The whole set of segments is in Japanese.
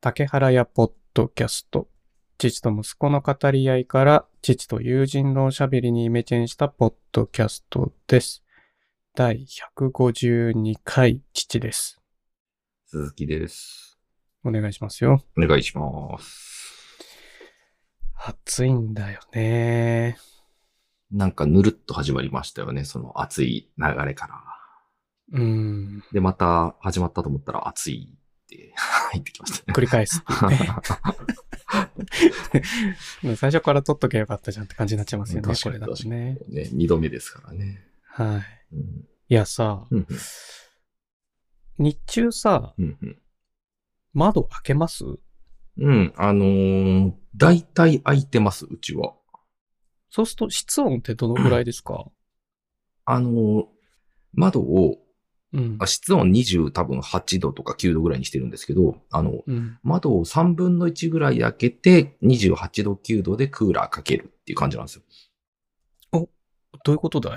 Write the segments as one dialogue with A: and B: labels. A: 竹原屋ポッドキャスト。父と息子の語り合いから、父と友人のおしゃべりにイメチェンしたポッドキャストです。第152回、父です。
B: 鈴木です。
A: お願いしますよ。
B: お願いします。
A: 暑いんだよね。
B: なんかぬるっと始まりましたよね。その熱い流れから。
A: うん。
B: で、また始まったと思ったら熱いって 入ってきましたね。
A: 繰り返すってい う ね。最初から撮っとけばよかったじゃんって感じになっちゃいますよね。
B: 確か
A: こ
B: に
A: れだとね。
B: ね、二度目ですからね。
A: はい。
B: うん
A: いやさ、
B: うん
A: 日中さ、
B: うんうん
A: 窓開けます
B: うん、あのー、大体空いてます、うちは。
A: そうすると室温ってどのぐらいですか
B: あのー、窓を、
A: うん
B: あ。室温20多分8度とか9度ぐらいにしてるんですけど、あの、
A: うん。
B: 窓を3分の1ぐらい開けて、28度9度でクーラーかけるっていう感じなんですよ。
A: どういうことだい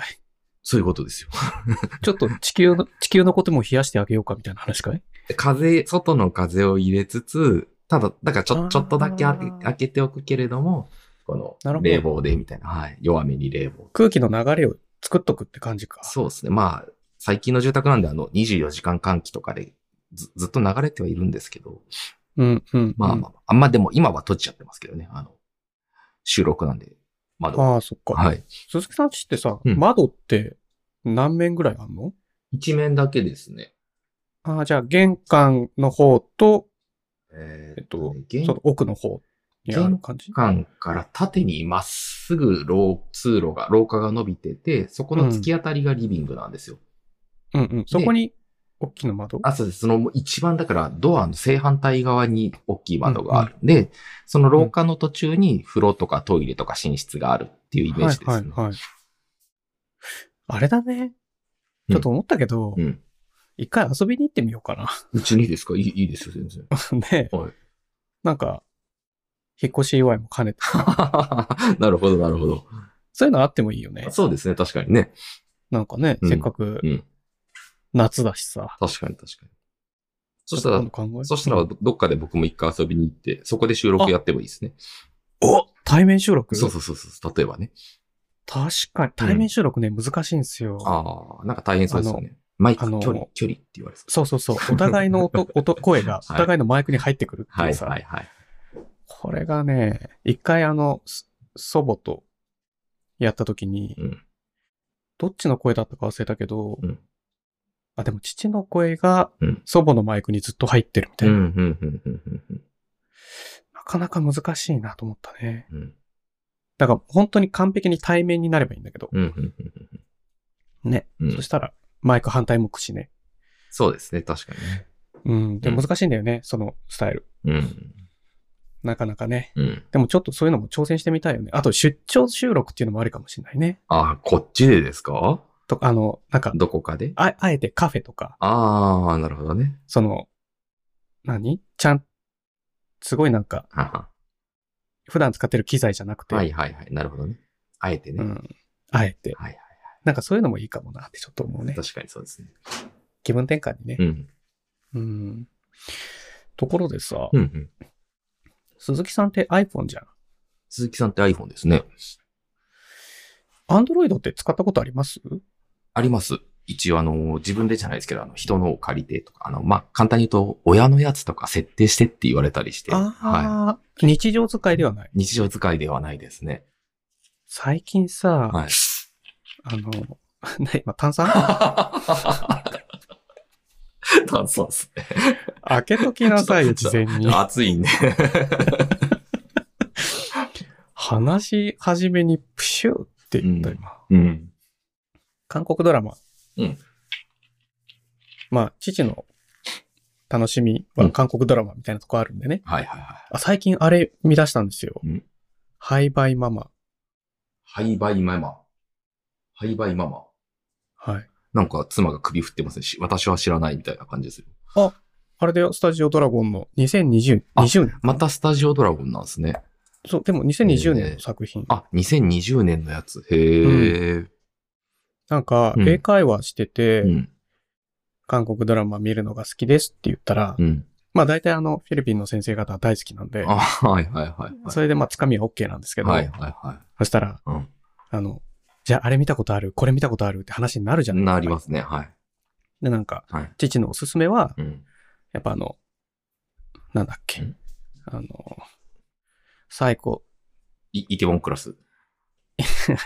B: そういうことですよ。
A: ちょっと地球の、地球のことも冷やしてあげようかみたいな話かい
B: 風、外の風を入れつつ、ただ、だからち
A: あー
B: ょ、ちょっとだけ開け開けておくけれども、こ
A: なる
B: の
A: ほど
B: 冷房でみたいな。はい。弱めに冷房。
A: 空気の流れを作っとくって感じか。
B: そうですね。まあ、最近の住宅なんで、あの、24時間換気とかでずずっと流れてはいるんですけど、
A: うんうん。
B: まあ、まあ、あんまでも今は閉じちゃってますけどね。あの、収録なんで、窓
A: あ。
B: は。
A: ああ、そっか。
B: はい。
A: 鈴木さんちってさ、
B: うん
A: 窓って何面ぐらいあんの
B: 一面だけですね。
A: ああ、じゃあ玄関の方と、
B: え
A: えっと
B: 玄
A: その奥の方にある感じ
B: 間から縦にまっすぐ廊通路が、廊下が伸びてて、そこの突き当たりがリビングなんですよ。
A: うんうん。そこに大きな窓
B: あ、そうです。その一番だからドアの正反対側に大きい窓があるんで、その廊下の途中に風呂とかトイレとか寝室があるっていうイメージですね。
A: はいはいはい。あれだね。ちょっと思ったけど、
B: うん。
A: 一回遊びに行ってみようかな。
B: うちにいいですかいいいいですよ、全然。
A: ね、
B: はい
A: なんか、引っ越し祝いも兼ねて。
B: なるほど、なるほど。
A: そういうのあってもいいよね。
B: そうですね、確かにね。
A: なんかね、
B: うん
A: せっかく
B: うん。
A: 夏だしさ。
B: 確かに、確かに。そしたら
A: 今度、考え
B: そしたらどどっかで僕も一回遊びに行って、そこで収録やってもいいですね。
A: お対面収録
B: そうそうそうそう。例えばね。
A: 確かに、対面収録ね、難しいんですよ。
B: ああ、なんか大変そうですよね。マイク、
A: あの
B: 距離、距離って言われそう。
A: そうそうそう。お互いの音、 音、声が、お
B: はい
A: 互いのマイクに入ってくるって
B: は
A: いう
B: い
A: さ。
B: はいはい。
A: これがね、一回あの、す祖母とやった時に、
B: うん
A: どっちの声だったか忘れたけど、
B: うん
A: あ、でも父の声が
B: うん
A: 祖母のマイクにずっと入ってるみた
B: う
A: いな。
B: ん、うん、うん、うんうん、
A: なかなか難しいなと思ったね。
B: うん。うん
A: だから本当に完璧に対面になればいいんだけど、
B: うん、うん、うん
A: ね。
B: うん
A: そしたらマイク反対向くしね。
B: そうですね、確かにね。
A: うん。で
B: うん
A: も難しいんだよね、そのスタイル。
B: うん。
A: なかなかね。
B: うん。
A: でもちょっとそういうのも挑戦してみたいよね。あと出張収録っていうのもありかもしれないね。
B: ああ、こっちでですか
A: とか、あの、なんか、
B: どこかで
A: ああえてカフェとか、
B: ああ、なるほどね。
A: その、何ちゃん、すごいなんか、
B: はは
A: 普段使ってる機材じゃなくて、
B: はいはいはい。なるほどね。あえてね。
A: う
B: はい
A: ん。あえて、
B: はい
A: なんかそういうのもいいかもなってちょっと思う
B: はい。
A: ね。
B: 確かにそうですね。
A: 気分転換にね
B: う。ん。
A: うん。ところでさ、
B: うん、うん。
A: 鈴木さんって iPhone じゃん。
B: 鈴木さんって iPhone ですね。
A: Android って使ったことあります
B: あります。一応あの、自分でじゃないですけど、あの、人のを借りてとか、あの、まあ、簡単に言うと、親のやつとか設定してって言われたりして、は
A: あー、日常使いではない。
B: い。日常使いではないですね。
A: 最近さ、
B: はい。
A: あの、 な今炭酸
B: 炭酸っすね。
A: 開けときなさいよ、事前に。
B: 暑いんで。
A: 話し始めにプシューって言った今。
B: うん。
A: 韓国ドラマ。
B: うん
A: まあ、父の楽しみは
B: うん
A: 韓国ドラマみたいなとこあるんでね。
B: はいはいはい。
A: あ最近あれ見出したんですよ。
B: うん
A: ハイバイママ。
B: ハイバイママ。ハイバイママ。
A: はい。
B: なんか妻が首振ってますね。し私は知らないみたいな感じですよ。
A: あれだよ、スタジオドラゴンの2020、
B: あ
A: 20年。
B: またスタジオドラゴンなんですね。
A: そう、でも2020
B: え
A: 年
B: え
A: の作品。
B: あ、2020年のやつ。へえ。
A: なんか、
B: うん
A: 英会話してて、
B: うん。
A: 韓国ドラマ見るのが好きですって言ったら、
B: うん。
A: まあ大体あの、フィリピンの先生方は大好きなんで、
B: あ、はいはいはい。
A: それでまあつかみは OK なんですけど、
B: はいはいは
A: そしたら、
B: うん
A: あの、じゃああれ見たことある、これ見たことあるって話になるじゃ
B: い。
A: ないですか。
B: なりますね。はい。
A: で、なんか、
B: はい。
A: 父のおすすめは、
B: うん。
A: やっぱあの、なんだっけ
B: ん、
A: あの、サイコ、
B: い、イテウォンク ラス。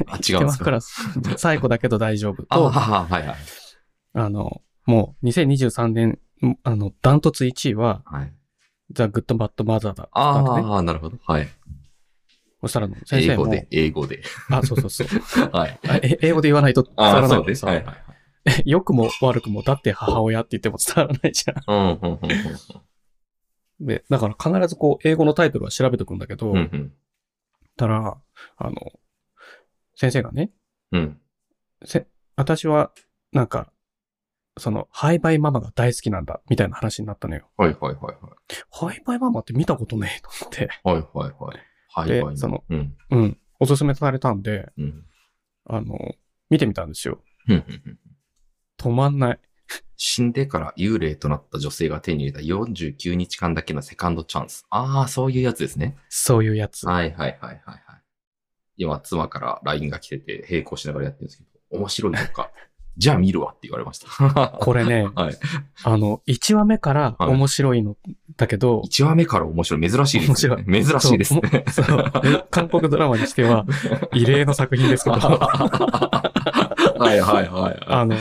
B: あ、違うん
A: テ
B: で
A: マ
B: す
A: ク
B: か。
A: ラス、 サイコだけど大丈夫と、
B: あは
A: あ
B: ははいはい。
A: の、もう2023年、んあの、ダントツ1位は、
B: はい。
A: ザ・グッド・バッド・マザーだった
B: あ
A: わけね。
B: あー、なるほど。はい。
A: そしたらあの先
B: 英
A: 生
B: 語
A: も、
B: で、英 語で。
A: あ、そうそうそう。
B: はい。
A: あえ英語で言わないと伝わ
B: あ
A: ら
B: あ、
A: な
B: そ
A: いうから
B: です。
A: さ、
B: はいはいはい。
A: 良くも悪くも、だって母親って言っても伝わらないじ ゃ
B: うん、うん、う
A: ん。
B: ん
A: で、だから必ずこう、英語のタイトルは調べておくんだけど、
B: うん、うん。うん
A: たら、あの、先生がね、
B: うん。
A: せ、私は、なんか、その、ハイバイママが大好きなんだ、みたいな話になったのよ。
B: はいはいはい
A: ハイバイママって見たことねえと思って、
B: はい。はいはいはい。はいはいはい。
A: でその、
B: うん。
A: うん、おすすめされたんで、
B: うん。
A: あの、見てみたんですよ。
B: うんうんうん
A: 止まんない。
B: 死んでから幽霊となった女性が手に入れた49日間だけのセカンドチャンス。ああ、そういうやつですね。
A: そういうやつ。
B: はいはいはいはいはい。今、妻から LINE が来てて、並行しながらやってるんですけど、面白いの か。じゃあ見るわって言われました。は
A: これね、
B: い。
A: あの、1話目から
B: はい
A: 面白いの、だけど、
B: 1話目から面白い。珍しいですね。珍しいですね。
A: そうもそう韓国ドラマにして は、異例の作品ですけど、
B: はいはいは
A: あの、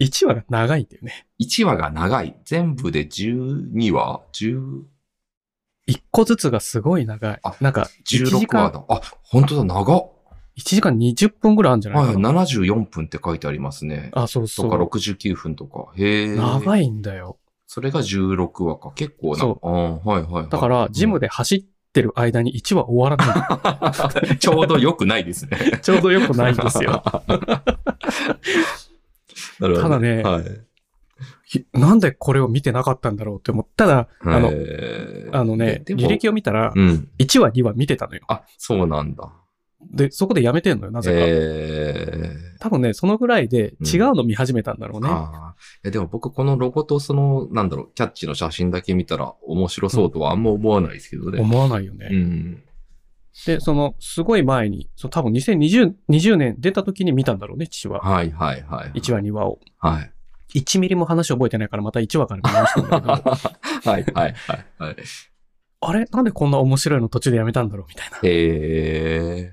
A: 1話が長いんだよね。
B: い。1話が長い。全部で12話 ?10、
A: 1個ずつがすごい長い
B: あ。
A: なんか、1
B: 16
A: 時間、
B: 話だ。あ、本当だ、長っ。
A: 1時間20分ぐらいあるんじゃない
B: はい、
A: かな。
B: 74分って書いてありますね。
A: あ、そうそ
B: とか
A: う。
B: 69分とか。へえ。
A: 長
B: い。
A: いんだよ。
B: それが16話か。結構な。
A: そう
B: あーはいはい、はい。
A: だから、ジムで走ってる間に1話終わらない。
B: ちょうど良くないですね。
A: ちょうどよくないんですよ。
B: なる
A: ただね
B: はい。
A: ひなんでこれを見てなかったんだろうって思ったら、あの、
B: えー
A: あのね、
B: ででも
A: 履歴を見たら、
B: うん。
A: 1話、2話見てたのよ。
B: あ、そうなんだ。
A: で、そこでやめてんのよ、なぜか。
B: えー
A: 多分ね、そのぐらいで
B: うん
A: 違うの見始めたんだろうね。
B: あーいやでも僕このロゴとその、なんだろう、キャッチの写真だけ見たら面白そうとはあんま思わないですけどね。
A: 思わないよね。
B: うん。
A: で、その、すごい前に、その多分2020 20年出た時に見たんだろうね、父は。
B: はいはいはい。
A: 1話、2話を。
B: はい。
A: 1ミリも話覚えてないから、また1話から見直したん だけど、
B: はいはいはいはい。
A: あれなんでこんな面白いの途中でやめたんだろうみたいな。
B: へえ。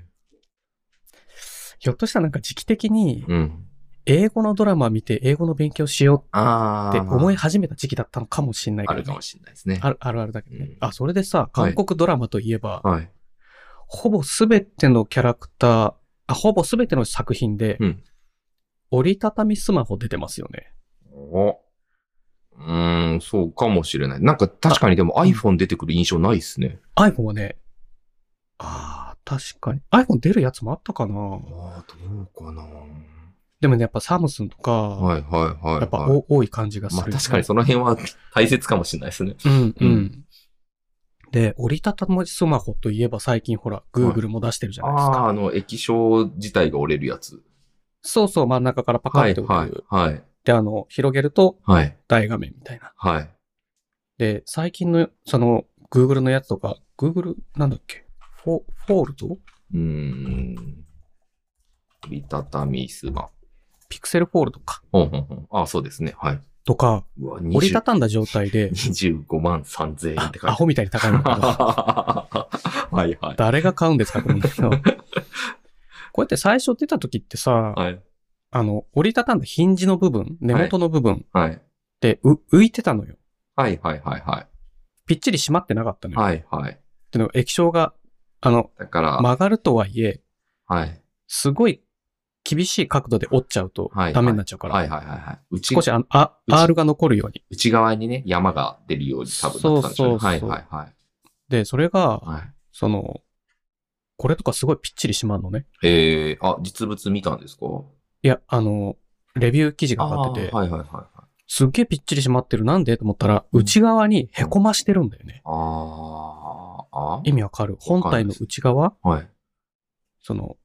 A: ひょっとしたらなんか時期的に、
B: うん。
A: 英語のドラマ見て英語の勉強しよう
B: ああ。
A: って思い始めた時期だったのかもしれない
B: あ
A: け
B: る
A: ど
B: か
A: ね
B: も。しれないですね。
A: ある、あるあるだけどね。
B: うん
A: あ、それでさ、韓国ドラマといえば、
B: はい。
A: ほぼすべてのキャラクター、あ、ほぼすべての作品で、
B: うん
A: 折りたたみスマホ出てますよね。
B: おうーん、そうかもしれない。なんか確かにでも iPhone 出てくる印象ないっすね。
A: iPhone はね、ああ、確かに。iPhone 出るやつもあったかな
B: ああ、どうかな。
A: でもね、やっぱサムスンとか、
B: はいはいはい、はい。
A: やっぱお多い感じがす
B: まあ
A: る、
B: 確かにその辺は大切かもしれないですね。
A: うんう。
B: うん
A: で、折りたたみスマホといえば最近ほら、Google も出してるじゃ
B: あ
A: ないですか。
B: あ、あの、液晶自体が折れるやつ。
A: そうそう、真ん中からパカ
B: は
A: ッ
B: い
A: て折る。
B: はいはい。
A: で、あの、広げると
B: はい
A: 大画面みたいな。
B: はい。
A: で、最近の、その、Google のやつとか、Google、なんだっけ、フォフォールド
B: うーん。折りたたみスマホ。
A: ピクセルフォールドか。
B: ほんほんほん。ああ、そうですね。はい。
A: とか、
B: うわ、
A: 折りた
B: 20
A: たんだ状態で、
B: 25万3000円っ
A: あ
B: て書いてあ
A: ア
B: る
A: ホみたいに高いのかな。
B: はい はい。
A: 誰が買うんですかと思うんだけど。こうやって最初出た時ってさ、
B: はい。
A: あの、折りたたんだヒンジの部分、根元の部分
B: はい。
A: ってう浮いてたのよ。
B: はいはいはいは
A: ぴっちり締まってなかったの
B: い。
A: よ。
B: はいはい。
A: でも液晶が、あの、
B: だから、
A: 曲がるとはいえ、
B: はい。
A: すごい厳しい角度で折っちゃうと
B: はい
A: ダメになっちゃうから、
B: はいはいはいはい。内
A: 少しあの、あ、
B: うち
A: R が残るように。
B: 内側にね、山が出るように多分なってたんでしょ
A: そ
B: うね。
A: う
B: は
A: そう
B: い
A: そう
B: はいはい。
A: で、それが、
B: はい、
A: その、これとかすごいぴっちり締まるのね。
B: えー、あ、実物見たんですか
A: いや、あの、レビュー記事が上がってて、
B: あーはいはいはいはい。
A: すっげえぴっちり締まってる。なんでと思ったら、内側にへこましてるんだよね。
B: あーあ
A: 意味わかる本体の内側
B: はい。
A: その、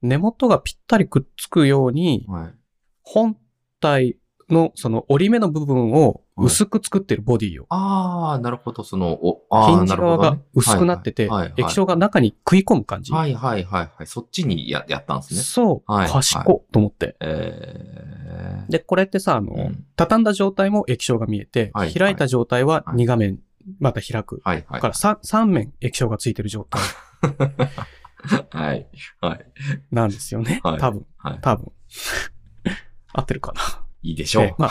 A: 根元がぴったりくっつくように、
B: はい。
A: 本体のその折り目の部分を薄く作ってるボディを。
B: ああ、なるほど、その、お、あ
A: ヒ
B: あ、
A: ンジ
B: なるほ
A: 側
B: ど
A: が
B: ね。
A: 薄くなってて
B: はいはい、
A: 液晶が中に食い込む感じ。
B: はいはいはいはい。そっちにややったんですね。
A: そう、
B: はい
A: 賢っと思って。
B: え
A: で、これってさ、あの、
B: ー、うん
A: 畳んだ状態も液晶が見えて、
B: はい
A: 開いた状態は
B: はい
A: 2画面、また開く。
B: はいは
A: だ
B: い
A: か。ら 3, 3面液晶がついてる状態
B: はい。はい。。
A: なんですよね
B: はい
A: 多分、
B: はい。
A: 多分。 合ってるかな。
B: いいでしょ
A: でまあ、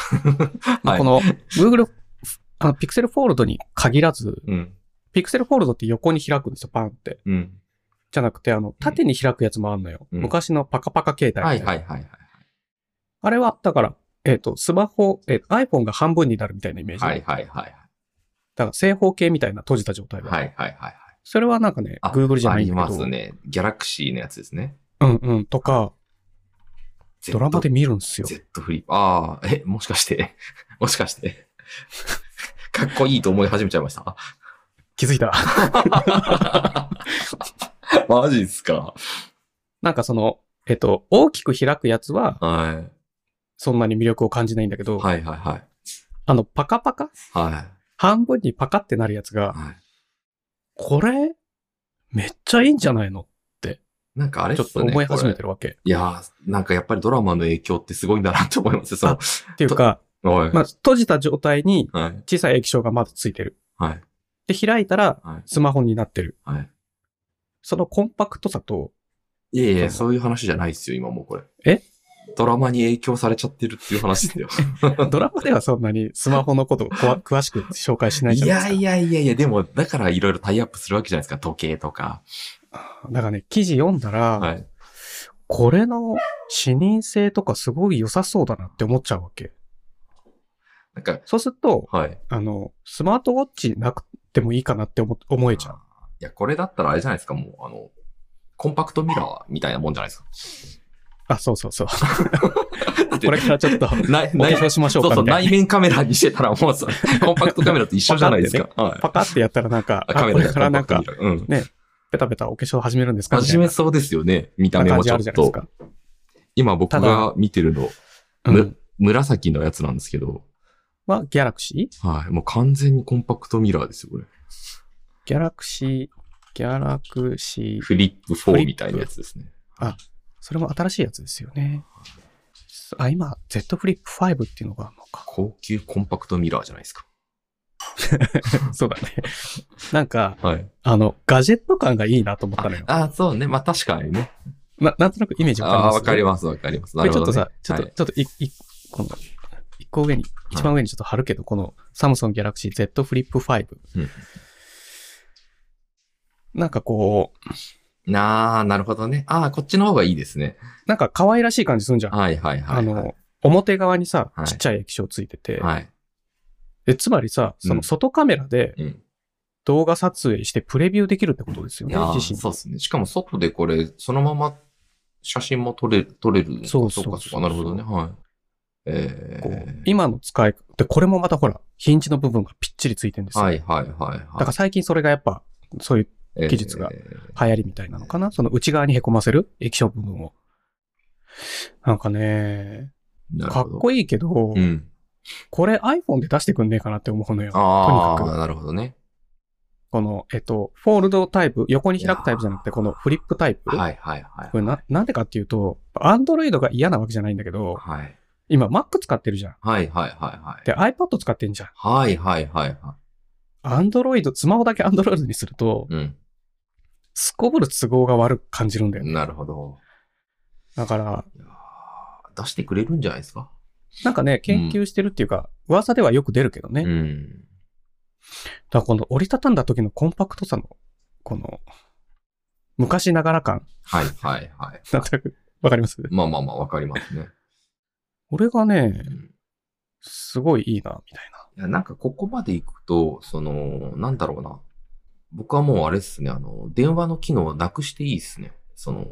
B: う。はい。
A: こ、の Google、あの、Pixel Fold に限らず、
B: うん。
A: Pixel Fold って横に開くんですよ、パンって。
B: うん。
A: じゃなくて、あの、縦に開くやつもあるのよ。
B: うん
A: 昔のパカパカ携帯みた
B: はいい
A: な。
B: はいはいはい。
A: あれは、だから、えっ、と、スマホ、えー iPhone が半分になるみたいなイメージ。
B: はいはいはい。
A: だから正方形みたいな閉じた状態は。
B: はいはいはい。
A: それはなんかね
B: あ、
A: Google じゃないんだけど。
B: ありますね。ギャラクシーのやつですね。
A: うんうん。とか、
B: Z-
A: ドラマで見るんすよ。
B: Z フリップ。ああ、え、もしかして、 もしかして、 かっこいいと思い始めちゃいました
A: 気づいた。
B: マジっすか。
A: なんかその、えっと、大きく開くやつは、
B: は
A: そんなに魅力を感じないんだけ
B: い。
A: ど、
B: はいはいはい。
A: あの、パカパカ
B: はい。
A: 半分にパカってなるやつが、
B: はい、
A: これ、めっちゃいいんじゃないの
B: なんかあれっ
A: ち
B: す
A: ょっ
B: ね。
A: と思い始め
B: こ
A: てるわけ。
B: れいやー、なんかやっぱりドラマの影響ってすごいんだなと思います。その、
A: っていうか、
B: はい。
A: まあ、閉じた状態に
B: はい。
A: 小さい液晶がまだついてる。
B: はい。
A: で、開いたら、
B: はい。
A: スマホになってる。
B: はい。
A: そのコンパクトさと、
B: いやい
A: そう
B: や、そういう話じゃないっすよ、今もうこれ。
A: え
B: ドラマに影響されちゃってるっていう話ですよ。
A: ドラマではそんなにスマホのことを こわ詳しく紹介 しない
B: い
A: じゃないです
B: や
A: か。
B: いやいやいや、でも、だからいろいろタイアップするわけじゃないですか、時計とか。
A: だからね、記事読んだら、
B: はい。
A: これの視認性とかすごい良さそうだなって思っちゃうわけ。
B: なんか、
A: そうすると、
B: はい。
A: あの、スマートウォッチなくてもいいかなって思思えちゃう。
B: いや、これだったらあれじゃないですか、もう、あの、コンパクトミラーみたいなもんじゃないですか。
A: あ、そうそうそう。
B: だって
A: これからちょっ と、
B: 内、
A: お化
B: 内、
A: 粧しましょう
B: そう
A: か
B: そう、
A: みたいな。
B: 内面カメラにしてたらもうさ、コンパクトカメラと一緒じゃないですか。はい。
A: パカってやったらなんか、
B: あ
A: あ
B: カメ
A: こ
B: ラ
A: れからなん
B: コ
A: か
B: ン、パクトミラーうん。
A: ペタペタお化粧始めるんですかみた
B: 始
A: いな
B: めそうですよね、見た
A: な
B: 目
A: 感
B: も
A: じ
B: ち
A: あ
B: ょ
A: る
B: っ
A: じゃないです
B: と。
A: か。
B: 今僕が見てるの、
A: う
B: む
A: ん。
B: 紫のやつなんですけど、
A: は、ギャラクシー
B: はい。もう完全にコンパクトミラーですよ、これ。
A: ギャラクシー、ギャラクシー、
B: フリップ
A: フリッ
B: 4
A: プ
B: みたいなやつですね。
A: それも新しいやつですよね。あ、今、Z フリップ5っていうのがあるのか。
B: 高級コンパクトミラーじゃないですか。
A: そうだね。なんか、
B: はい。
A: あの、ガジェット感がいいなと思ったのよ。
B: あ、そうね。まあ確かにね。
A: ななんとなくイメージわかり
B: あ
A: ま
B: あ、
A: す
B: わかり
A: ま
B: ます、わかります。
A: こ
B: なる
A: れちょ
B: ほ
A: っ
B: ど、
A: と
B: ね。
A: さ、ちょっと、
B: はい
A: ちょっとい、い、この、一個上に、一番上にちょっと貼るけど、このサムソンギャラクシー Z フリップ5。
B: うん
A: なんかこう、
B: なあ、なるほどね。ああ、こっちの方がいいですね。
A: なんか可愛らしい感じするんじゃん。
B: はいはいはい。
A: あの、表側にさ、
B: はい
A: ちっちゃい液晶ついてて、
B: はい。
A: でつまりさ、その外カメラで
B: うん。
A: 動画撮影してプレビューできるってことですよ
B: い
A: ね
B: や、ー
A: 自身
B: そうですね。しかも外でこれ、そのまま写真も撮れる、撮れるのか。
A: そう
B: そ
A: そう
B: うか、
A: そう
B: そうか。なるほどね。はい。え
A: こう
B: ー、
A: 今の使い、で、これもまたほら、ヒンジの部分がぴっちりついてるんですよ。
B: はいはいはいはい。
A: だから最近それがやっぱ、そういう
B: ら
A: 技術が流行りみたいなのかなその内側に凹ませる液晶部分を。なんかね、かっこい
B: い
A: いけど、
B: いうん。
A: これ iPhone で出してくんねえかなって思うのよ。
B: あ
A: とにか
B: あ、なるほどね。
A: この、えっと、フォールドタイプ、横に開くタイプじゃなくて、このフリップタイプ。
B: はいはいはい。
A: これな、なんでかっていうと、Android が嫌なわけじゃないんだけど、
B: はい。
A: 今 Mac 使ってるじゃん。
B: はいはいはい
A: で、iPad 使ってんじゃん。
B: はい。はいはいはいは
A: Android、スマホだけ Android にすると、
B: い。うん。
A: すこぶる都合が悪く感じるんだよね。
B: なるほど。
A: だから、
B: いやー出してくれるんじゃないですか
A: なんかね、研究してるっていうか、噂ではよく出るけどね。
B: う
A: だか
B: ん。
A: らこの折りたたんだ時のコンパクトさの、この、昔ながら感。
B: はいはいはい。
A: なんとなく、わかります
B: まあまあまあ、わかりますね。
A: 俺がね
B: う、ん
A: すごいいいな、みたいな。
B: いや、なんかここまで行くと、その、なんだろうな。僕はもうあれっすね、あの、電話の機能をなくしていいっすね。その、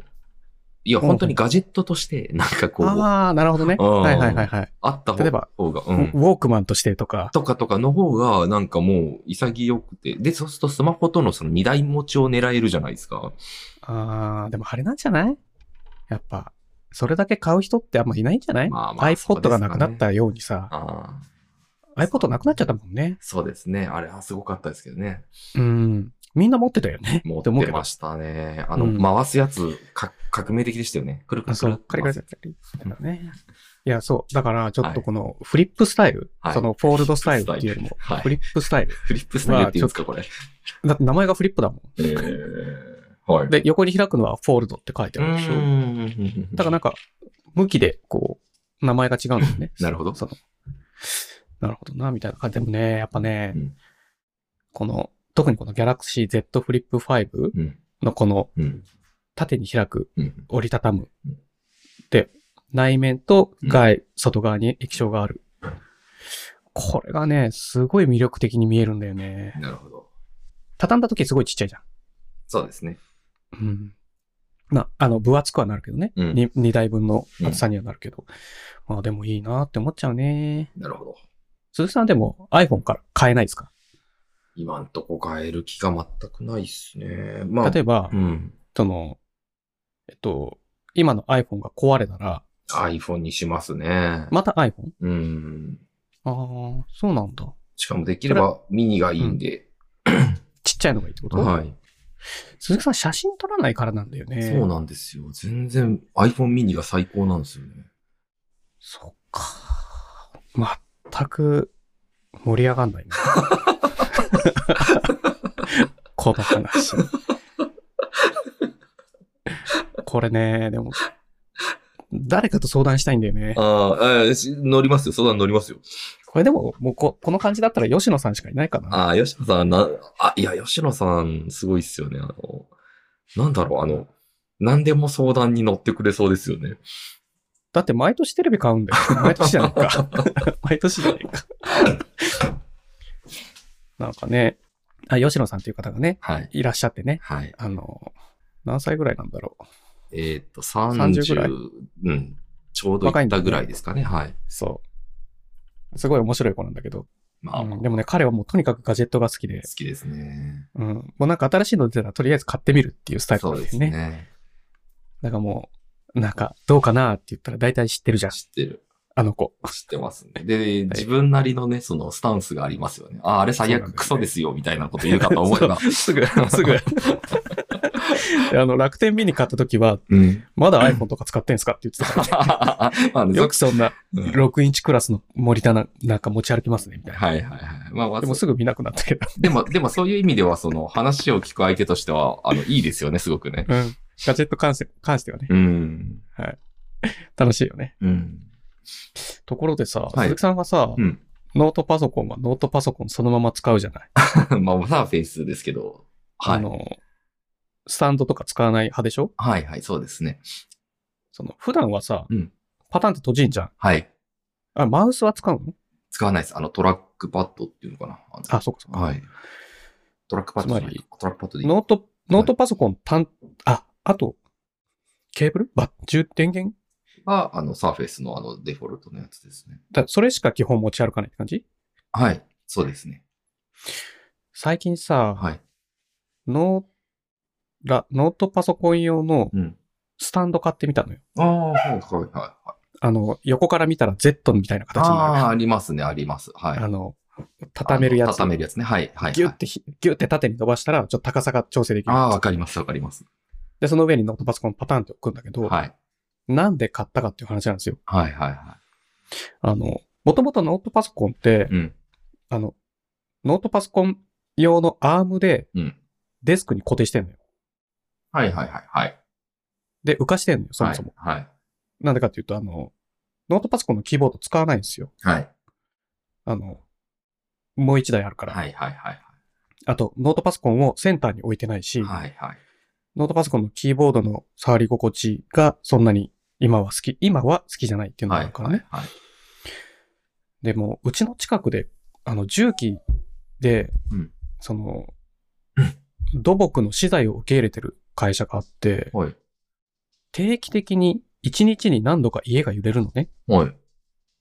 B: いや、
A: うん
B: 本当にガジェットとして、 なんかこう、あ
A: ああ、なるほどね。
B: うん
A: はいはいはいはい。
B: った
A: 例えば
B: 方が、う
A: ウ
B: ん。
A: ォークマンとしてとか。
B: とかとかの方が、なんかもう、潔くて。で、そうするとスマホとのその二台持ちを狙えるじゃないですか。
A: ああ、でもあれなんじゃないやっぱ、それだけ買う人ってあんまいないんじゃない、
B: まあまあ
A: iPod がなくなったようにさ、
B: あ
A: iPod なくなっちゃったもんね。
B: そうですね。あれはすごかったですけどね。
A: うん。みんな持ってたよね。
B: 持っ
A: って思う
B: て
A: けど
B: ましたね。あの、
A: うん
B: 回すやつ、か革命的でしたよね。くるく
A: あ
B: るく
A: そ
B: るっ
A: う
B: て。
A: カリカ
B: 回
A: リカ
B: すやつ
A: リカリだね。いや、そう。だから、ちょっ
B: はい
A: とこのフリップスタイル、
B: はい
A: そのフォールドスタイルっていうよりも、
B: はい
A: フリップスタイル。
B: フリップスタイルって言うんですか、これ。
A: だって名前がフリップだもん。
B: えー、はい。
A: で、横に開くのはフォールドって書いて
B: う
A: あるでしょ。
B: ん。。
A: だからなんか、向きで、こう、名前が違うんだよね
B: なるほど
A: その、なるほどな、みたいな感じ。でもね、やっぱね、
B: うん
A: この、特にこの Galaxy Z Flip 5
B: うん。
A: のこの、
B: うん。
A: 縦に開く、
B: うん。
A: 折りたたむ
B: うん。
A: で、内面と外、外側に液晶がある。これがね、すごい魅力的に見えるんだよね。
B: なるほど。
A: 畳んだ時すごいちっちゃいじゃん。
B: そうですね。
A: うん。な、あの、分厚くはなるけどね。
B: う
A: 二
B: ん
A: 2, 台分の厚さにはなるけど。まあでもいいなって思っちゃうね。
B: なるほど。
A: 鈴木さんでも iPhone から買えないですか
B: 今んとこ変える気が全くないっすね。まあ、
A: 例えば、
B: うん。
A: その、えっと、今の iPhone が壊れたら、
B: iPhone にしますね。
A: また iPhone?
B: うん。
A: ああ、そうなんだ。
B: しかもできればミニがいいんで。
A: ちっちゃいのがいいってこと、
B: はい。
A: 鈴木さん写真撮らないからなんだよね。
B: そうなんですよ。全然 iPhone ミニが最高なんですよね。
A: そっか。全く盛り上が んないな。この話。これね、でも、誰かと相談したいんだよね。
B: ああ、乗りますよ。相談乗りますよ。
A: これでも、もうここの感じだったら吉野さんしかいないかな。
B: ああ、吉野さん、な、あ、いや、吉野さん、すごいっすよね。あの、なんだろう、あの、何でも相談に乗ってくれそうですよね。
A: だって毎年テレビ買うんだよ。毎年じゃない か。毎年じゃないか。なんかね、あ吉野さんという方がね、
B: はい。
A: いらっしゃってね、
B: はい。
A: あの、何歳ぐらいなんだろう。
B: えーっと、
A: 30
B: 30
A: ぐらい
B: うん。ちょうどいったぐらいですかね。はい。
A: そう。すごい面白い子なんだけど。
B: まあ、
A: う
B: 好
A: んでもね、彼はもうとにかくガジェットが好きで、
B: きですね。
A: うん、もうなんか新しいの出たらとりあえず買ってみるっていうスタイル
B: そ
A: な
B: うんで
A: ですすね。
B: ね。
A: だからもう、なんかどうかなって言ったら大体知ってるじゃん。
B: 知ってる。
A: あの子。
B: 知ってますね。で、自分なりのね、そのスタンスがありますよね。ああ、あれ最悪クソですよ、みたいなこと言うかと思えば。
A: すぐ、すぐ。 であの、楽天ミニ買った時は、
B: うん。
A: まだ iPhone とか使ってんすかって言ってたから。
B: まあね、
A: よくそんな
B: うん
A: 6インチクラスのモニターななんか持ち歩きますね、みたいな。
B: はいはいはい。まあ、まあ、
A: でもすぐ見なくなったけど。
B: でも、でもそういう意味では、その話を聞く相手としては、あの、いいですよね、すごくね。
A: うん。ガジェット関して関してはね、
B: うん。
A: 楽しいよね。
B: うん。
A: ところでさ、
B: い
A: 鈴木さんはさ、
B: うん。
A: ノートパソコンはノートパソコンそのまま使うじゃない、
B: まあ、サーフェイスですけど。は
A: あ
B: い。
A: の、スタンドとか使わない派でしょ
B: はいはい、そうですね。
A: その、普段はさ、
B: うん
A: パタンって閉じんじゃん。
B: はい。
A: あ、マウスは使うの
B: 使わないです。あの、トラックパッドっていうのかな。あの
A: あ、そうかそうか。
B: はい。トラックパッドじゃない
A: つま
B: トラックパッドでいい。
A: ノート、ノートパソコン単、あ、あと、ケーブルば、充電源
B: が、あの、サーフェイスのあの、デフォルトのやつですね。
A: だそれしか基本持ち歩かないって感じ
B: はい。そうですね。
A: 最近さ、
B: はい。
A: ノーラ、ノートパソコン用の
B: うん。
A: スタンド買ってみたのよ。
B: ああ、はい、はい、はい。
A: あの、横から見たら Z みたいな形にな
B: あ
A: る。
B: あ、ありますね、あります。はい。
A: あの、畳めるや
B: あの
A: つ。
B: 畳めるやつね。はい、はい。
A: ギュ
B: は
A: ッ
B: い
A: てひ、ギュッて縦に伸ばしたら、ちょっと高さが調整できる。
B: ああ、わかります、わかります。
A: で、その上にノートパソコンパターンって置くんだけど、
B: はい。
A: なんで買ったかっていう話なんですよ。
B: はい、はい、は
A: あの、もともとノートパソコンって
B: い。、うん。
A: あの、ノートパソコン用のアームで
B: うん。
A: デスクに固定してんのよ。
B: はい、はい、はい、はい。
A: で、浮かしてんのよ、そもそも。
B: はい。はい。
A: なんでかっていうと、あの、ノートパソコンのキーボード使わないんですよ。
B: はい、
A: あの、もう一台あるから。
B: はい、はい、はい。
A: あと、ノートパソコンをセンターに置いてないし、
B: はい、はい。
A: ノートパソコンのキーボードの触り心地がそんなに今は好き、今は好きじゃないっていうのが
B: は
A: あ
B: い、
A: るから
B: は
A: ね。
B: い。はい
A: でも、うちの近くで、あの、重機で、
B: うん
A: その
B: う、
A: 土木の資材を受け入れてる会社があって、
B: はい。
A: 定期的に1日に何度か家が揺れるのね。
B: はい。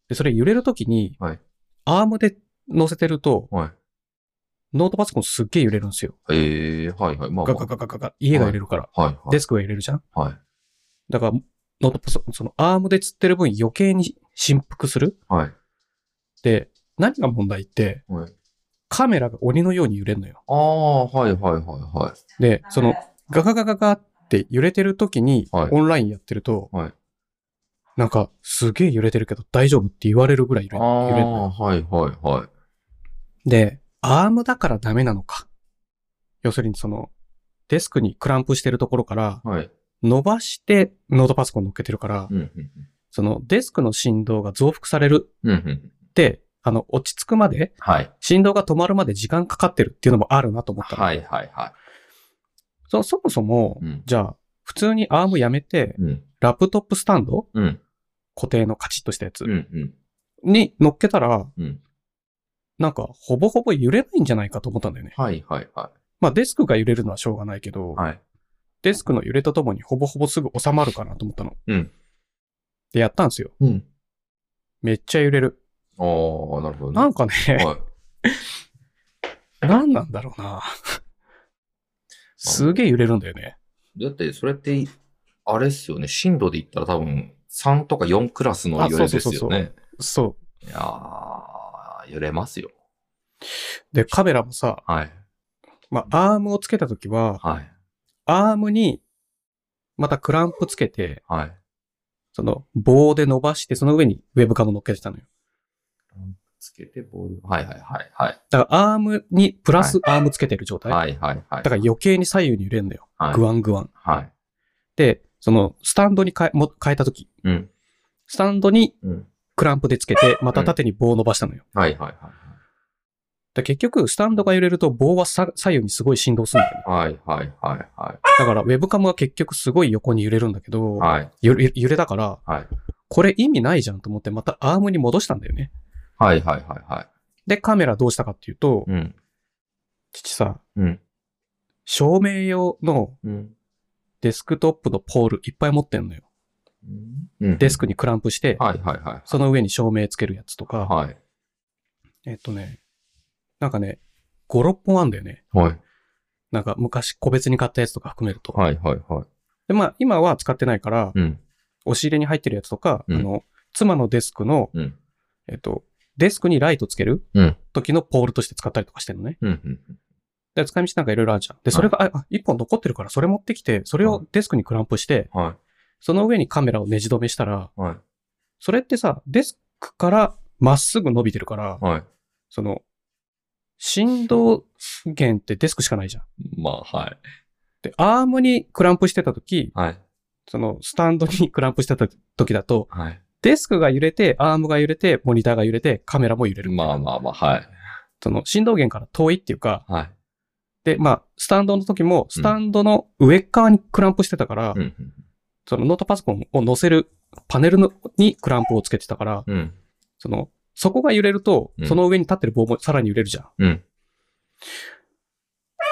A: で、それ揺れるときに、
B: はい
A: アームで乗せてると、
B: はい。
A: ノートパソコンすっげえ揺れるんですよ。
B: ええはい、はい。まあ、
A: ガガガガガガ、家が揺れるから。
B: はい、はい。
A: デスクが揺れるじゃん。
B: はい。
A: だから、ノートパソコン、そのアームで釣ってる分余計に振幅する。
B: はい。
A: で、何が問題って、
B: はい
A: カメラが鬼のように揺れるのよ。
B: ああ、はいはいはいは
A: で、その、ガガガガガって揺れてる時に、
B: はい
A: オンラインやってると、
B: はい
A: なんか、すげえ揺れてるけど大丈夫って言われるぐらい揺
B: い。あ
A: れ揺れるの
B: あ、
A: よ。
B: はいはいはい。
A: で、アームだからダメなのか。要するにその、デスクにクランプしてるところから、
B: はい。
A: 伸ばしてノートパソコン乗っけてるから、
B: うんうん
A: そのデスクの振動が増幅される
B: うん。うんうん。
A: って、あの、落ち着くまで、
B: はい。
A: 振動が止まるまで時間かかってるっていうのもあるなと思ったの
B: はいはいは
A: そそもそも、
B: い。うん。
A: じゃあ、普通にアームやめて、
B: うん。
A: ラップトップスタンド
B: うん。
A: 固定のカチッとしたやつ
B: うんうん。
A: に乗っけたら、
B: うん
A: なんか、ほぼほぼ揺れないんじゃないかと思ったんだよね。
B: はいはいは
A: まあ、デスクが揺れるのはしょうがないけど、
B: い。はい。
A: デスクの揺れとともにほぼほぼすぐ収まるかなと思ったの。
B: うん。
A: で、やったんですよ。
B: うん。
A: めっちゃ揺れる。
B: ああ、なるほどね。
A: なんかね、
B: はい。
A: なんなんだろうな。すげえ揺れるんだよね。
B: だって、それって、あれっすよね。震度で言ったら多分、3とか4クラスの揺れです
A: あそうそうそ
B: よ
A: う
B: ね。
A: そ
B: いやー、揺れますよ。
A: う。で、カメラもさ、
B: はい。
A: まあ、アームをつけたときは、
B: はい。
A: アームに、またクランプつけて、
B: はい。
A: その棒で伸ばして、その上にウェブカム乗っけてたのよ。
B: つけてボール。はいはいはいはい。
A: だからアームにプラスアームつけてる状態。
B: はいはいはい。
A: だから余計に左右に揺れんのよ。
B: はい
A: グワングワン。
B: はい。
A: で、そのスタンドに変えも変えたとき、
B: うん。
A: スタンドに
B: うん。
A: クランプでつけて、また縦に棒を伸ばしたのよ。
B: はいはい
A: だから結局、スタンドが揺れると棒はさ左右にすごい振動するんだよね。
B: はい。はいはいはいはい。
A: だからウェブカムは結局すごい横に揺れるんだけど、
B: はい
A: 揺れ揺れだから、
B: はい。
A: これ意味ないじゃんと思ってまたアームに戻したんだよね。
B: はいはいはいは
A: で、カメラどうしたかっていうと
B: い。、うん。
A: 父さ、
B: うん。
A: 照明用の
B: うん。
A: デスクトップのポールいっぱい持ってんのよ。
B: うん。
A: デスクにクランプして、
B: はいはいはい。
A: その上に照明つけるやつとか、
B: はい。
A: えっとね、なんかね、5、6本あんだよね。
B: はい。
A: なんか昔個別に買ったやつとか含めると。
B: はいはいはい。
A: で、まあ今は使ってないから、
B: うん。
A: 押し入れに入ってるやつとか、
B: うん
A: あの、妻のデスクの、
B: うん。
A: えっと、デスクにライトつける
B: うん
A: 時のポールとして使ったりとかしてるのね。
B: うん。うん。
A: で、使い道なんかいろいろあるじゃん。で、それが、あ、あ一本残ってるから、それ持ってきて、それをデスクにクランプして、
B: は
A: その上にカメラをねじ止めしたら、
B: い。はい。
A: それってさ、デスクからまっすぐ伸びてるから、
B: はい。
A: その、振動源ってデスクしかないじゃん。
B: まあ、はい。
A: で、アームにクランプしてた時、
B: はい。
A: その、スタンドにクランプしてた時だと、
B: はい。
A: デスクが揺れて、アームが揺れて、モニターが揺れて、カメラも揺れる。
B: まあまあまあ、はい。
A: その、振動源から遠いっていうか、
B: はい。
A: で、まあ、スタンドの時も、スタンドの上側にクランプしてたから、
B: うん。
A: そのノートパソコンを載せるパネルのにクランプをつけてたから、
B: うん。
A: その、そこが揺れると
B: う、ん
A: その上に立ってる棒もさらに揺れるじゃん。
B: うん。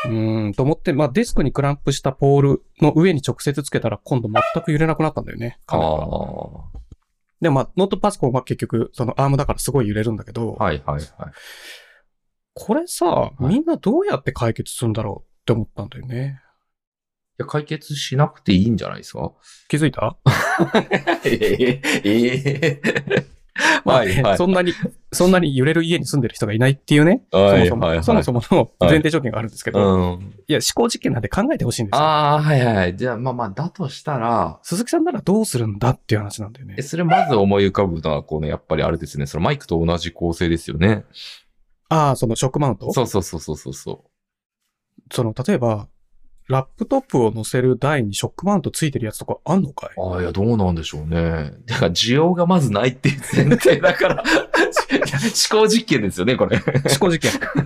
A: うーん、と思って、まあデスクにクランプしたポールの上に直接つけたら今度全く揺れなくなったんだよね。
B: あ
A: カメラが
B: あ。
A: で、まあノートパソコンは結局、そのアームだからすごい揺れるんだけど、
B: はいはいはい。
A: これさ、
B: い
A: みんなどうやって解決するんだろうって思ったんだよね。
B: いや、解決しなくていいんじゃないですか
A: 気づいた
B: え え、 ええ。はい
A: まあ
B: はい
A: ね。そんなに、そんなに揺れる家に住んでる人がいないっていうね。
B: はい
A: そもそ
B: はいは
A: も
B: い
A: そもそもの前提条件があるんですけど、
B: うん。
A: いや、思考実験なんで考えてほしいんですよ。
B: ああ、はいはいはい。じゃあ、まあまあ、だとしたら、
A: 鈴木さんならどうするんだっていう話なんだよね
B: え、。それまず思い浮かぶのは、この、やっぱりあれですね、そのマイクと同じ構成ですよね。
A: ああ、そのショックマウント
B: そうそうそうそうそうそ。
A: その、例えば、ラップトップを載せる台にショックマウントついてるやつとかあんのかいう
B: ああ、いや、どうなんでしょうね。だから、需要がまずないっていう前提だから、 思考実験ですよね、これ。
A: 思考 実験。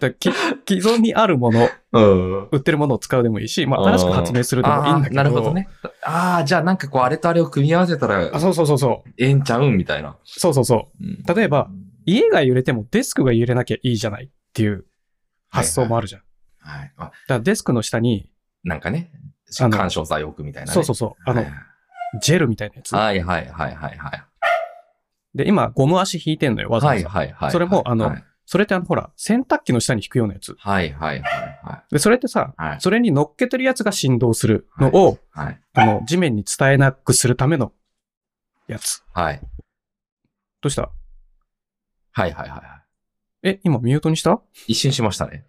A: だき既存にあるもの、
B: うん。
A: 売ってるものを使うでもいいし、まあ、新しく発明するでもいいんだけど。
B: あーなるほど。ね。ああ、じゃあなんかこう、あれとあれを組み合わせたら
A: あ、、そうそうそうそう。
B: ええんちゃうんみたいな。
A: そうそうそう。例えば、家が揺れてもデスクが揺れなきゃいいじゃないっていう発想もあるじゃん。
B: はい。あ
A: だからデスクの下に、
B: なんかね、
A: あの
B: 干渉剤置くみたいな、ね。
A: そうそうそう、あの、ジェルみたいなやつ。
B: はいはいはいはいはい。
A: で、今、ゴム足引いてんのよ、わざわ
B: は
A: ざ。
B: いはいはい。
A: それもあの
B: はい
A: それってあの、ほら、洗濯機の下に引くようなやつ。
B: はいはいは
A: で、それってさ、
B: いはい。はい。
A: それに乗っけてるやつが振動するのを、
B: はい。
A: あの、地面に伝えなくするためのやつ。
B: はい。
A: どうした
B: はいはいはいはい。
A: え、今ミュートにした
B: 一瞬しまし たね。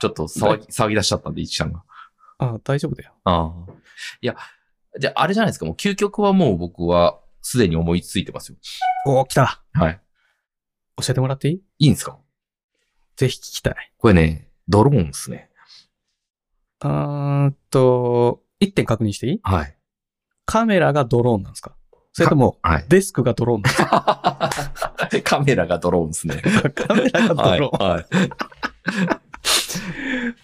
B: ちょっと騒ぎ、騒ぎ出しちゃったんで、一ちゃんが。
A: あ、大丈夫だよ。
B: ああ。いや、じゃあ、あれじゃないですか。もう究極はもう僕はすでに思いついてますよ。
A: おー、来た。
B: はい。
A: 教えてもらっていい
B: いいんですか
A: ぜひ聞きたい。
B: これね、ドローンですね。
A: あーっと、一点確認していい
B: はい。
A: カメラがドローンなんですかそれとも、
B: はい。
A: デスクがドローンなんです
B: カメラがドローン ですね。
A: か カメラが
B: は
A: ド
B: い。
A: ローン。
B: は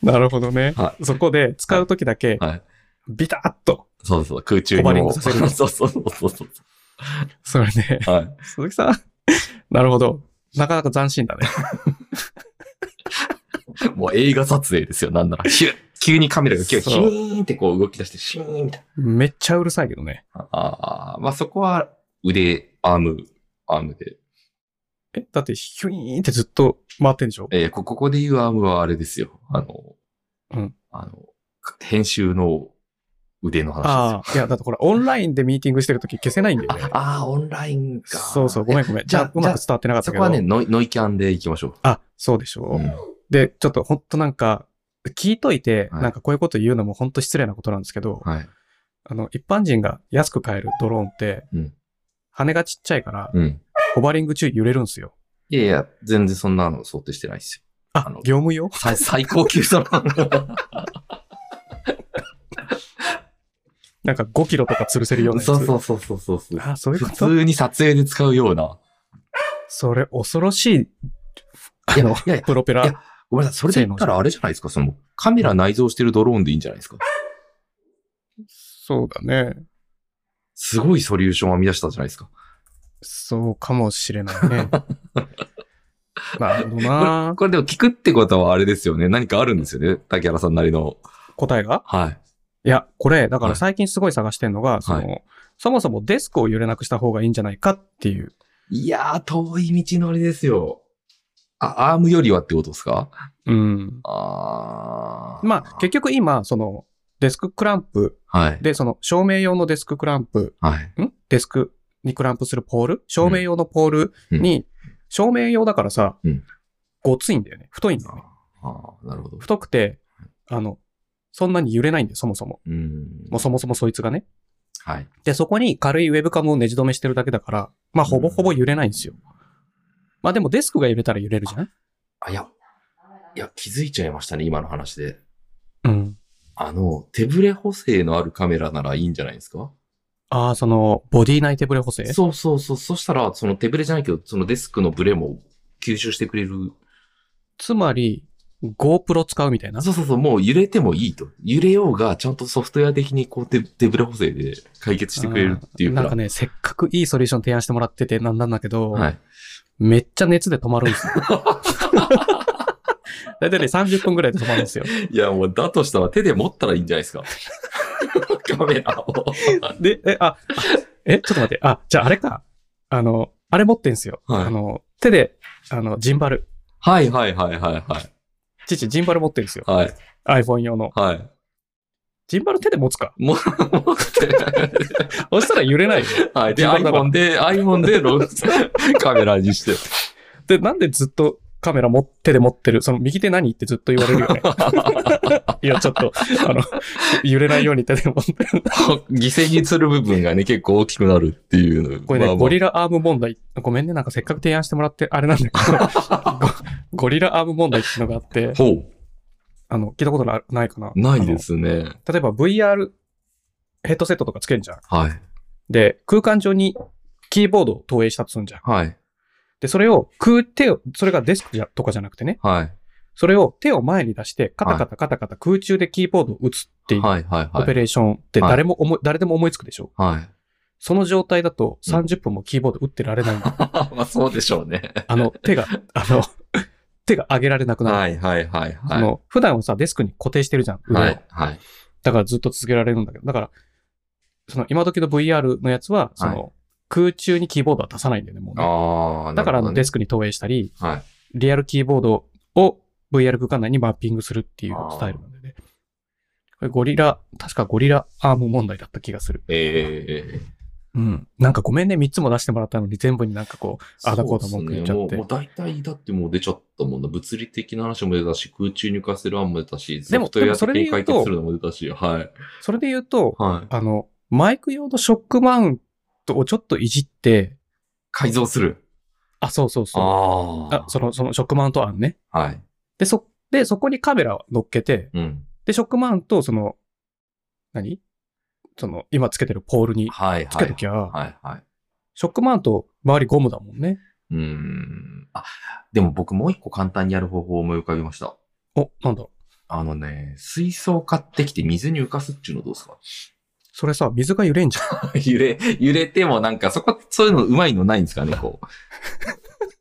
B: い。
A: なるほどね。
B: は
A: そこで使うときだけ、
B: はい。
A: ビタッと。
B: そうそう、空中に
A: ホバリング
B: も。
A: さ
B: そう
A: せる
B: そうそうそうそう。
A: それね、
B: はい。
A: 鈴木さん。 なるほど。なかなか斬新だね。
B: もう映画撮影ですよ、なんなら。ヒュッ急にカメラが急に
A: そ
B: ヒ
A: う
B: ューンってこう動き出して、シューンみたい
A: めっちゃうるさいけどね。
B: な。ああ、まあそこは腕、アーム、アームで。
A: え、だってヒュイーンってずっと回ってんでしょ
B: えーこここで言うアームはあれですよ。あの、
A: うん
B: あの、編集の腕の話
A: あ
B: で
A: あ、いや、だってこれオンラインでミーティングしてるとき消せないんだよ
B: すよ
A: ね。。
B: ああ、オンラインか。
A: そうそう、ごめんごめん。
B: じ
A: じ
B: ゃ
A: ゃ
B: あ
A: あ、うまく伝わってなかった
B: そ
A: け
B: こ
A: ど。
B: はね、ノイノイキャンで行きましょ
A: あ、そうでしょ
B: う。う
A: う、
B: ん
A: で、ちょっとほんとなんか、聞いといて、
B: はい
A: なんかこういうこと言うのもほんと失礼なことなんですけど、
B: はい。
A: あの、一般人が安く買えるドローンって、
B: うん
A: 羽がちっちゃいから、
B: うん。
A: ホバリング中揺れるんですよ。
B: いやいや、全然そんなの想定してないですよ。
A: あ
B: あの、
A: 業務用
B: 最最高級ドロ ーン。
A: なんか5キロとか吊るせるようなやつ。
B: そうそうそうそうそうそう。
A: あ、そういうこ
B: 普
A: と
B: 通に撮影で使うような。
A: それ恐ろしい、あ
B: いや
A: の、
B: いやいや
A: プロペ
B: いや
A: ラ。
B: ごめんなさい、それで言ったらあれじゃないですか、その、カメラ内蔵してるドローンでいいんじゃないですか。
A: そうだね。
B: すごいソリューションを見出したじゃないですか。
A: そうかもしれない ね。なるほどな
B: これでも聞くってことはあれですよね。何かあるんですよね。竹原さんなりの。
A: 答えが
B: はい。
A: いや、これ、だか
B: は
A: ら
B: い
A: 最近すごい探してんのが、その、そもそもデスクを揺れなくした方がいいんじゃないかっていう。
B: いやー、遠い道のりですよ。あ、アームよりはってことですか
A: うん。
B: あー。
A: まあ、結局今、その、デスククランプ、
B: はい。
A: で、その、照明用のデスククランプ、
B: はい。
A: んデスクにクランプするポール照明用のポールに、照明用だからさ、
B: うん
A: ごついんだよね。太いんだよね。
B: あー、なるほど。
A: 太くて、あの、そんなに揺れないんだよ、そもそも。
B: うん。
A: もうそもそもそいつがね。
B: はい。
A: で、そこに軽いウェブカムをねじ止めしてるだけだから、まあ、ほぼほぼ揺れないんですよ。まあ、でもデスクが揺れたら揺れるじゃん
B: あ、いや、いや、気づいちゃいましたね、今の話で。
A: うん。
B: あの、手ブレ補正のあるカメラならいいんじゃないですか
A: ああ、その、ボディ内手ブレ補正
B: そうそうそう。そしたら、その手ブレじゃないけど、そのデスクのブレも吸収してくれる。
A: つまり、GoPro 使うみたいな。
B: そうそうそう、もう揺れてもいいと。揺れようが、ちゃんとソフトウェア的にこう手手ブレ補正で解決してくれるっていう
A: な
B: か
A: んかね、せっかくいいソリューション提案してもらっててなんなんだけど、
B: はい。
A: めっちゃ熱で止まるん ですよ。だいたいね、30分ぐらいで止まるんですよ。
B: いや、もうだとしたら手で持ったらいいんじゃないですか。 カメラを。
A: で、え、 あ、あえ、ちょっと待って。あ、じゃああれか。あの、あれ持ってんすよ。
B: はい
A: あの、手で、あの、ジンバル。
B: はいはいはいはいはい。
A: 父、ジンバル持ってるんですよ。
B: はい。
A: iPhone 用の。
B: はい。
A: ジンバル手で持つか。
B: もう、持って
A: そしたら揺れないよ。
B: はい。で、
A: 自分だから
B: iPhone で、iPhone で ログ、カメラにして。
A: で、なんでずっとカメラ持ってで持ってる、その右手何ってずっと言われる よね。いや、ちょっと、あの、揺れないように手で持って。
B: 犠牲にする部分がね、結構大きくなるっていうの。
A: これね、
B: まあまあ
A: ゴリラアーム問題。ごめんね、なんかせっかく提案してもらって、あれなんだけど、 ゴゴリラアーム問題っていうのがあって、
B: ほう。
A: あの、聞いたことなないかな。
B: ないですね。
A: あの。例えば VR ヘッドセットとかつけるじゃん。
B: はい。
A: で、空間上にキーボードを投影したとするんじゃん。
B: はい。
A: で、それを空手を、それがデスクじゃとかじゃなくてね、
B: はい。
A: それを手を前に出して、カタカタカタカタ空中でキーボードを打つっていう
B: はい。はい。
A: オ
B: は
A: ペ
B: い。
A: レーションって誰も思い、誰でも思いつくでしょ
B: はい。
A: その状態だと
B: うん
A: 30分もキーボード打ってら れないの。
B: まあ、そうでしょうね。
A: あの、手が、あの、 手が上げられなくなる。
B: はい。はい。はい。
A: あ
B: は
A: の普段はさ、デスクに固定してるじゃん。
B: い。
A: 腕を
B: はい。はい。
A: だからずっと続けられるんだけど。だから、その今時の VR のやつは、その、空中にキーボードは出さないんだよね、もうね、
B: ああ、
A: だからあのデ
B: す。
A: スクに投影したり、
B: はい。
A: リアルキーボードを VR 空間内にマッピングするっていうスタイルなんでね。これゴリラ、確かゴリラアーム問題だった気がする。
B: ええ
A: うん。なんかごめんね、3つも出してもらったのに全部になんかこう、あだこうだ文句言っちゃ
B: そう
A: って
B: ですねもうもう大体だってもう出ちゃったもんな。物理的な話も出たし、空中に浮かせる案も出たし、
A: でも
B: ソフトウェ
A: で
B: ア
A: もそれ
B: 的
A: で
B: に
A: 言う
B: 解
A: と
B: 決するのも出たし、はい。
A: それで言うと、
B: はい。
A: あの、マイク用のショックマウントをちょっといじって、
B: 改造する。
A: あ、そうそうそう。あ、
B: あ
A: その、そのショックマウント案ね。
B: はい。
A: で、そ、で、そこにカメラを乗っけて、
B: うん。
A: で、ショックマウントをその、何その、今つけてるポールに
B: はい、はい。
A: つけときゃ、
B: はい、はい。
A: ショックマウント周りゴムだもんね。
B: うーん。あ、でも僕もう一個簡単にやる方法を思い浮かびました。
A: お、なんだ
B: あのね、水槽買ってきて水に浮かすっていうのどうですか
A: それさ、水が揺れんじ ゃん。
B: 揺れ、揺れてもなんかそこ、そういうのうまいのないんですかね、こ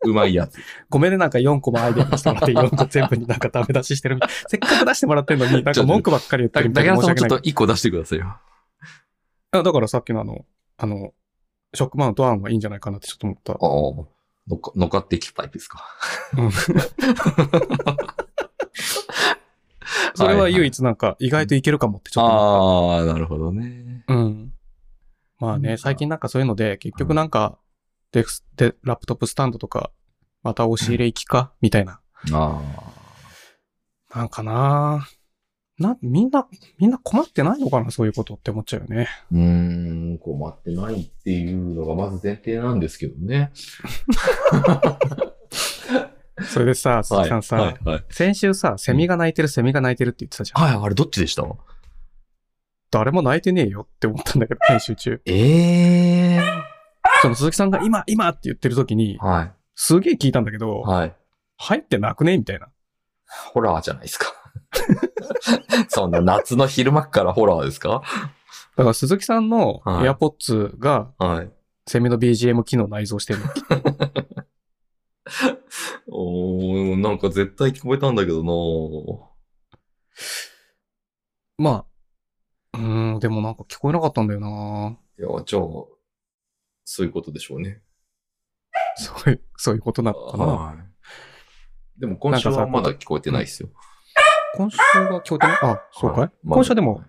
B: う。うまいやつ。
A: ごめんね、なんか4個もアイデア出してもらって、4個全部になんかダメ出ししてる みたい。せっかく出してもらってんのに、なんか文句ばっかり言って
B: だ
A: るみた
B: だ
A: い
B: か
A: で申し
B: らさん
A: 訳
B: もち
A: な
B: ょっ
A: い
B: と一個出してくださいよ。
A: あ。だからさっきのあの、あの、ショックマウント案はいいんじゃないかなってちょっと思った。
B: ああ、のっか乗っかってきたタイプですか。
A: それは唯
B: 一。
A: 一なんか意外といけるかもってちょっと思った。
B: ああ、なるほどね。
A: うん。まあね、最近なんかそういうので、結局なんか、デスで、ラップトップスタンドとか、また押し入れ行きかみたいな。
B: あ
A: なんかなな、みんな、みんな困ってないのかなそういうことって思っちゃうよね。
B: あ。うーん、困ってないっていうのがまず前提なんですけどね。
A: それでさ、鈴木さんさ、
B: はい、はい。
A: 先週さ、セミが鳴いてる、セミが鳴いてるって言ってたじゃん。
B: はい、あれどっちでした
A: 誰も鳴いてねえよって思ったん だけど、編集中。
B: ええ
A: その鈴木さんが今、今って言ってる時に、
B: はい。
A: すげえ聞いたんだけど、
B: はい。
A: 入ってなくねみたいな。
B: ホラーじゃないですか。 そんな夏の昼間からホラーですか
A: だから鈴木さんの
B: はい
A: AirPods が、
B: はい。
A: セミの BGM 機能内蔵 してるの。
B: おー、なんか絶対聞こえたんだけどな
A: まあ、うーん、でもなんか聞こえなかったんだよない
B: や、じゃあ、そういうことでしょうね。
A: そういう、そういうことだったな。
B: い。でも今週
A: な
B: は
A: んか
B: ま
A: さ
B: だ聞こえてないですよ。
A: 今週が今日でね、あ、そうかい
B: はいまあ
A: 今週はでも、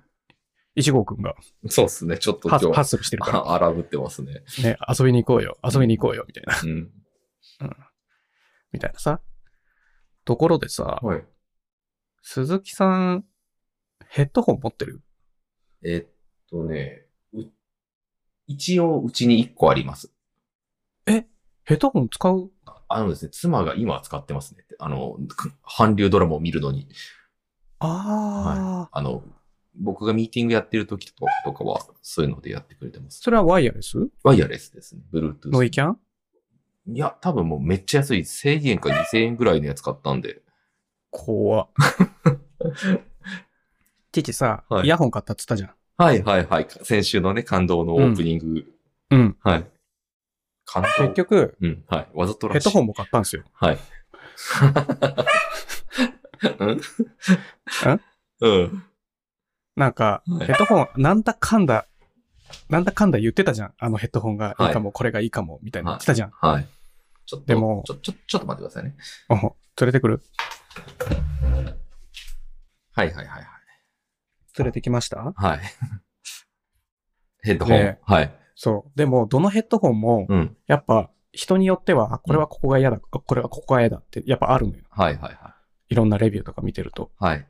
A: 一号くんが
B: そうですね。ちょっと
A: ハ
B: 今
A: ッ
B: 日
A: ハッ
B: は、
A: スルしてるか
B: あ荒ぶってますね。
A: ら、ね、遊びに行こうよ、遊びに行こうよ、みたいな、
B: うん。
A: みたいなさ。ところでさ、
B: はい。
A: 鈴木さん、ヘッドホン持ってる
B: えっとね、う一応うちに一個あります。
A: ヘッドホン使う
B: あのですね、妻が今使ってますね。あの、韓流ドラマを見るのに。
A: ああ、
B: あの、僕がミーティングやってる時とかとかは、そういうのでやってくれてます。
A: それはワイヤレス
B: ワイヤレスですね。Bluetooth。
A: ノイキャン
B: いや、多分もうめっちゃ安い。1000円か2000円ぐらいのやつ買ったんで。
A: 怖っ。父さ、
B: はい
A: イヤホン買ったっつったじゃん。
B: はいはいはい。先週のね、感動のオープニング。
A: うん。
B: はい。感動。
A: 結局、
B: うん、はい。わざとらし
A: ヘッド
B: い。
A: ホンも買ったんですよ。
B: はい。うん。
A: なんか、
B: はい
A: ヘッドホン、なんだかんだ、なんだかんだ言ってたじゃん。あのヘッドホンがい
B: はい
A: いかも、これがいいかも、みたいな言ってたじゃん。
B: はい。ちょっと、
A: でも
B: ちょ、ちょ、ちょっと待ってくださいね。
A: おほ連れてくる
B: はいはいはい
A: 連れてきました
B: はい。はい。 ヘッドホン。
A: ね
B: はい。
A: そう。でも、どのヘッドホンも、
B: うん。
A: やっぱ、人によっては、あこれはここが嫌だ、あこれはここが嫌だって、やっぱあるのよ。
B: はいはいはい
A: ろんなレビューとか見てると。
B: い。はい。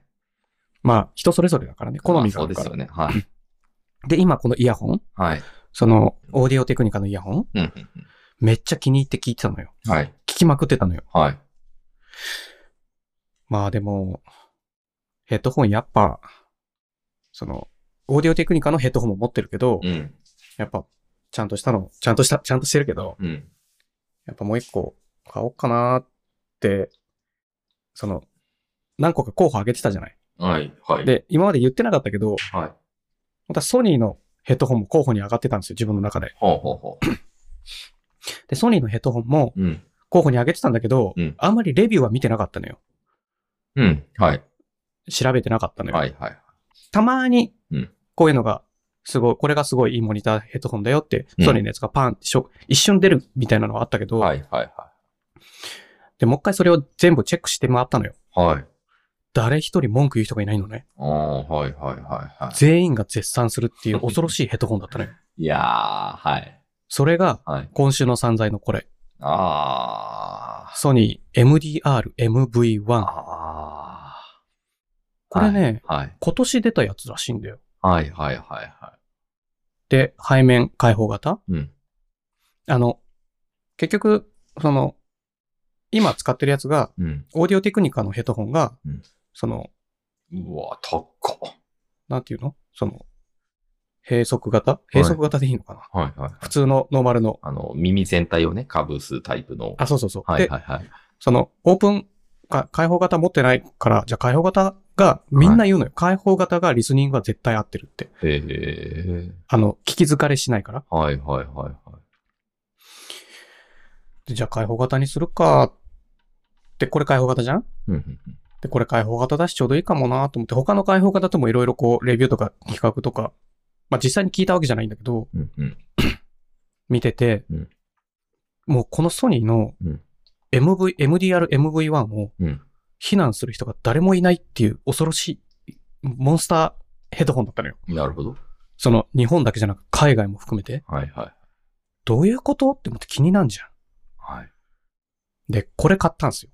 A: まあ、人それぞれだからね、好みが
B: そ
A: あ
B: う
A: る
B: で
A: か
B: す
A: ら。
B: よね。はい。
A: で、今このイヤホン
B: はい。
A: その、オーディオテクニカのイヤホン
B: うんうん
A: めっちゃ気に入って聞いてたのよ。
B: うん。はい。
A: 聞きまくってたのよ。
B: はい。
A: まあでも、ヘッドホンやっぱ、その、オーディオテクニカのヘッドホンも持ってるけど、
B: うん。
A: やっぱ、ちゃんとしたの、ちゃんとした、ちゃんとしてるけど、
B: うん。
A: やっぱもう一個買おうかなーって、その、何個か候補挙げてたじゃない。
B: はい。はい。、
A: で、今まで言ってなかったけど、
B: はい。
A: またソニーのヘッドホンも候補に上がってたんですよ、自分の中で。
B: ほうほうほ
A: で、ソニーのヘッドホンも
B: う。うん。
A: 候補に上げてたんだけど、
B: うん
A: あんまりレビューは見てなかったのよ。
B: うん。はい。
A: 調べてなかったのよ。
B: はい。はい。
A: たまに
B: うん、
A: こういうのが、すごい、これがすごいいいモニターヘッドホンだよって
B: う、ん
A: ソニーのやつがパンってしょ、一瞬出るみたいなのがあったけど、
B: はい。はい。
A: で、もう一回それを全部チェックして回ったのよ。
B: はい。はい。
A: 誰一人文句言う人がいないのね。
B: ああ、はい。はい。はい。はい。
A: 全員が絶賛するっていう恐ろしいヘッドホンだったのよ。
B: いやー、はい。
A: それが、
B: はい。
A: 今週の散財のこれ。
B: あー。
A: ソニー MDR-MV1。
B: あ
A: これね、
B: ー。はい。
A: 今年出たやつらしいんだよ。
B: はい、はい、はい、は
A: で、背面開放型
B: い。うん。
A: あの、結局、その、今使ってるやつが、
B: うん。
A: オーディオテクニカのヘッドホンが、
B: うん
A: その、
B: うわ、高っ。
A: なんていうのその、閉塞型閉塞型でいいのかな、
B: はい、はい。
A: 普通のノーマルの。
B: あの、耳全体をね、かぶすタイプの。
A: あ、そうそうそう。
B: はい、
A: で、
B: はい、はい。
A: その、オープンか、開放型持ってないから、じゃあ開放型が、みんな言うのよ。開放型がリスニングは絶対合ってるって。
B: へえ。
A: あの、聞き疲れしないから。
B: はい、はい、はい、はい。
A: でじゃあ開放型にするか。で、これ開放型じゃん
B: うんうんうん
A: で、これ開放型だしちょうどいいかもなと思って、他の開放型ともいろいろこう、レビューとか企画とか、まあ実際に聞いたわけじゃないんだけど、
B: うんうん。
A: 見てて、
B: うん
A: もうこのソニーの
B: うん
A: MV、MDR、MV1 を
B: うん。
A: 非難する人が誰もいないっていう恐ろしいモンスターヘッドホンだったのよ。
B: なるほど。
A: その日本だけじゃなく海外も含めて、
B: はいはい。
A: どういうことって思って気になんじゃん。
B: はい。
A: で、これ買ったんですよ。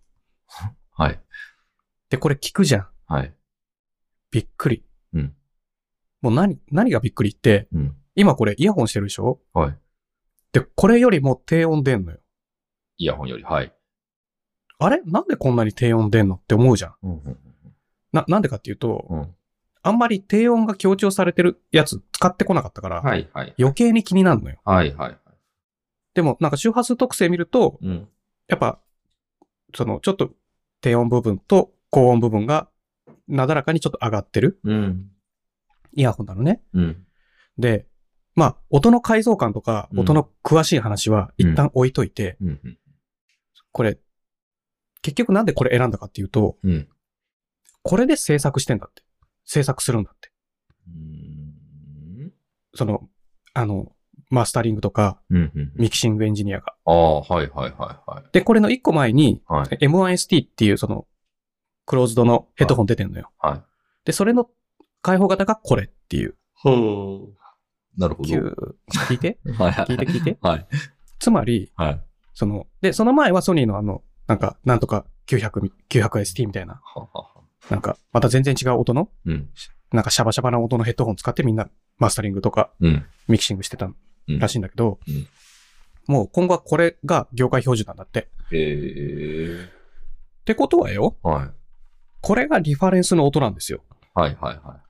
B: はい。
A: で、これ聞くじゃん。
B: はい。
A: びっくり。
B: うん
A: もう何、何がびっくりって、
B: うん。
A: 今これイヤホンしてるでしょ
B: はい。
A: で、これよりも低音出んのよ。
B: イヤホンより、はい。
A: あれなんでこんなに低音出んのって思うじゃん。
B: うんうん
A: な、なんでかっていうと、
B: うんうん。
A: あんまり低音が強調されてるやつ使ってこなかったから、
B: はいはい。
A: 余計に気になるのよ。
B: はいはい。
A: でもなんか周波数特性見ると、
B: うん。
A: やっぱ、そのちょっと低音部分と高音部分がなだらかにちょっと上がってる
B: うん。
A: イヤホンなのね。
B: うん。
A: で、まあ音の解像感とか
B: うん
A: 音の詳しい話は一旦置いといて、
B: うん。
A: これ、結局なんでこれ選んだかっていうと、
B: うん。
A: これで制作してんだって。制作するんだって。
B: うん。
A: その、あの、マスタリングとか
B: うん。
A: ミキシングエンジニアが。
B: ああ、はいはいはいはい。
A: で、これの一個前に、
B: はい。
A: M1ST っていうその、クローズドのヘッドホン出てんのよ。
B: はい。
A: で、それの開放型がこれっていう。
B: ほう。なるほど。
A: きゅう聞い て
B: はい
A: 聞いて聞いて。
B: はい。
A: つまり、
B: はい。
A: その、で、その前はソニーのあの、なんか、なんとか 900, み 900ST みたいな、
B: ははは。
A: なんか、また全然違う音の、
B: うん。
A: なんかシャバシャバな音のヘッドホン使ってみんなマスタリングとか
B: うん。
A: ミキシングしてた
B: うん。
A: らしいんだけど、
B: うんうん
A: もう今後はこれが業界標準なんだって。っ
B: ええ。
A: てことはよ、
B: はい。
A: これがリファレンスの音なんですよ。
B: はいはいは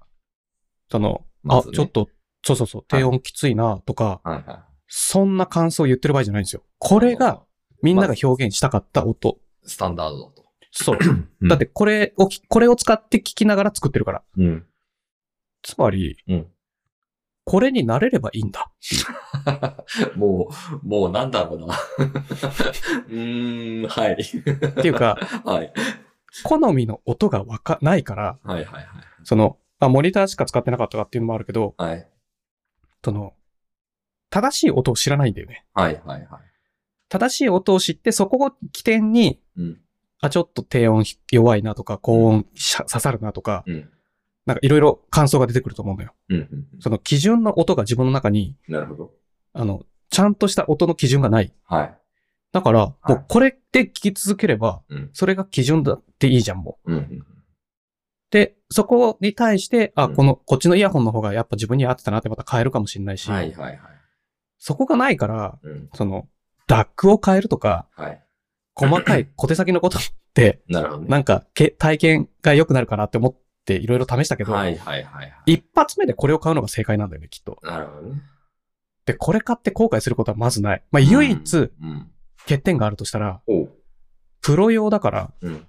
A: その、
B: まず
A: あ、
B: ね
A: ちょっと、そうそうそう、低音きついなとか、
B: い。はいはい。
A: そんな感想を言ってる場合じゃないんですよ。これが、みんなが表現したかった音。
B: スタンダードだと。
A: そう。だってこれをき、これを使って聞きながら作ってるから。
B: うん。
A: つまり、
B: うん。
A: これに慣れればいいんだ。
B: もう、もうなんだろうな。 うーん、はい。
A: っていう か、
B: はい。
A: 好みの音がわか、ないから、
B: はいはいはい。
A: その、あ、モニターしか使ってなかったかっていうのもあるけど、
B: はい。
A: その、正しい音を知らないんだよね。
B: はいはいはい。
A: 正しい音を知って、そこを起点に、
B: うん。
A: あ、ちょっと低音ひ弱いなとか、高音しゃ刺さるなとか、
B: うん。
A: なんかいろいろ感想が出てくると思うのよ。
B: うんうん。
A: その基準の音が自分の中に
B: なるほど。
A: あの、ちゃんとした音の基準がない。
B: はい。
A: だから、も
B: はいう
A: これで聞き続ければ、
B: うん。
A: それが基準だっていいじゃん、もう。
B: うんうん。
A: で、そこに対して、あ、
B: うん
A: この、こっちのイヤホンの方がやっぱ自分に合ってたなってまた変えるかもしれないし、
B: はいはいはい。
A: そこがないから、
B: うん。
A: その、ダックを変えるとか、
B: はい。
A: 細か い小手先のことって、
B: なるほどね。
A: なんかけ、体験が良くなるかなって思っていろいろ試したけど、
B: はいはいはいはい。
A: 一発目でこれを買うのが正解なんだよね、きっと。
B: なるほどね。
A: で、これ買って後悔することはまずない。まあ、唯一、
B: うん。
A: 欠点があるとしたら、
B: おう。
A: プロ用だから、
B: うん。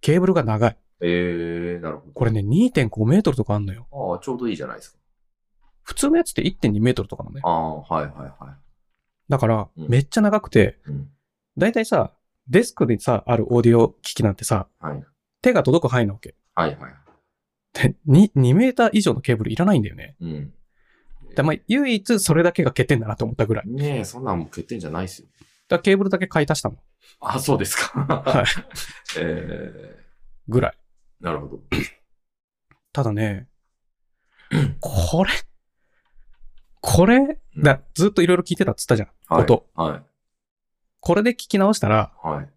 A: ケーブルが長い。
B: ええ、なるほど。
A: これね、2.5メートルとかあんのよ。
B: ああ、ちょうどいいじゃないですか。
A: 普通のやつって1.2メートルとかなのね。
B: ああ、はいはいは
A: だから、
B: うん
A: めっちゃ長くて、
B: い。うん。
A: だいたいさ、デスクでさ、あるオーディオ機器なんてさ、
B: はい。
A: 手が届く範囲なわけ。
B: はいはい。
A: で、2、2メーター以上のケーブルいらないんだよね。
B: うん。
A: で、まあ、唯一それだけが欠点だなと思ったぐらい。だか
B: ねえ、そんなんもう欠点じゃないっすよ。
A: らケーブルだけ買い足したの。
B: あ、そうですか。
A: はい。
B: え
A: ぐらい。
B: ー、なるほど。
A: ただね、これ、これ、だずっといろいろ聞いてたっつったじゃん。
B: はい
A: 音。。
B: はい。
A: これで聞き直したら、
B: はい。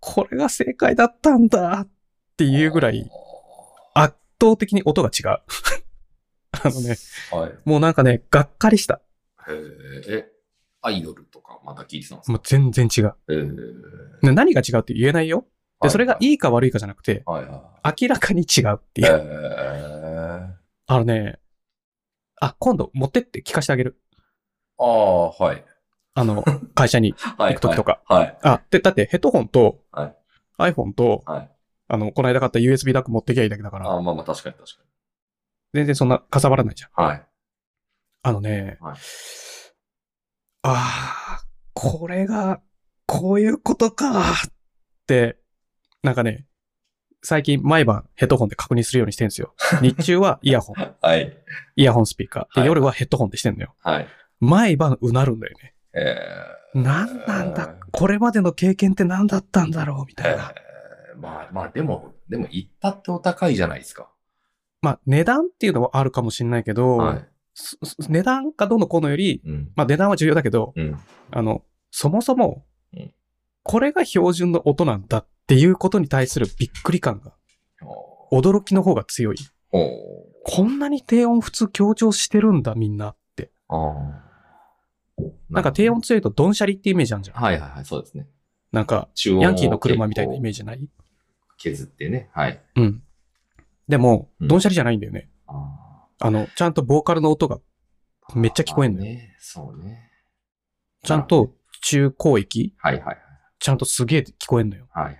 A: これが正解だったんだっていうぐらい、圧倒的に音が違う。あのね、
B: はい。へ
A: もうなんかね、がっかりした。
B: ーえ、アイドルとかまた聞いてたんです
A: も
B: か
A: う全然違う。
B: えー
A: ね何が違うって言えないよ。で、
B: はい
A: それがいいか悪いかじゃなくて、
B: はいは
A: 明らかに違うって
B: い。
A: いう。
B: えー
A: あのね、あ、今度持ってって聞かせてあげる。
B: ああ、はい。
A: あ の、会社に。
B: 行
A: 行く時とか。
B: はい。
A: あ、で、だってヘッドホンと
B: はい
A: iPhone と、
B: はい。
A: あの、この間買った USB ダック持ってきゃいいだけだから、
B: ああ、まあまあ、確かに確か
A: 全然そんなかさばらないじゃん。
B: に。はい。
A: あのね、
B: はい
A: ああ、これが、こういうことかって、なんかね、最近毎晩ヘッドホンで確認するようにしてるん ですよ。日中はイヤホン、
B: はい。
A: イヤホンスピーカー。で、
B: はい
A: 夜はヘッドホンでしてんのよ。
B: はい。
A: 毎晩うなるんだよね。
B: え
A: なんなんだ
B: えー
A: これまでの経験って何だったんだろうみ
B: ー
A: たい
B: え
A: な。
B: ーまあまあ、でも、でも、行ったってお高いじゃないですか。
A: まあ、値段っていうのはあるかもしれないけど、
B: はい。
A: すす値段かどうのこうのより、
B: うん。
A: まあ、値段は重要だけど、
B: うん。
A: あの、そもそも
B: うん、
A: これが標準の音なんだっていうことに対するびっくり感が、
B: お
A: 驚きの方が強い。
B: ー
A: こんなに低音普通強調してるんだ、みんなって。
B: あー
A: なんか低音強いとドンシャリってイメージあるじゃん。
B: はいはいはい、そうですね。
A: なんか、
B: 中
A: ヤンキーの車みたいなイメ
B: ージ。
A: ージない
B: 削ってね。はい。
A: うん。でも、
B: うん
A: ドンシャリじゃないんだよね。
B: あ
A: あの、ちゃんとボーカルの音が、
B: ー
A: めっちゃ聞こえんのよ
B: ね。そうね。
A: ちゃんと中高域、
B: はいはいはい。
A: ちゃんとすげえ聞こえんのよ。
B: はいはいは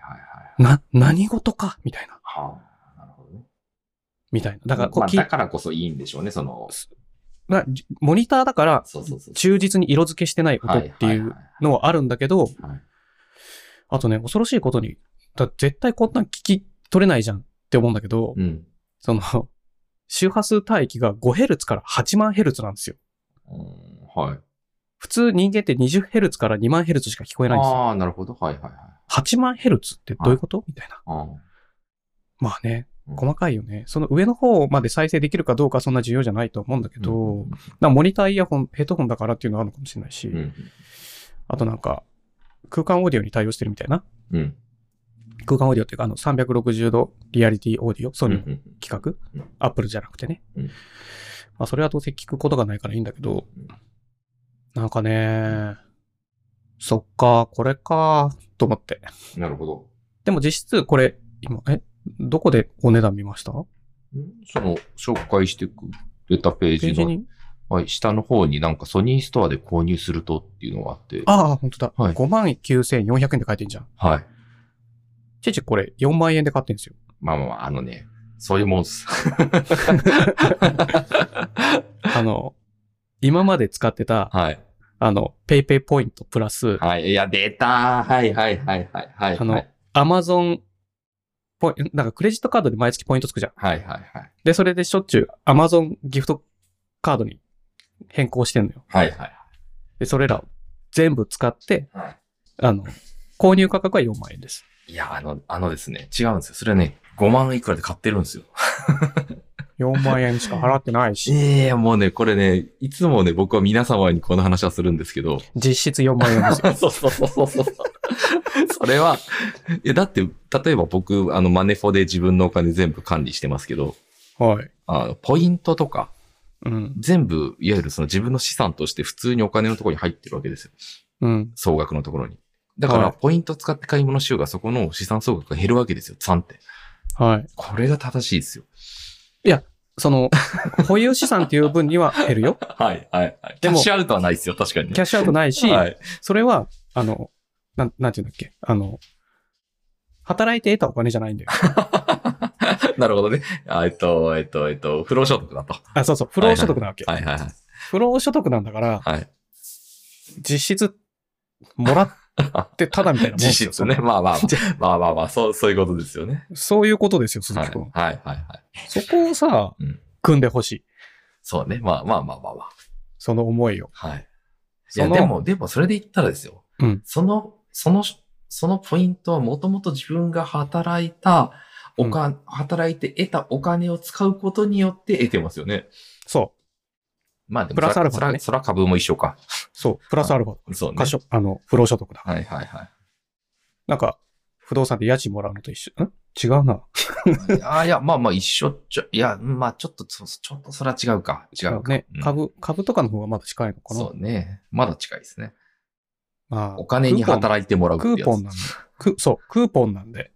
B: い。
A: な、何事かみたいな。
B: はあ、なるほどね。
A: みたいな。だから、こ
B: ま
A: う
B: あ、
A: 聞い
B: だからこそいいんでしょうね、その、
A: なじモニターだから、
B: そうそうそう。
A: 忠実に色付けしてない音っていうのはあるんだけど、
B: はいはい
A: あとね、恐ろしいことに、だ絶対こんなん聞き取れないじゃんって思うんだけど、
B: うん。
A: その、周波数帯域が 5Hz から8万 Hz なんですよ。
B: うんはい。
A: 普通人間って 20Hz から2万 Hz しか聞こえないんですよ。
B: ああ、なるほど。はいはいはい。
A: 8万 Hz ってどういうことみたいな。
B: あ
A: まあね、
B: うん
A: 細かいよね。その上の方まで再生できるかどうかはそんな重要じゃないと思うんだけ
B: ー
A: ど、なんかモニターイヤホン、ヘッドホンだからっていうのはあるのかもしれないし、
B: うん。
A: あとなんか、空間オーディオに対応してるみたいな。
B: うん。
A: 空間オーディオっていうか、あの、360度リアリティオーディオ、ソ
B: う
A: ニーの
B: ん。
A: 企画、
B: うん
A: アップルじゃなくてね。
B: うん
A: まあ、それはどうせ聞くことがないからいいんだけど
B: うん、
A: なんかね、そっか、これか、と思って。
B: なるほど。
A: でも実質これ、今、え、どこでお値段見ました
B: んその、紹介してくれたペー
A: ペー
B: ジ
A: ジ
B: の、
A: に
B: はい、下の方になんかソニーストアで購入するとっていうのがあって、
A: ああ、本当だ。
B: はい
A: 59,400円で買えてんじゃん。
B: はい。
A: 父これ4万円で買ってんですよ。
B: まあまあまあ、あのね、そういうもんっす。
A: あの、今まで使ってた、
B: はい。
A: あの、ペイペイポイントプラス、
B: はい。いや、出たーはいはいはいはいはい。
A: あの
B: はい
A: アマゾン、ポイなんかクレジットカードで毎月ポイントつくじゃん。
B: はいはい。
A: で、それでしょっちゅうアマゾンギフトカードに変更してんのよ。
B: はいはい。
A: で、それらを全部使って、
B: は
A: あの、購入価格は4万円です。
B: いや、あの、あのですね、違うんですよ。それはね、5万いくらで買ってるんですよ。
A: 4万円しか払ってない
B: い
A: し、
B: やいや、もうね、これね、いつもね、僕は皆様にこの話はするんですけど、
A: 実質4万円ですよ。
B: そうそうそうそうそう。それは、いや、だって、例えば僕、あの、マネフォで自分のお金全部管理してますけど、
A: はい。
B: あの、ポイントとか、
A: うん。
B: 全部、いわゆるその自分の資産として普通にお金のところに入ってるわけですよ。
A: うん。
B: 総額のところに。だから、
A: はい
B: ポイント使って買い物しようが、そこの資産総額が減るわけですよ、3って。
A: はい。
B: これが正しいですよ。
A: そ の、保有資産っていう分には減るよ。
B: はい、はい、はい。
A: でも
B: アウトはないですよ、確かにね
A: キャッシュアウトないし、
B: はい。
A: それは、あの、なん、なんていうんだっけ。あの、働いて得たお金じゃないんだよ。
B: なるほどね。あえっと、えっと、えっと、不労所得だと。
A: あ、そうそう。不労所得なわけ。
B: はい、はい、はい。
A: 不労所得なんだから、
B: はい。
A: 実質、もらってただみたいなもんです
B: 実
A: よ
B: 質ね。。まあまあ、まあまあまあ、そう、そういうことですよね。
A: そういうことですよ、鈴
B: はい、
A: 木
B: はい
A: 君。、
B: はいはい。
A: そこをさ、
B: うん
A: 組んでほしい。
B: そうね。まあまあまあまあまあ。
A: その思いを。
B: はい。い
A: そ
B: や、
A: の
B: でも、でも、それで言ったらですよ。
A: うん
B: その、その、そのポイントはもともと自分が働いた、おか、働いて得たお金を使うことによって得てますよね。
A: そ
B: まあでも
A: プラスアルファだね
B: そらそら株も一緒か。
A: そう、プラスアルファ、
B: そうね。
A: 過所、あの、不労所得だ。
B: はいはいは
A: なんか、不動産で家賃もらうのと一緒。ん違うな。
B: い。ああ、いや、まあまあ一緒っちゃ、いや、まあちょっと、そうちょっとそれは違うか。違うか。
A: ね
B: う。ん
A: 株、株とかの方がまだ近いのかな。
B: そうね。まだ近いですね。
A: まあ、
B: お金に働いてもらうって
A: ク
B: やつ。
A: ーポンクーポンなんで。くそう、クーポンなんで。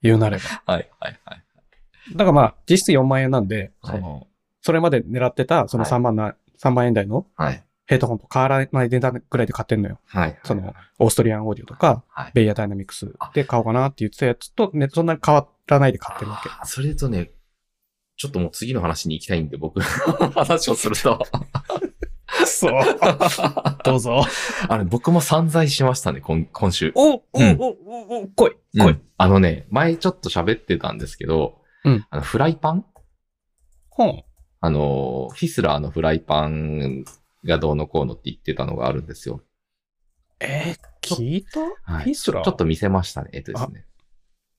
A: 言うなれ ば。
B: はいはいはい。
A: だからまあ、実質4万円なんで、
B: は
A: そ
B: い
A: の、それまで狙ってた、その3万な、3万円台の
B: はい。
A: ヘッドホンと変わらない値段ぐらいで買ってんのよ。
B: はい。
A: その、オーストリアンオーディオとか、
B: はい。
A: ベイヤーダイナミクスで買おうかなって言ってたやつと、ね、そんなに変わらないで買ってるわけ。
B: あーそれとね、ちょっともう次の話に行きたいんで、僕、 話をする と。
A: そう。 どうぞ。
B: あれ、僕も散財しましたね、今今週。
A: お、お、
B: うん
A: お、お、お、来い、来い。
B: うんあのね、前ちょっと喋ってたんですけど、
A: うん
B: あのフライパン
A: ほん。
B: あの、フィスラーのフライパンがどうのこうのって言ってたのがあるんですよ。
A: えー、聞いた、
B: はい
A: フィスラー
B: ちょっと見せましたね。えっとですね。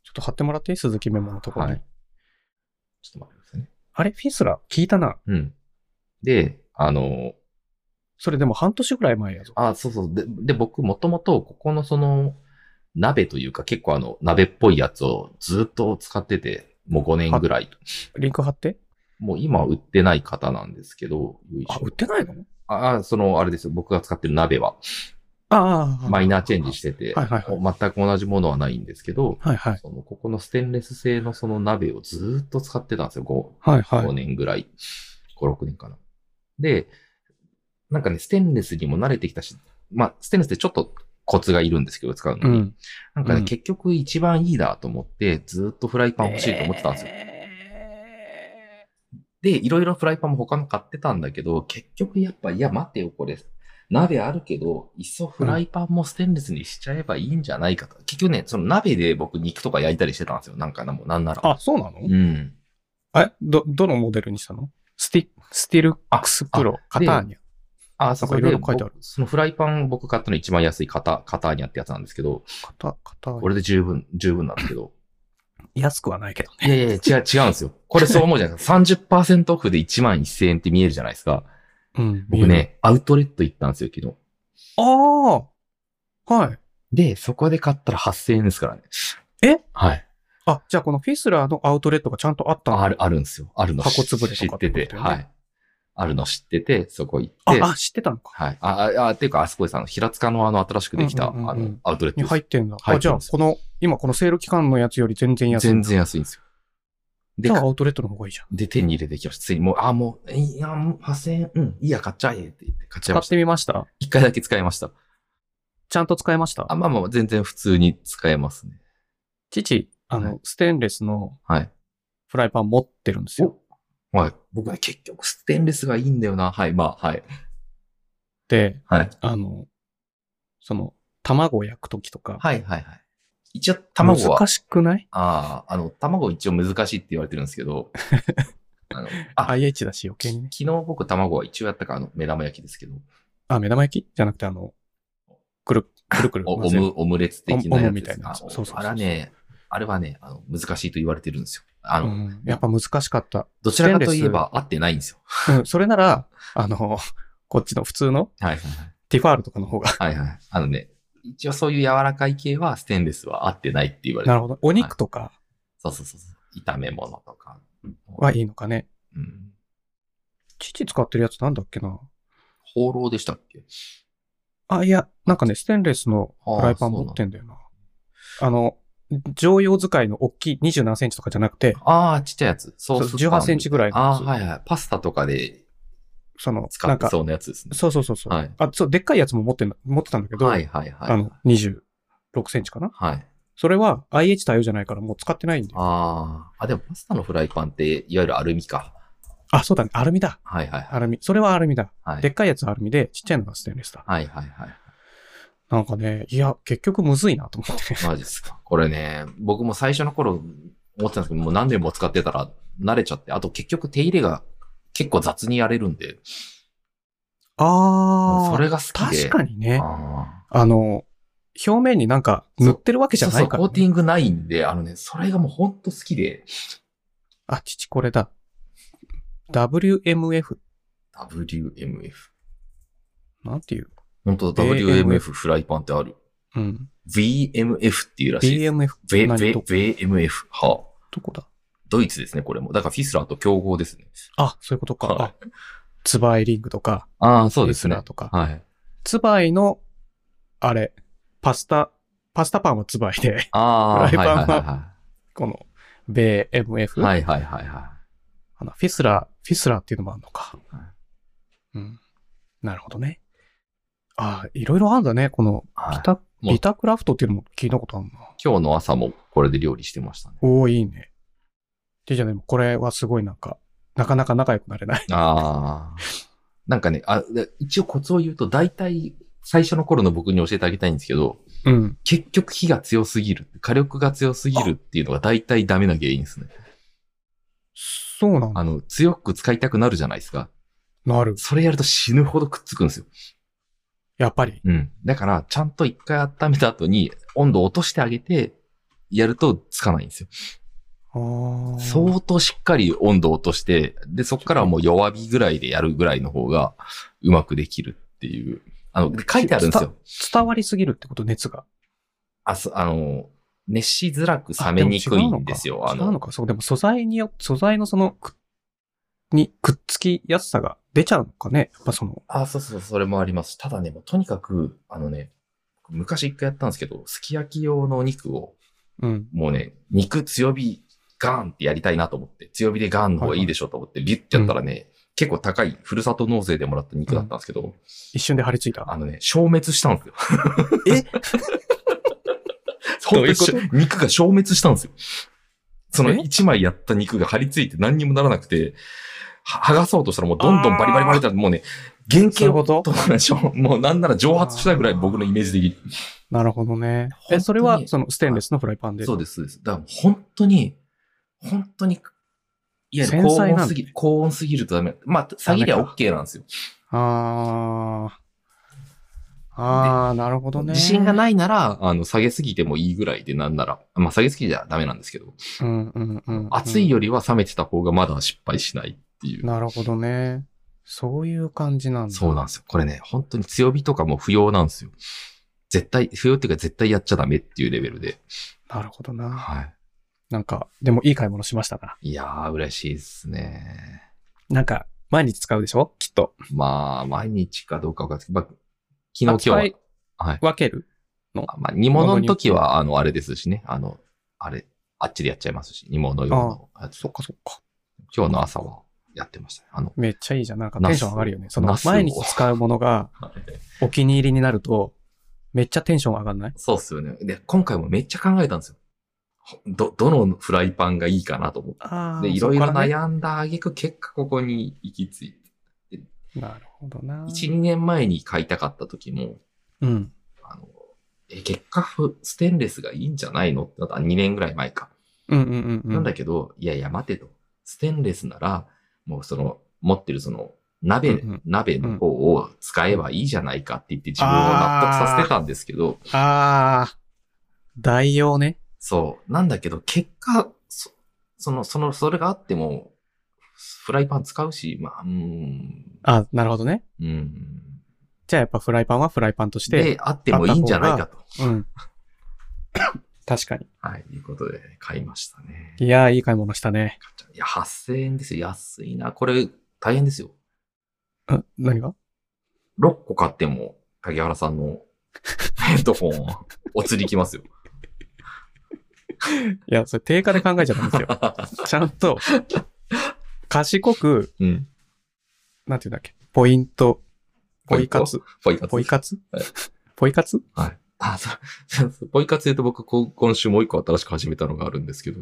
A: ちょっと貼ってもらっていい鈴木メモのところに。
B: はいちょっと待ってくださいね。
A: あれフィスラー聞いたな。
B: うん。で、あの、
A: それでも半年ぐらい前やぞ。
B: あ、そうそう。で、で僕、もともと、ここのその、鍋というか、結構あの、鍋っぽいやつをずっと使ってて、もう5年ぐらい。
A: リンク貼って
B: もう今売ってない方なんですけど、よいしょ
A: あ、売ってないの
B: ああ、その、あれですよ。僕が使ってる鍋は、
A: ああ。
B: マイナーチェンジしてて、
A: はいはい
B: 全く同じものはないんですけど、
A: はいはい。
B: そのここのステンレス製のその鍋をずっと使ってたんですよ。5、
A: はいはい
B: 5。年ぐらい。5、6年かな。で、なんかね、ステンレスにも慣れてきたし、まあ、ステンレスってちょっとコツがいるんですけど、使うの
A: う
B: に。
A: ん。
B: なんかね、
A: うん
B: 結局一番いいなと思って、ずっとフライパン欲しいと思ってたんですよ。
A: え
B: で、いろいろフライパンも他の買ってたんだけど、結局やっぱ、いや、待てよ、これ。鍋あるけど、いっそフライパンもステンレスにしちゃえばいいんじゃないかと。結局ね、その鍋で僕肉とか焼いたりしてたんですよ。なんかな、もうなんなら。
A: ーあ、そうなの
B: うん。
A: え、ど、どのモデルにしたのスティ、スティルックスプロ、カターニャ。
B: あ、そう
A: なんかいろいろ書いてある
B: で僕そのフライパン僕買ったの一番安いカタ、カターニャってやつなんですけど、
A: カタ、カター
B: こ
A: ニ
B: れで十分、十分なんです けど。
A: ャ。安くはないけどね。
B: いやいやいや、違う、違うんですよ。これそう思うじゃないで すか。30%オフで1万1000円って見えるじゃないですか。
A: うん。
B: 僕。ね、アウトレット行ったんですよ、昨日。
A: ああはい。
B: で、そこで買ったら8000円ですからね。
A: え
B: はい。
A: あ、じゃあこのフィスラーのアウトレットがちゃんとあったの
B: ある、あるんですよ。あるの
A: 箱つぶれと
B: 知
A: か
B: っ
A: って
B: て
A: ことだよね
B: て。はい。あるの知ってて、そこ行って。
A: あ、あ、知ってたのか。
B: はい。あ、あ、あっていうか、あそこです。あの、平塚のあの、新しくできた、
A: うんうんうんうん
B: あの、アウトレット
A: に
B: で
A: 入っ
B: す。
A: てんだ。
B: 入
A: あ、
B: っ
A: じ
B: て
A: ゃあ
B: ます
A: この、今このセール期間のやつより全然安い。
B: 全然安いんですよ。で
A: じゃあアウトレットの方がいいじゃん。
B: で、手に入れてきました。ついにもう、あ、もう、いや、もう8000円、うん、いいや、買っちゃえって言って、買っちゃ
A: 使
B: いま
A: っ
B: した。
A: てみました
B: 一回だけ使いました。
A: ちゃんと使えました
B: あ、まあまあ、全然普通に使えますね。
A: 父、あの、
B: はい
A: ステンレスの
B: はい。
A: フライパン持ってるんですよ。
B: はい。僕は結局、ステンレスがいいんだよな。はい、まあ、はい。
A: で、
B: はい。
A: あの、その、卵を焼くときとか、
B: はい、はい、はい。一応、卵は
A: 難、しくない
B: ああ、あの、卵一応難しいって言われてるんですけど、あの、あ、
A: ?IH だし余計にね。
B: 昨日僕卵は一応やったから、あの、目玉焼きですけど、
A: あ、目玉焼きじゃなくて、あの、くる、くるくる
B: お
A: 混
B: オ
A: ぜる。
B: ム、オムレツ的
A: オム
B: な
A: オ
B: や
A: ムみ
B: つで
A: たい
B: す
A: なやつ
B: あの
A: そうそうそう
B: あれはね、あれはね、あの、難しいと言われてるんですよ。あの、
A: うん、やっぱ難しかった。
B: どちらかといえば合ってないんですよ。
A: うん、それなら、あの、 こっちの普通の
B: はい。
A: ティファールとかの方が。
B: はいはい。あのね、一応そういう柔らかい系はステンレスは合ってないって言われて
A: なる
B: る。
A: ほど。お肉とか
B: そうそうそうそう。炒め物とか。
A: はいいのかね。
B: うん。
A: 父使ってるやつなんだっけな。
B: 放浪でしたっけ
A: あ、いや、なんかね、ステンレスの
B: あー
A: フライパン持ってんだよな。あの、常用使いの大きい20何センチとかじゃなくて、
B: ああ、ちっちゃいやつ。そ
A: そう
B: う
A: 18センチぐらいのや
B: あ
A: つ
B: あー、はいはい。パスタとかで
A: その、
B: 使
A: な
B: っ
A: ん
B: て
A: か、
B: そうなやつですね。
A: そうそうそうそう、
B: はい
A: あ、そう、でっかいやつも持ってんだ持ってたんだけど、
B: はいはいはい。
A: あの、26センチかな
B: はい。
A: それは IH 対応じゃないからもう使ってないんで。あ
B: ああ。あ、でもパスタのフライパンって、いわゆるアルミか。
A: そうだね。アルミだ。
B: はいはいはい。
A: アルミ。それはアルミだ。
B: はい
A: でっかいやつはアルミで、ちっちゃいのがステンレスだ。
B: はいはいはい。
A: なんかね、いや、結局むずいなと思って。
B: マジっすか。これね、僕も最初の頃思ってたんですけど、もう何年も使ってたら慣れちゃって、あと結局手入れが結構雑にやれるんで、
A: あー。
B: それが好きで。
A: 確かにね。
B: あ
A: あの、表面になんか塗ってるわけ
B: ー
A: じゃ
B: そう
A: な
B: そう、
A: いか
B: コ
A: ら、
B: ーテ
A: ね。
B: ィングないんで、あのね、それがもうほんと好きで、
A: あ、父これだ。WMF
B: WMF。
A: なんていう
B: 本当だ、
A: VMF
B: WMF フライパンってある。
A: うん。
B: VMF っていうらしいです。
A: BMF
B: ベ、
A: 何
B: ベ、
A: ど
B: VMF。はあ、
A: どこだ
B: ドイツですね、これも。だからフィスラーと競合ですね。
A: あ、そういうことか。
B: は
A: あツバイリングとか、
B: ああ、そ
A: エスラーとか。
B: はい。
A: ツバイの、あれ、パスタ、パスタパンはツバイで、
B: ああ、
A: フライパンは
B: はいは
A: この、米 MF、
B: いはいはい。はいはいはいは
A: あのフィスラー、フィスラーっていうのもあるのか。
B: はい
A: うん。なるほどね。ああ、いろいろあるんだね。この、
B: い。
A: ビタ、
B: もう
A: ビタクラフトっていうのも聞いたことあるな。
B: 今日の朝もこれで料理してましたね。
A: おおいいね。でじゃあでもこれはすごいなんか、なかなか仲良くなれない。
B: ああ。なんかね、あ、で一応コツを言うと、大体、最初の頃の僕に教えてあげたいんですけど、
A: うん。
B: 結局火が強すぎる、火力が強すぎるっていうのが大体ダメな原因ですね。
A: そうなんだ
B: あ。の、強く使いたくなるじゃないですか。
A: なる。
B: それやると死ぬほどくっつくんですよ。
A: やっぱり。
B: うん。だから、ちゃんと一回温めた後に温度を落としてあげて、やるとつかないんですよ。
A: あー
B: 相当しっかり温度を落として、で、そこからはもう弱火ぐらいでやるぐらいの方がうまくできるっていう。あの、書いてあるんですよ。
A: 伝わりすぎるってこと、熱が。
B: あ、そあの、熱しづらく冷
A: あ
B: め
A: でも
B: にくいん
A: 違うのか
B: ですよ。あ
A: 違うの
B: の、
A: か。そう、でも素材によ、素材のその、くにくっつきやすさが出ちゃうのかね。やっぱその、
B: あ、そうそう、それもあります。ただね、もうとにかく、あのね、昔一回やったんですけど、すき焼き用のお肉を、
A: うん。
B: もうね、肉強火ガーンってやりたいなと思って、強火でガーンの方がいいでしょうと思って、ビュッてやったらね、結構高い、ふるさと納税でもらった肉だったんですけど、
A: 一瞬で張り付いた。
B: あのね、消滅したんですよ。
A: え
B: 本当
A: どうい
B: に
A: うこと
B: し肉が消滅したんですよ。その
A: え
B: 一枚やった肉が張り付いて何にもならなくて、は剥がそうとしたらもうどんどんバリバリバリってもうね、原
A: そういう
B: 型を
A: こと
B: どうなんでしょう もうなんなら蒸発したぐらい僕のイメージ的に。
A: なるほどね。
B: 本当
A: え、
B: に
A: それは、その、ステンレスのフライパンで。
B: そうです、そうです。だから本当に、本当に、いや、
A: 繊
B: 高
A: 細なんだね
B: 温すぎ、高温すぎるとダメ。まあ、下げりゃ
A: ダメ
B: OK なんですよ。
A: ああ。ああ、なるほどね。
B: 自信が
A: い。
B: ないなら、あの、下げすぎてもいいぐらいでなんなら、まあ、下げすぎじゃダメなんですけど、
A: うんうんうん、うん。
B: 熱いよりは冷めてた方がまだ失敗しないっていう。
A: なるほどね。そういう感じなんだ。
B: そうなんですよ。これね、本当に強火とかも不要なんですよ。絶対、不要っていうか絶対やっちゃダメっていうレベルで。
A: なるほどな。
B: は
A: なんか、でもいい買い物しましたな。
B: い。いやー、嬉しいですね。
A: なんか、毎日使うでしょきっと。
B: まあ、毎日かどうかわかんないですけど、まあ、昨日今日
A: 扱
B: は、
A: い
B: はい。
A: 分ける
B: あまあ、煮物の時は、あの、あれですしね。あの、あれ、あっちでやっちゃいますし、煮物用のやつ
A: そっかそっか。
B: 今日の朝はやってましたね。あの、
A: めっちゃいいじゃん。なんか
B: ナス
A: テンション上がるよね。その
B: ナ、スを
A: 毎日使うものがお気に入りになると、めっちゃテンション上がんない
B: そうっすよね。で、今回もめっちゃ考えたんですよ。ほど、どのフライパンがいいかなと思って。
A: あ
B: で、いろいろ
A: な
B: 悩んだ挙句、結果ここに行き着いて。
A: なるほどな。
B: 1、2年前に買いたかった時も、
A: うん。
B: あの、え、結果、ふステンレスがいいんじゃないのってなった2年ぐらい前か。
A: うんうんうんう
B: なん
A: ん。
B: だけど、いやいや、待てと。ステンレスなら、もうその、持ってるその、鍋、
A: うんうん
B: 鍋の方を使えばいいじゃないかって言って自分を納得させてたんですけど、
A: ああ、代用ね。
B: そう。なんだけど、結果、そその、その、それがあっても、フライパン使うし、まあ、うーん、
A: あなるほどね。
B: うん。
A: じゃあやっぱフライパンはフライパンとして。
B: で、あってもいいんじゃないかと。
A: うん。確かに。
B: はい、いうことで、買いましたね。
A: いやー、いい買い物したね。
B: いや、8000円ですよ。安いな。これ、大変ですよ。
A: うん、何が
B: 6個買っても、影原さ んのヘッドホン、お釣りきますよ。
A: いや、それ定価で考えちゃダメ ですよ。ちゃんと、賢く、
B: うん。
A: なんていうんだっけ、ポイント、ポイ活、
B: ポイ活。
A: ポイ活
B: はい
A: ポイ活
B: はい。あ、そう、そうそうポイ活で言うと僕、こ今週もう一個新しく始めたのがあるんですけど、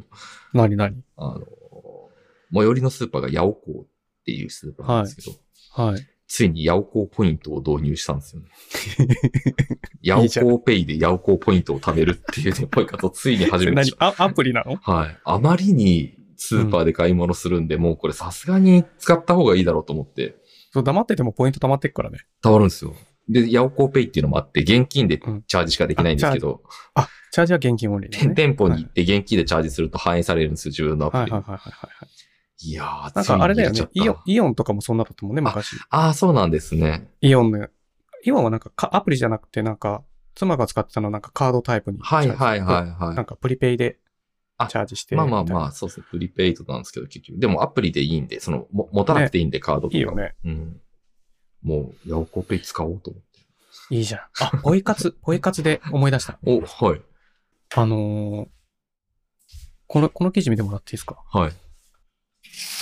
A: 何何
B: あの、最寄りのスーパーがヤオコーっていうスーパーなんですけど、
A: はい。
B: ついにヤオコーポイントを導入した んですよね。ヤオコーペイでヤオコーポイントを貯めるっていうね、ポイ活をついに始めまし
A: 何
B: た。
A: あアプリなの
B: はい。あまりにスーパーで買い物するんで、もうこれさすがに使った方がいいだろうと思って、
A: そう、黙っててもポイント溜まってくからね。
B: たまるんですよ。で、ヤオコーペイっていうのもあって、現金で
A: うん
B: チャージしかできないんですけど、
A: チャージは現金オンリーだ
B: て
A: ね。
B: 店舗に行って現金でチャージすると反映されるんですよ、自分のアプ
A: はい
B: リ。
A: はい
B: い
A: はいはいはい。
B: いやー、
A: なんかあれだよ
B: つい
A: ね
B: に。入
A: イオ
B: れちゃっ
A: ン
B: た、
A: イオンとかもそんなだったもんね、昔。
B: ああ、そうなんですね。
A: イオンの、イオンはなんかかアプリじゃなくて、なんか、妻が使ってたのなんかカードタイプに。
B: はいはいはい
A: な
B: は
A: んかプリペイで
B: あ
A: チャージして。
B: い。まあまあま
A: あ。
B: あ、そうですね。プリペイドなんですけど、結局。でもアプリでいいんで、その、も持たなくていいんで、カードとか。
A: いいよね。
B: うん。もう、ヤオコペイ使おうと思って。
A: いいじゃん。あ、ポイ活、 ポイ活で思い出した。
B: お、はい。
A: あのーこの、この記事見てもらっていいですか
B: はい。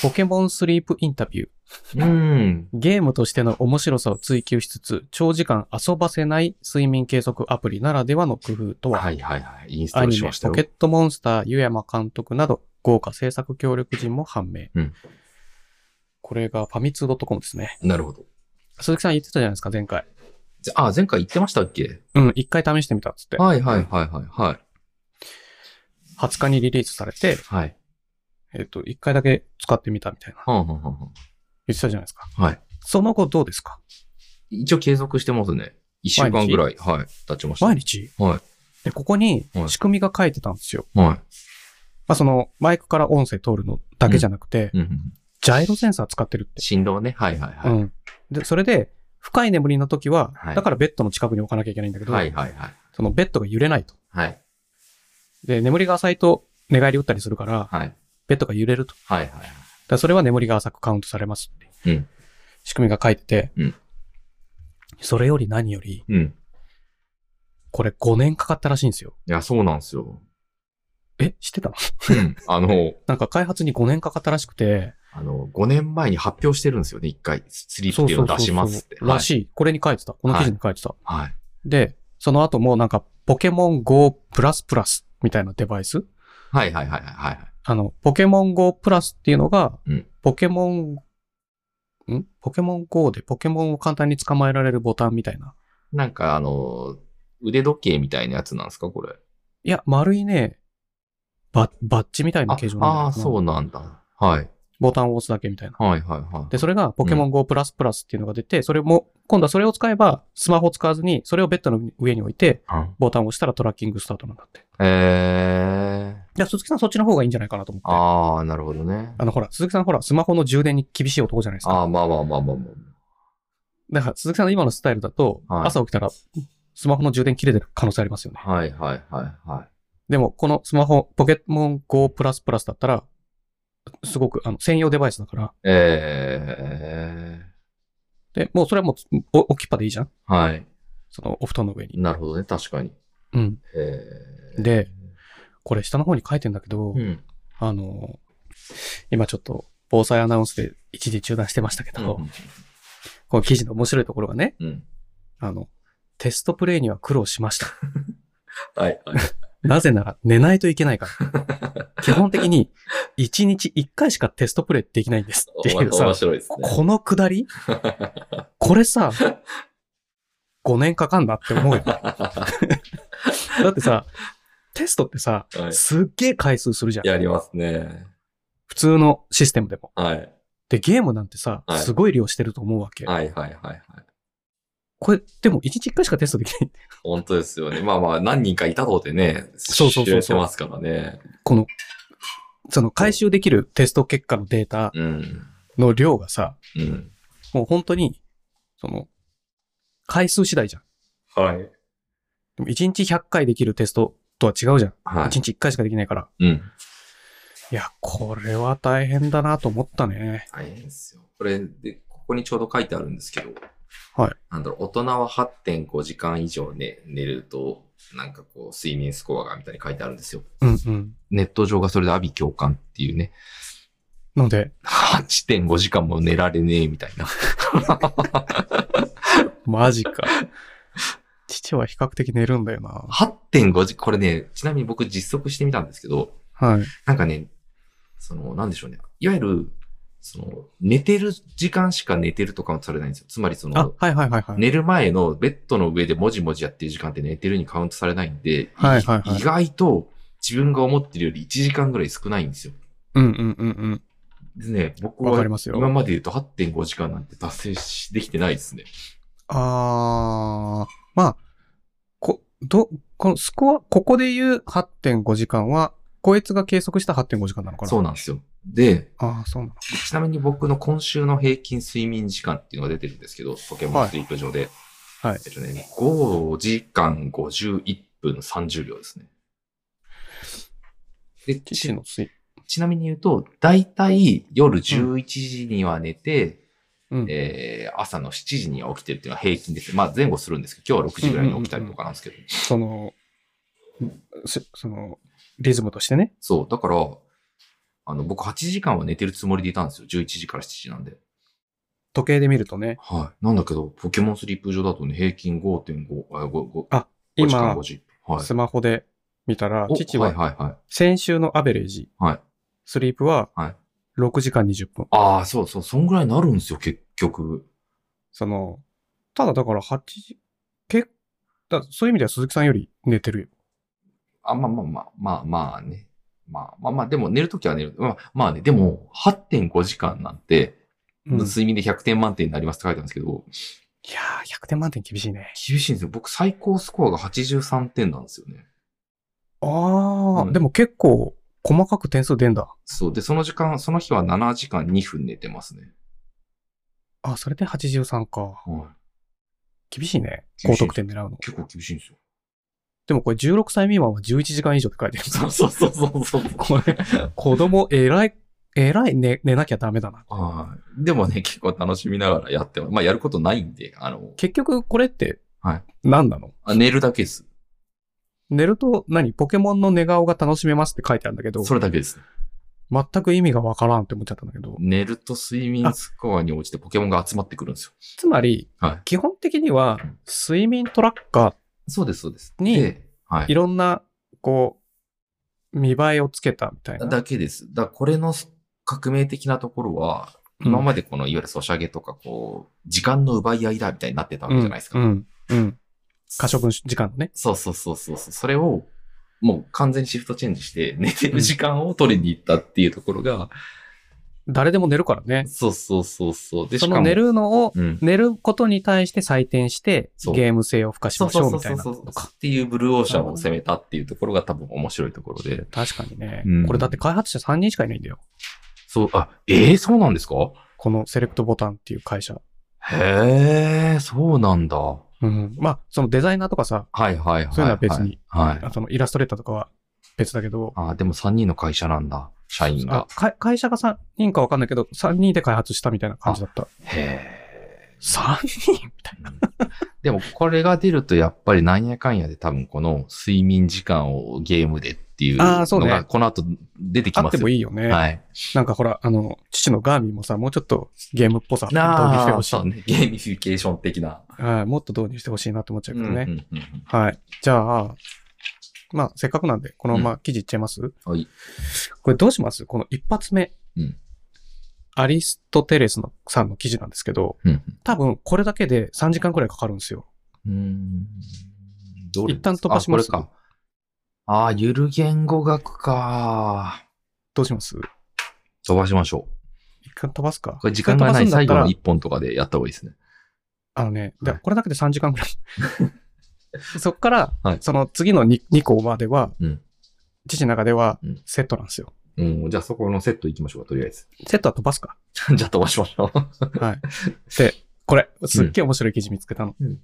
A: ポケモンスリープインタビュー。
B: うん。
A: ゲームとしての面白さを追求しつつ、長時間遊ばせない睡眠計測アプリならではの工夫とは、
B: はいはいはい。インスト
A: ア
B: ール
A: ニ
B: し
A: メ
B: まし、た
A: ポ
B: よ
A: ケ。ットモンスター、湯山監督など、豪華制作協力陣も判明。
B: うん
A: これがファミツー .com ですね。
B: なるほど。
A: 鈴木さん言ってたじゃないですか、前回。
B: じゃあ、前回言ってましたっけ
A: うん、一回試してみたっつって。
B: はいはいはいはいはい。
A: 20日にリリースされて、
B: はい。
A: えっ、と、一回だけ使ってみたみたいな。
B: はんはんはんはん
A: 言ってたじゃないですか。
B: はい。
A: その後どうですか
B: 一応継続してますね。一週間ぐらい、はい、経ちました。
A: 毎日
B: は
A: で、ここに
B: はい
A: 仕組みが書いてたんですよ。
B: い。は
A: まあ、その、マイクから音声通るのだけじゃなくて、
B: い。うんうん。
A: ジャイロセンサー使ってるって。
B: 振動ね。はいはいはい。
A: うん。で、それで、深い眠りの時は、
B: はい
A: だからベッドの近くに置かなきゃいけないんだけど、
B: はいはいはい。
A: そのベッドが揺れないと。
B: はい。
A: で、眠りが浅いと寝返り打ったりするから、
B: はい。
A: ベッドが揺れると。だか
B: はいはい。
A: らそれは眠りが浅くカウントされますって。
B: うん
A: 仕組みが書いてて、
B: うん
A: それより何より、
B: うん。
A: これ5年かかったらしいんですよ。
B: いや、そうなんですよ。
A: え、知ってたの
B: うんあの、
A: なんか開発に5年かかったらしくて、
B: あの、5年前に発表してるんですよね、一回。スリープっていうのを出しますって。
A: らしい。これに書いてた。この記事に書いてた。
B: はい。はい。
A: で、その後もなんか、ポケモン GO プラスプラスみたいなデバイス
B: はいはいはいはいはい。
A: あの、ポケモン GO プラスっていうのが、
B: うん
A: ポケモン、んポケモン GO でポケモンを簡単に捕まえられるボタンみたいな。
B: なんかあの、腕時計みたいなやつなんですか、これ。
A: いや、丸いね、ババッジみたいな
B: あ
A: 形状なんだよ
B: あー、
A: な
B: そうなんだ。はい。
A: ボタンを押すだけみたいな。
B: はいはいはい。
A: で、それがポケモン GO プラスプラスっていうのが出て、それも、今度はそれを使えば、スマホ使わずに、それをベッドの上に置いて、
B: うん
A: ボタンを押したらトラッキングスタートなんだって。
B: えー。
A: いや、鈴木さんそっちの方がいいんじゃないかなと思って。あ
B: ああ、なるほどね。
A: の、ほら、鈴木さんほら、スマホの充電に厳しい男じゃないですか。
B: ああ、まあまあまあまあま
A: だから、鈴木さんの今のスタイルだと、
B: はい
A: 朝起きたら、スマホの充電切れてる可能性ありますよね。
B: あ。はいはいはいはい。
A: でも、このスマホ、ポケモン GO++ だったら、すごく、あの、専用デバイスだから、
B: え
A: で、もうそれはもう、お置きっぱでいいじゃん
B: えはい。
A: その、お布団の上に。
B: なるほどね、確かに。
A: うん。
B: ええ
A: で、これ下の方に書いてんだけど、
B: うん。
A: あの、今ちょっと、防災アナウンスで一時中断してましたけど、この記事の面白いところがね、
B: うん。
A: あの、テストプレイには苦労しました。
B: はい はい。
A: なぜなら寝ないといけない から。基本的に1日1回しかテストプレイできないんですっていう
B: 面
A: さ、
B: 白いです ね。
A: このくだりこれさ、5年かかんなって思うよ。だってさ、テストってさ、
B: はい
A: すっげえ回数するじゃん。
B: やりますね。
A: 普通のシステムでも。
B: はい。
A: で、ゲームなんてさ、
B: はい
A: すごい量してると思うわけ。
B: はいはいはいはい。
A: これ、でも1日1回しかテストできない。
B: 本当ですよね。まあまあ、何人かいたとてね、
A: そうそうそうそう
B: 知れてますからね。
A: この、その回収できるテスト結果のデータ
B: うん。
A: の量がさ、
B: うん。
A: もう本当に、その、回数次第じゃん。
B: はい。
A: でも1日100回できるテストとは違うじゃん。
B: は
A: 1日1回しかできないから。
B: い。うん。
A: いや、これは大変だなと思ったね。
B: 大変ですよ。これ、で、ここにちょうど書いてあるんですけど、
A: はい。
B: なんだろう、大人は8.5時間以上寝寝ると、なんかこう、睡眠スコアがみたいに書いてあるんですよ。
A: うんうん。
B: ネット上がそれで阿ビ共感っていうね、
A: ので、
B: 8.5時間も寝られねえみたいな。
A: マジ か。父は比較的寝るんだよな。
B: 8.5時、これね、ちなみに僕実測してみたんですけど、
A: はい。
B: なんかね、その、なんでしょうね。いわゆる、その、寝てる時間しか寝てるとカウントされないんですよ。つまりそ
A: あ
B: の、、
A: はいはいはいはい。
B: 寝る前のベッドの上でもじもじやってる時間って寝てるにカウントされないんで、
A: はいはいはい
B: 意外と自分が思ってるより1時間ぐらい少ないんですよ。
A: うんうんうんうん。
B: でね、僕
A: わか
B: は
A: りますよ
B: 今まで言うと8.5時間なんて達成しできてないですね。
A: あー、まあ、こ、ど、このスコア、ここで言う8.5時間は、こいつが計測した8.5時間なのかな
B: そうなんですよ。で、
A: ああ、そうなの。
B: ちなみに僕の今週の平均睡眠時間っていうのが出てるんですけど、ポケモンスリープ上で。
A: はい
B: えっとね、5時間51分30秒ですね。で、
A: 父
B: ち
A: の水。
B: ちなみに言うと、だいたい夜11時には寝て、
A: うん。
B: えー朝の7時には起きてるっていうのは平均です。まあ前後するんですけど、今日は6時ぐらいに起きたりとかなんですけど。
A: その、すその、リズムとしてね。
B: そう、だから、あの、僕8時間は寝てるつもりでいたんですよ。11時から7時なんで。
A: 時計で見るとね、
B: はい。なんだけど、ポケモンスリープ上だとね、平均5.5、あ、5、5、
A: あ
B: 5時間
A: 今
B: 5、時。はい。
A: スマホで見たら、
B: お
A: 父
B: は
A: はい
B: はいはい。
A: 先週のアベレージ、
B: はい
A: スリープは
B: はい
A: 6時間20分。
B: ああ、そうそう、そんぐらいになるんですよ、結局。
A: その、ただだから8時、結だそういう意味では鈴木さんより寝てるよ。
B: あ、まあまあまあ、まあまあね。まあまあまあ、でも寝るときは寝る。まあまあね、でも、8.5時間なんて、
A: うん、い
B: 睡眠で100点満点になりますって書いてあるんですけど、
A: やー、100点満点厳しいね。
B: 厳しいんですよ。僕、最高スコアが83点なんですよね。
A: ああ、
B: うん
A: でも結構細かく点数出んだ。
B: そう。で、その時間、その日は7時間2分寝てますね。
A: あ、それで83か。
B: はい。
A: 厳しいね。
B: 厳
A: 高
B: しい
A: 得点狙うの。
B: 結構厳しいんですよ。
A: でもこれ16歳未満は11時間以上って書いてある。
B: そうそうそうそうそう。
A: これ、子供、えらい、えらい寝、寝なきゃダメだな。
B: はい。でもね、結構楽しみながらやってます。まあ、やることないんで、あの、
A: 結局、これって
B: はい、
A: 何なの、
B: あ寝るだけです。
A: 寝ると何、ポケモンの寝顔が楽しめますって書いてあるんだけど、
B: それだけです。
A: 全く意味がわからんって思っちゃったんだけど、
B: 寝ると睡眠スコアに応じてポケモンが集まってくるんですよ。
A: つまり、
B: はい
A: 基本的には、睡眠トラッカ
B: そうです、そうです。
A: に
B: で、は
A: ー、い
B: い。
A: ろんな、こう、見栄えをつけたみたいな。
B: だけです。だこれの革命的なところは、今までこの、いわゆるソシャゲとか、こう、時間の奪い合いだみたいになってたわけじゃないですか。
A: うん、うん。うん。可処分時間のね。
B: そうそうそうそうそう。それを、もう完全にシフトチェンジして、寝てる時間を取りに行ったっていうところが、
A: 誰でも寝るからね。
B: そうそうそうそう。で、
A: そ
B: しか
A: の
B: も
A: 寝るのを、
B: うん。
A: 寝ることに対して採点して、
B: そう
A: ゲーム性を付加し
B: そ
A: ま
B: う
A: しょ
B: そ
A: う
B: うそう
A: みた
B: そ
A: いうな
B: そ
A: の
B: う
A: とか。
B: っていうブルーオーシャンを攻めたっていうところが多分面白いところで。
A: 確かにね、
B: うん
A: これだって開発者3人しかいないんだよ。
B: そう、あ、ええそうなんですか
A: このセレクトボタンっていう会社。
B: へえ、そうなんだ。は
A: うん。まあ、そのデザイナーとかさ、
B: いはいはい、はい。
A: そういうのは別に。
B: はい。
A: あそのイラストレーターとかは別だけど、
B: あ、でも3人の会社なんだ。社員
A: あ
B: が。
A: か会社が3人かわかんないけど、3人で開発したみたいな感じだ った。
B: へえ。
A: 3人みたい
B: でもこれが出るとやっぱりなんやかんやで多分この睡眠時間をゲームでっていう
A: あーそう
B: の
A: ね
B: がこの後出てき
A: な。あ
B: ま
A: って
B: すよ。
A: もいいよね。
B: はい。
A: なんかほら、あの、父のガーミンもさ、もうちょっとゲームっぽさ導入して
B: あ
A: ほ
B: あ、
A: しい
B: そうね。ゲーミフィケーション的な。
A: はい。もっと導入してほしいなって思っちゃうけどね。
B: うんうんうん
A: はい。じゃあ、まあ、せっかくなんで、このまま記事いっちゃいます、
B: うんはい
A: これどうしますこの一発目。
B: うん
A: アリストテレスのさんの記事なんですけど、
B: うんうん
A: 多分これだけで3時間くらいかかるんですよ。
B: うーんどれ
A: 一旦飛ばします
B: あ、これか。ああ、ゆる言語学か。
A: どうします
B: 飛ばしましょ
A: 一回飛ばすか
B: う。これ時間がない最後
A: 一回飛ばすん
B: の
A: だっ
B: 一本とかでやった方がいいですね。
A: たらあのね、
B: はい
A: でこれだけで3時間くら い。そっから、
B: はい
A: その次の 2, 2個までは、
B: うん
A: 父の中では
B: うん
A: セットなんですよ。
B: うん、じゃあそこのセットいきましょうか、とりあえず。
A: セットは飛ばすか
B: じゃあ飛ばしまし ょう。
A: はい。で、これ、すっげえ面白い記事見つけたの。
B: うん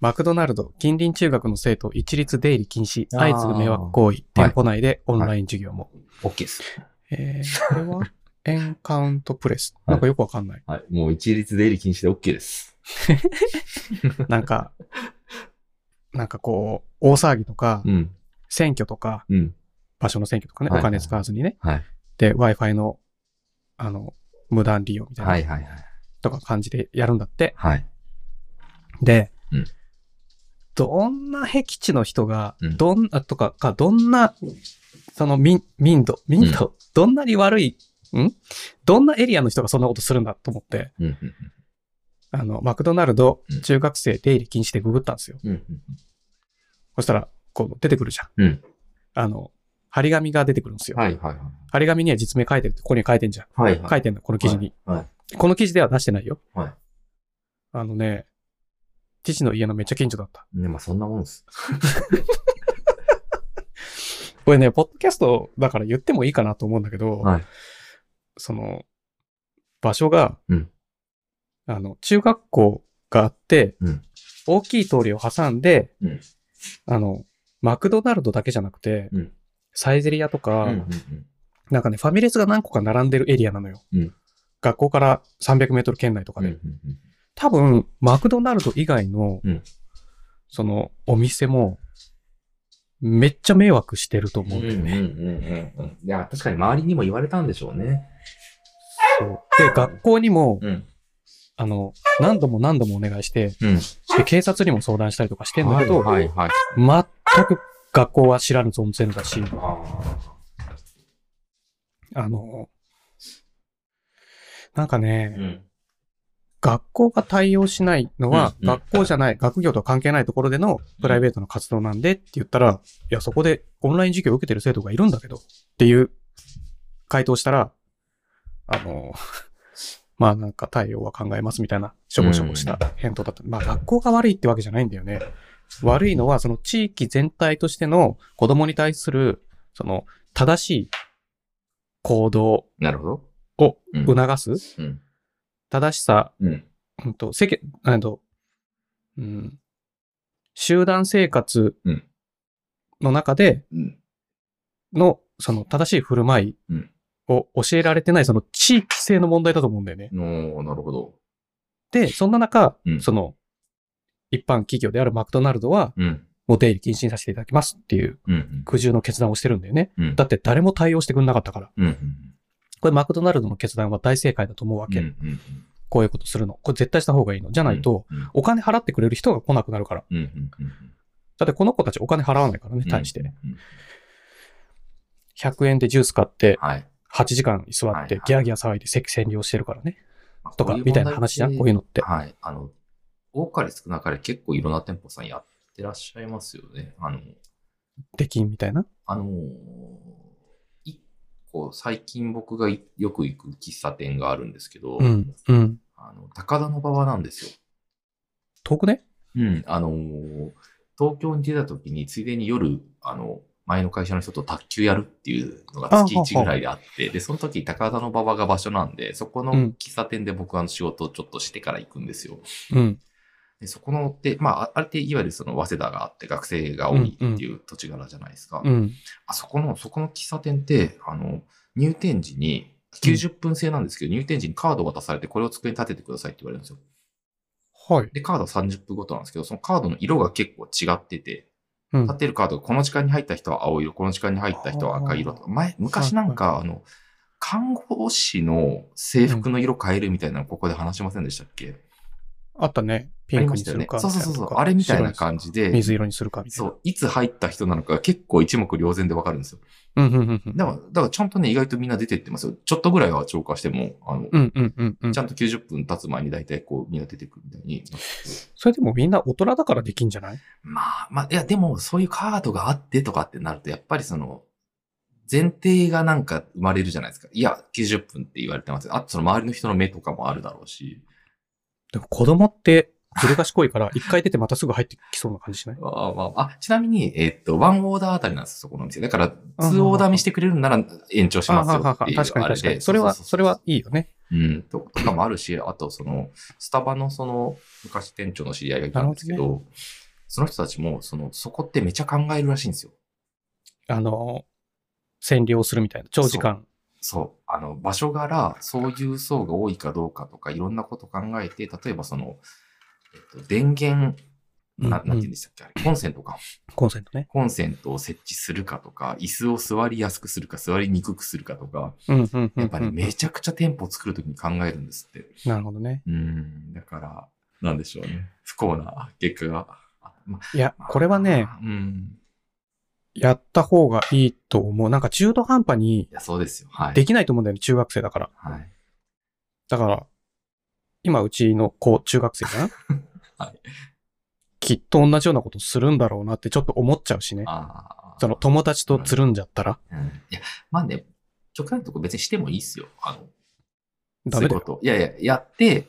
A: マクドナルド、近隣中学の生徒一律出入り禁止、
B: あー
A: 相次ぐ迷惑行為、店舗内でオンライン授業も。
B: OK です。
A: えー、これは、エンカウントプレス。
B: はい
A: なんかよくわかんない。
B: はい。もう一律出入り禁止で OK です。
A: なんか、なんかこう、大騒ぎとか、
B: うん。
A: 選挙とか、
B: うん。
A: 場所の選挙とかね、
B: はい
A: お金使わずにね。
B: はい。
A: で、Wi-Fi の、あの、無断利用みたいな、
B: はいはいはい。
A: とか感じでやるんだって。
B: はい。
A: で、
B: うん
A: どんな僻地の人が、
B: うん
A: どんな、とか、か、どんな、その民、民度、民度、どんなに悪い、んどんなエリアの人がそんなことするんだと思って、
B: うんうん
A: あの、マクドナルド
B: うん、
A: 中学生出入り禁止でググったんですよ。
B: うん。うんうん
A: そしたら、こう、出てくるじゃん。
B: うん
A: あの、張り紙が出てくるんですよ。
B: はいはい
A: 張り紙には実名書いてるって、ここに書いてんじゃん。
B: はい。はいはい。
A: 書いてんの、この記事に。
B: はい。
A: この記事では出してないよ。
B: はい。
A: あのね、父の家のめっちゃ近所だった。
B: ね、まあそんなもんです。
A: これね、ポッドキャストだから言ってもいいかなと思うんだけど、
B: はい
A: その、場所が、
B: うん
A: あの、中学校があって、
B: うん
A: 大きい通りを挟んで、
B: うん
A: あの、マクドナルドだけじゃなくて、
B: うん
A: サイゼリアとか、
B: うんうん
A: なんかね、ファミレスが何個か並んでるエリアなのよ。
B: うん
A: 学校から300メートル圏内とか
B: うんうん
A: で。
B: うん
A: 多分、マクドナルド以外の、
B: うん
A: その、お店も、めっちゃ迷惑してると思うんだよね。
B: うんうんうんうんいや、確かに周りにも言われたんでしょうね。
A: そうで、学校にも、
B: うん。
A: あの、何度も何度もお願いして、
B: うん。
A: で警察にも相談したりとかしてんだけど、
C: はいはい。
A: 全く学校は知らぬ存ぜぬだし、
B: あ
A: あの、なんかね
B: あ。、ん。
A: 学校が対応しないのは、
B: うんうん
A: 学校じゃない、学業とは関係ないところでのプライベートの活動なんでって言ったら、いや、そこでオンライン授業を受けてる生徒がいるんだけど、っていう回答したら、あの、 まあなんか対応は考えますみたいな、しょぼしょぼした返答だった。まあ学校が悪いってわけじゃないんだよね。悪いのは、その地域全体としての子供に対する、その正しい行動
B: なるほど。
A: を
B: うん
A: 促す、
B: うん。
A: 正しさ
B: うん。
A: うんと、世間、あえっと、うん、集団生活
B: うん
A: の中で
B: うん。
A: の、その正しい振る舞い
B: うん
A: を教えられてない、その地域性の問題だと思うんだよね。
B: おーなるほど。
A: で、そんな中、
B: うん
A: その、一般企業であるマクドナルドは、
B: うん。
A: もう出入り禁止にさせていただきますっていう
B: うん。
A: 苦渋の決断をしてるんだよね。
B: うん。
A: だって誰も対応してくれなかったから。
B: うん。うん。
A: これマクドナルドの決断は大正解だと思うわけ。
B: うん。うん。
A: こういうことするの。これ絶対した方がいいの。じゃないと、
B: うん。
A: お金払ってくれる人が来なくなるから。
B: うん。うん。うん。
A: だってこの子たちお金払わないからね、対して。
B: うん。
A: 100円でジュース買って、
B: はい。
A: 8時間居座
B: は
A: っ
B: いは
A: て
B: い、
A: ギャーギャー騒いで席占領してるからね。とか、みたいな話じゃん、こういうの
B: の。
A: って。
B: はい。あの、多かれ少なかれ結構いろんな店舗さんやってらっしゃいますよね。あの、
A: できんみたいな。
B: あのー一個、最近僕がいよく行く喫茶店があるんですけど、
A: うん、うん。
B: あの高田の馬場なんですよ。
A: 遠くね
B: うん、あのー東京に出た時に、ついでに夜、あの、前の会社の人と卓球やるっていうのが
A: あ
B: 月1ぐらいであって、で、その時高田の馬場が場所なんで、そこの
A: うん
B: 喫茶店で僕はあの仕事をちょっとしてから行くんですよ。
A: うん、
B: でそこのって、まあ、あれっていわゆるその早稲田があって学生が多いっていう土地柄じゃないですか。
A: うん。
B: あそこの、そこの喫茶店って、あの、入店時に、90分制なんですけど、入店時にカードを渡されて、これを机に立ててくださいって言われるんですよ。
A: はい。
B: で、カードは30分ごとなんですけど、そのカードの色が結構違ってて、
A: うん
B: 立。ってるカードがこの時間に入った人は青色、この時間に入った人は赤色とか、前、昔なんか、あの、看護師の制服の色変えるみたいなのここで話しませんでしたっけ、
A: あったね。ピ
B: あり
A: ンク
B: ま
A: に
B: した
A: す
B: よ
A: る
B: ね
A: か。。
B: そうそうそうそう、あれみたいな感じ
A: じ
B: で、
A: 水色にするか、みたい
B: そ
A: な。
B: う、いつ入った人なのか結構一目瞭然でわかるんですよ。
A: うん、うん、うん。うん
B: だから、だからちゃんとね、意外とみんな出てってますよ。ちょっとぐらいは超過しても、あの、
A: うん、うん、うんうん
B: ちゃ。んと90分経つ前に大体こう、みんな出てくるみたいに。
A: それでもみんな大人だからできんじゃない
B: まあ、まあ、いや、でも、そういうカードがあってとかってなると、やっぱりその、前提がなんか生まれるじゃないですか。いや、90分って言われてます。あと、その周りの人の目とかもあるだろうし。
A: でも子供って、ずる賢いから、一回出てまたすぐ入ってきそうな感じしない
B: あ、まあ、あちなみに、えっと、ワンオーダーあたりなんですそこのお店。だから、
A: あ
B: ツーオーダー見してくれるんなら延長しますよ
A: はは
B: って
A: 確
B: いうあれで。
A: かに確かに。それは、
B: うううう
A: それは。いいよね。
B: うん、ととかもあるし、あとその、スタバのその、昔店長の知り合いがいたんですけ
A: な
B: ど、その人たちも、その、そこってめちゃ考えるらしいんですよ。
A: あの、占領するみたいな。長時間。
B: そう。あの、場所柄、そういう層が多いかどうかとか、いろんなこと考えて、例えばその、えっと、電源、ななんて言うんでしたっけ、あれコンセントか。
A: コンセントね。
B: コンセントを設置するかとか、椅子を座りやすくするか、座りにくくするかとか、
A: うん、うんうんうん。
B: やっぱりめちゃくちゃ店舗を作るときに考えるんですって。
A: なるほどね。
B: うん、だから、なんでしょうね。不幸な結果が。あま
A: いや、これはね、、
B: うん。
A: やった方がいいと思う。なんか中途半端に
B: いや、そうですよ。はい。
A: できないと思うんだよね、中学生だから。
B: はい。
A: だから、今うちの子、中学生かな
B: はい
A: きっと同じようなことするんだろうなってちょっと思っちゃうしね。
B: ああ。
A: その友達とつるんじゃったら、
B: うんいや、まあね、極端なとこ別にしてもいいっすよ。あの、
A: ダメだ
B: そういう
A: よ。
B: こと。いやいや、やって、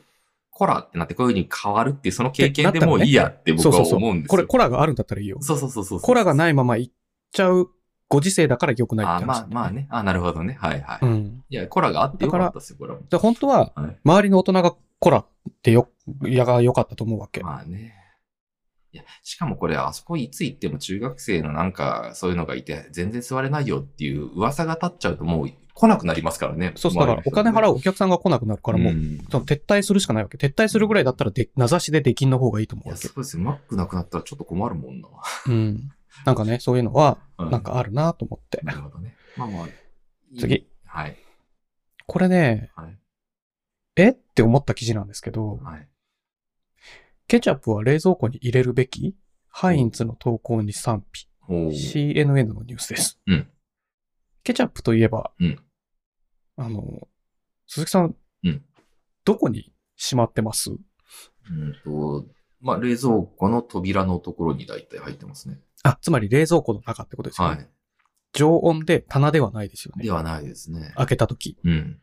B: コラってなってこういう風に変わるっていう、その経験
A: ってなったら
B: で
A: ね
B: もういいやって
A: そ
B: 僕
A: う
B: は
A: そうそう。
B: 思うんです
A: これ、
B: よ。
A: コラがあるんだったらいいよ。
B: そうそうそうそうそう。
A: コラがないまま行っちゃうご時世だから良くないって
B: あ
A: 話
B: ま
A: な
B: あ
A: んだよ
B: まあね。あなるほどね。はいはい。
A: うん。
B: いや、コラがあってよかったですよ、コラも。
A: で、本当は、
B: はい
A: 周りの大人がコラってよ、やが良かったと思うわけ。
B: まあね。いや、しかもこれ、あそこいつ行っても中学生のなんか、そういうのがいて、全然座れないよっていう噂が立っちゃうと、もう来なくなりますからね。
A: そうそう、だからお金払うお客さんが来なくなるからもう、
B: ん
A: その撤退するしかないわけ。撤退するぐらいだったらで、名指しで出禁の方がいいと思
B: いう
A: わ
B: や、
A: け
B: そ。うですよ。マックなくなったらちょっと困るもんな。
A: うん。なんかね、そういうのは、
B: うん
A: なんかあるなと思って。
B: なるほどね。まあまあ。
A: 次。
B: はい。
A: これね、
B: はい。
A: えって思った記事なんですけど、
B: はい。
A: ケチャップは冷蔵庫に入れるべきハインツの投稿に賛否。
B: おー
A: CNN のニュースです。
B: うん
A: ケチャップといえば、
B: うん
A: あの、鈴木さん、
B: うん
A: どこにしまってます
B: うんと、まあ、冷蔵庫の扉のところに大体入ってますね。
A: あ、つまり冷蔵庫の中ってことですよね。
B: は
A: 常温で棚ではないですよ
B: い。で
A: ね。
B: はないですね。
A: 開けた時
B: うん。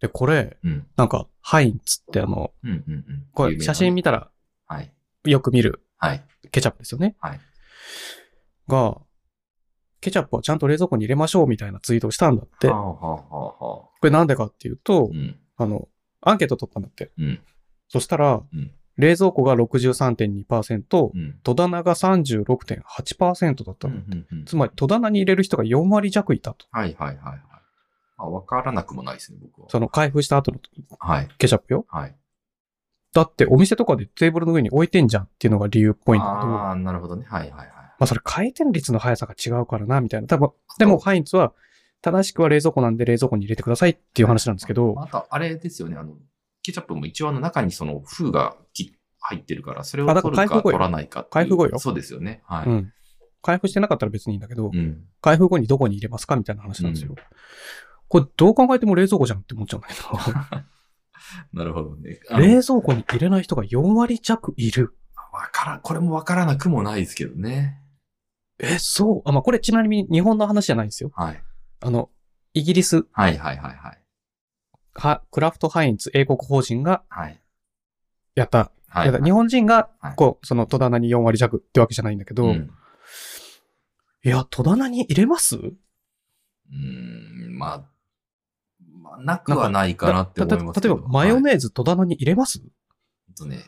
A: で、これ、
B: うん。
A: なんか、ハインツってあの、
B: うん。うん。うん。
A: こ
B: 有
A: れ
B: 名な
A: 写真見たら
B: はい。
A: よく見る
B: はい。
A: ケチャップですよね。
B: はい。
A: が、ケチャップはちゃんと冷蔵庫に入れましょうみたいなツイートをしたんだって。
B: は
A: こ
B: あ、はあはあはあ、
A: れなんでかっていうと
B: う、ん。
A: あの、アンケート取ったんだって。
B: うん。
A: そしたら、
B: うん
A: 冷蔵庫が63.2%、
B: うん。
A: 戸棚が36.8%だった
B: うん
A: の。
B: うんうん
A: つまり戸棚に入れる人が4割弱いたと。
B: はいはいはいはい。まあ、わからなくもないですね、僕は。
A: その開封した後の
B: はい。
A: ケチャップよ。
B: はい。
A: だってお店とかでテーブルの上に置いてんじゃんっていうのが理由っぽいんだけど、ま
B: ああ、なるほどね。はいはいはい。
A: あそれ回転率の速さが違うからな、みたいな。多分、でもハインツは正しくは冷蔵庫なんで冷蔵庫に入れてくださいっていう話なんですけど、
B: また、あれですよね。あの、ケチャップも一応あの中にその封がき入ってるから、それを
A: あだか
B: 取
A: ら
B: るか
A: 開封後よ
B: 取らないかっていう。
A: 開封後よ
B: そうですよね。は
A: う
B: い。
A: ん。開封してなかったら別にいいんだけど、
B: うん。
A: 開封後にどこに入れますかみたいな話なんですよ。これどう考えても冷蔵庫じゃんって思っちゃうんだけど、
B: なるほどね。
A: 冷蔵庫に入れない人が4割弱いる。
B: わからん、これもわからなくもないですけどね。
A: え、そう。あ、まあ、これちなみに日本の話じゃないんですよ。
B: はい。
A: あの、イギリス、
B: はいはいはいはい。
A: は、クラフトハインツ英国法人が
B: はい。
A: やった。
B: はい。
A: やった日本人が
B: はい、
A: こう、その戸棚に4割弱ってわけじゃないんだけど、
B: うん
A: いや、戸棚に入れます
B: うーん、まあ、まあ、なくはないかなって思います
A: だ
B: け
A: 例え
B: ど。
A: ば、マヨ
B: はい
A: ネーズ戸棚に入れます、
B: えっとね、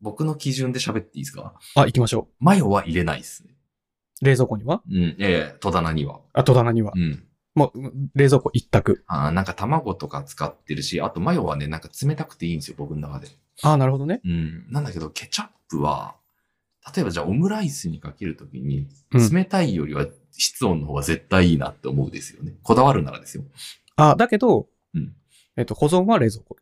B: 僕の基準で喋っていいですか
A: あ、行きましょ
B: マヨは入れないですね。
A: う。冷蔵庫には
B: うん、ええ戸棚には。
A: あ、戸棚には
B: う。ん。
A: もう、うん冷蔵庫一択。
B: あーなんか卵とか使ってるし、あとマヨはね、なんか冷たくていいんですよ、僕の中で。
A: あなるほどね。
B: うん。なんだけど、ケチャップは、例えばじゃあオムライスにかけるときに
A: うん、
B: 冷たいよりは室温の方が絶対いいなって思うですよね。こだわるならですよ。
A: あだけど、
B: うん
A: えっと、保存は冷蔵庫。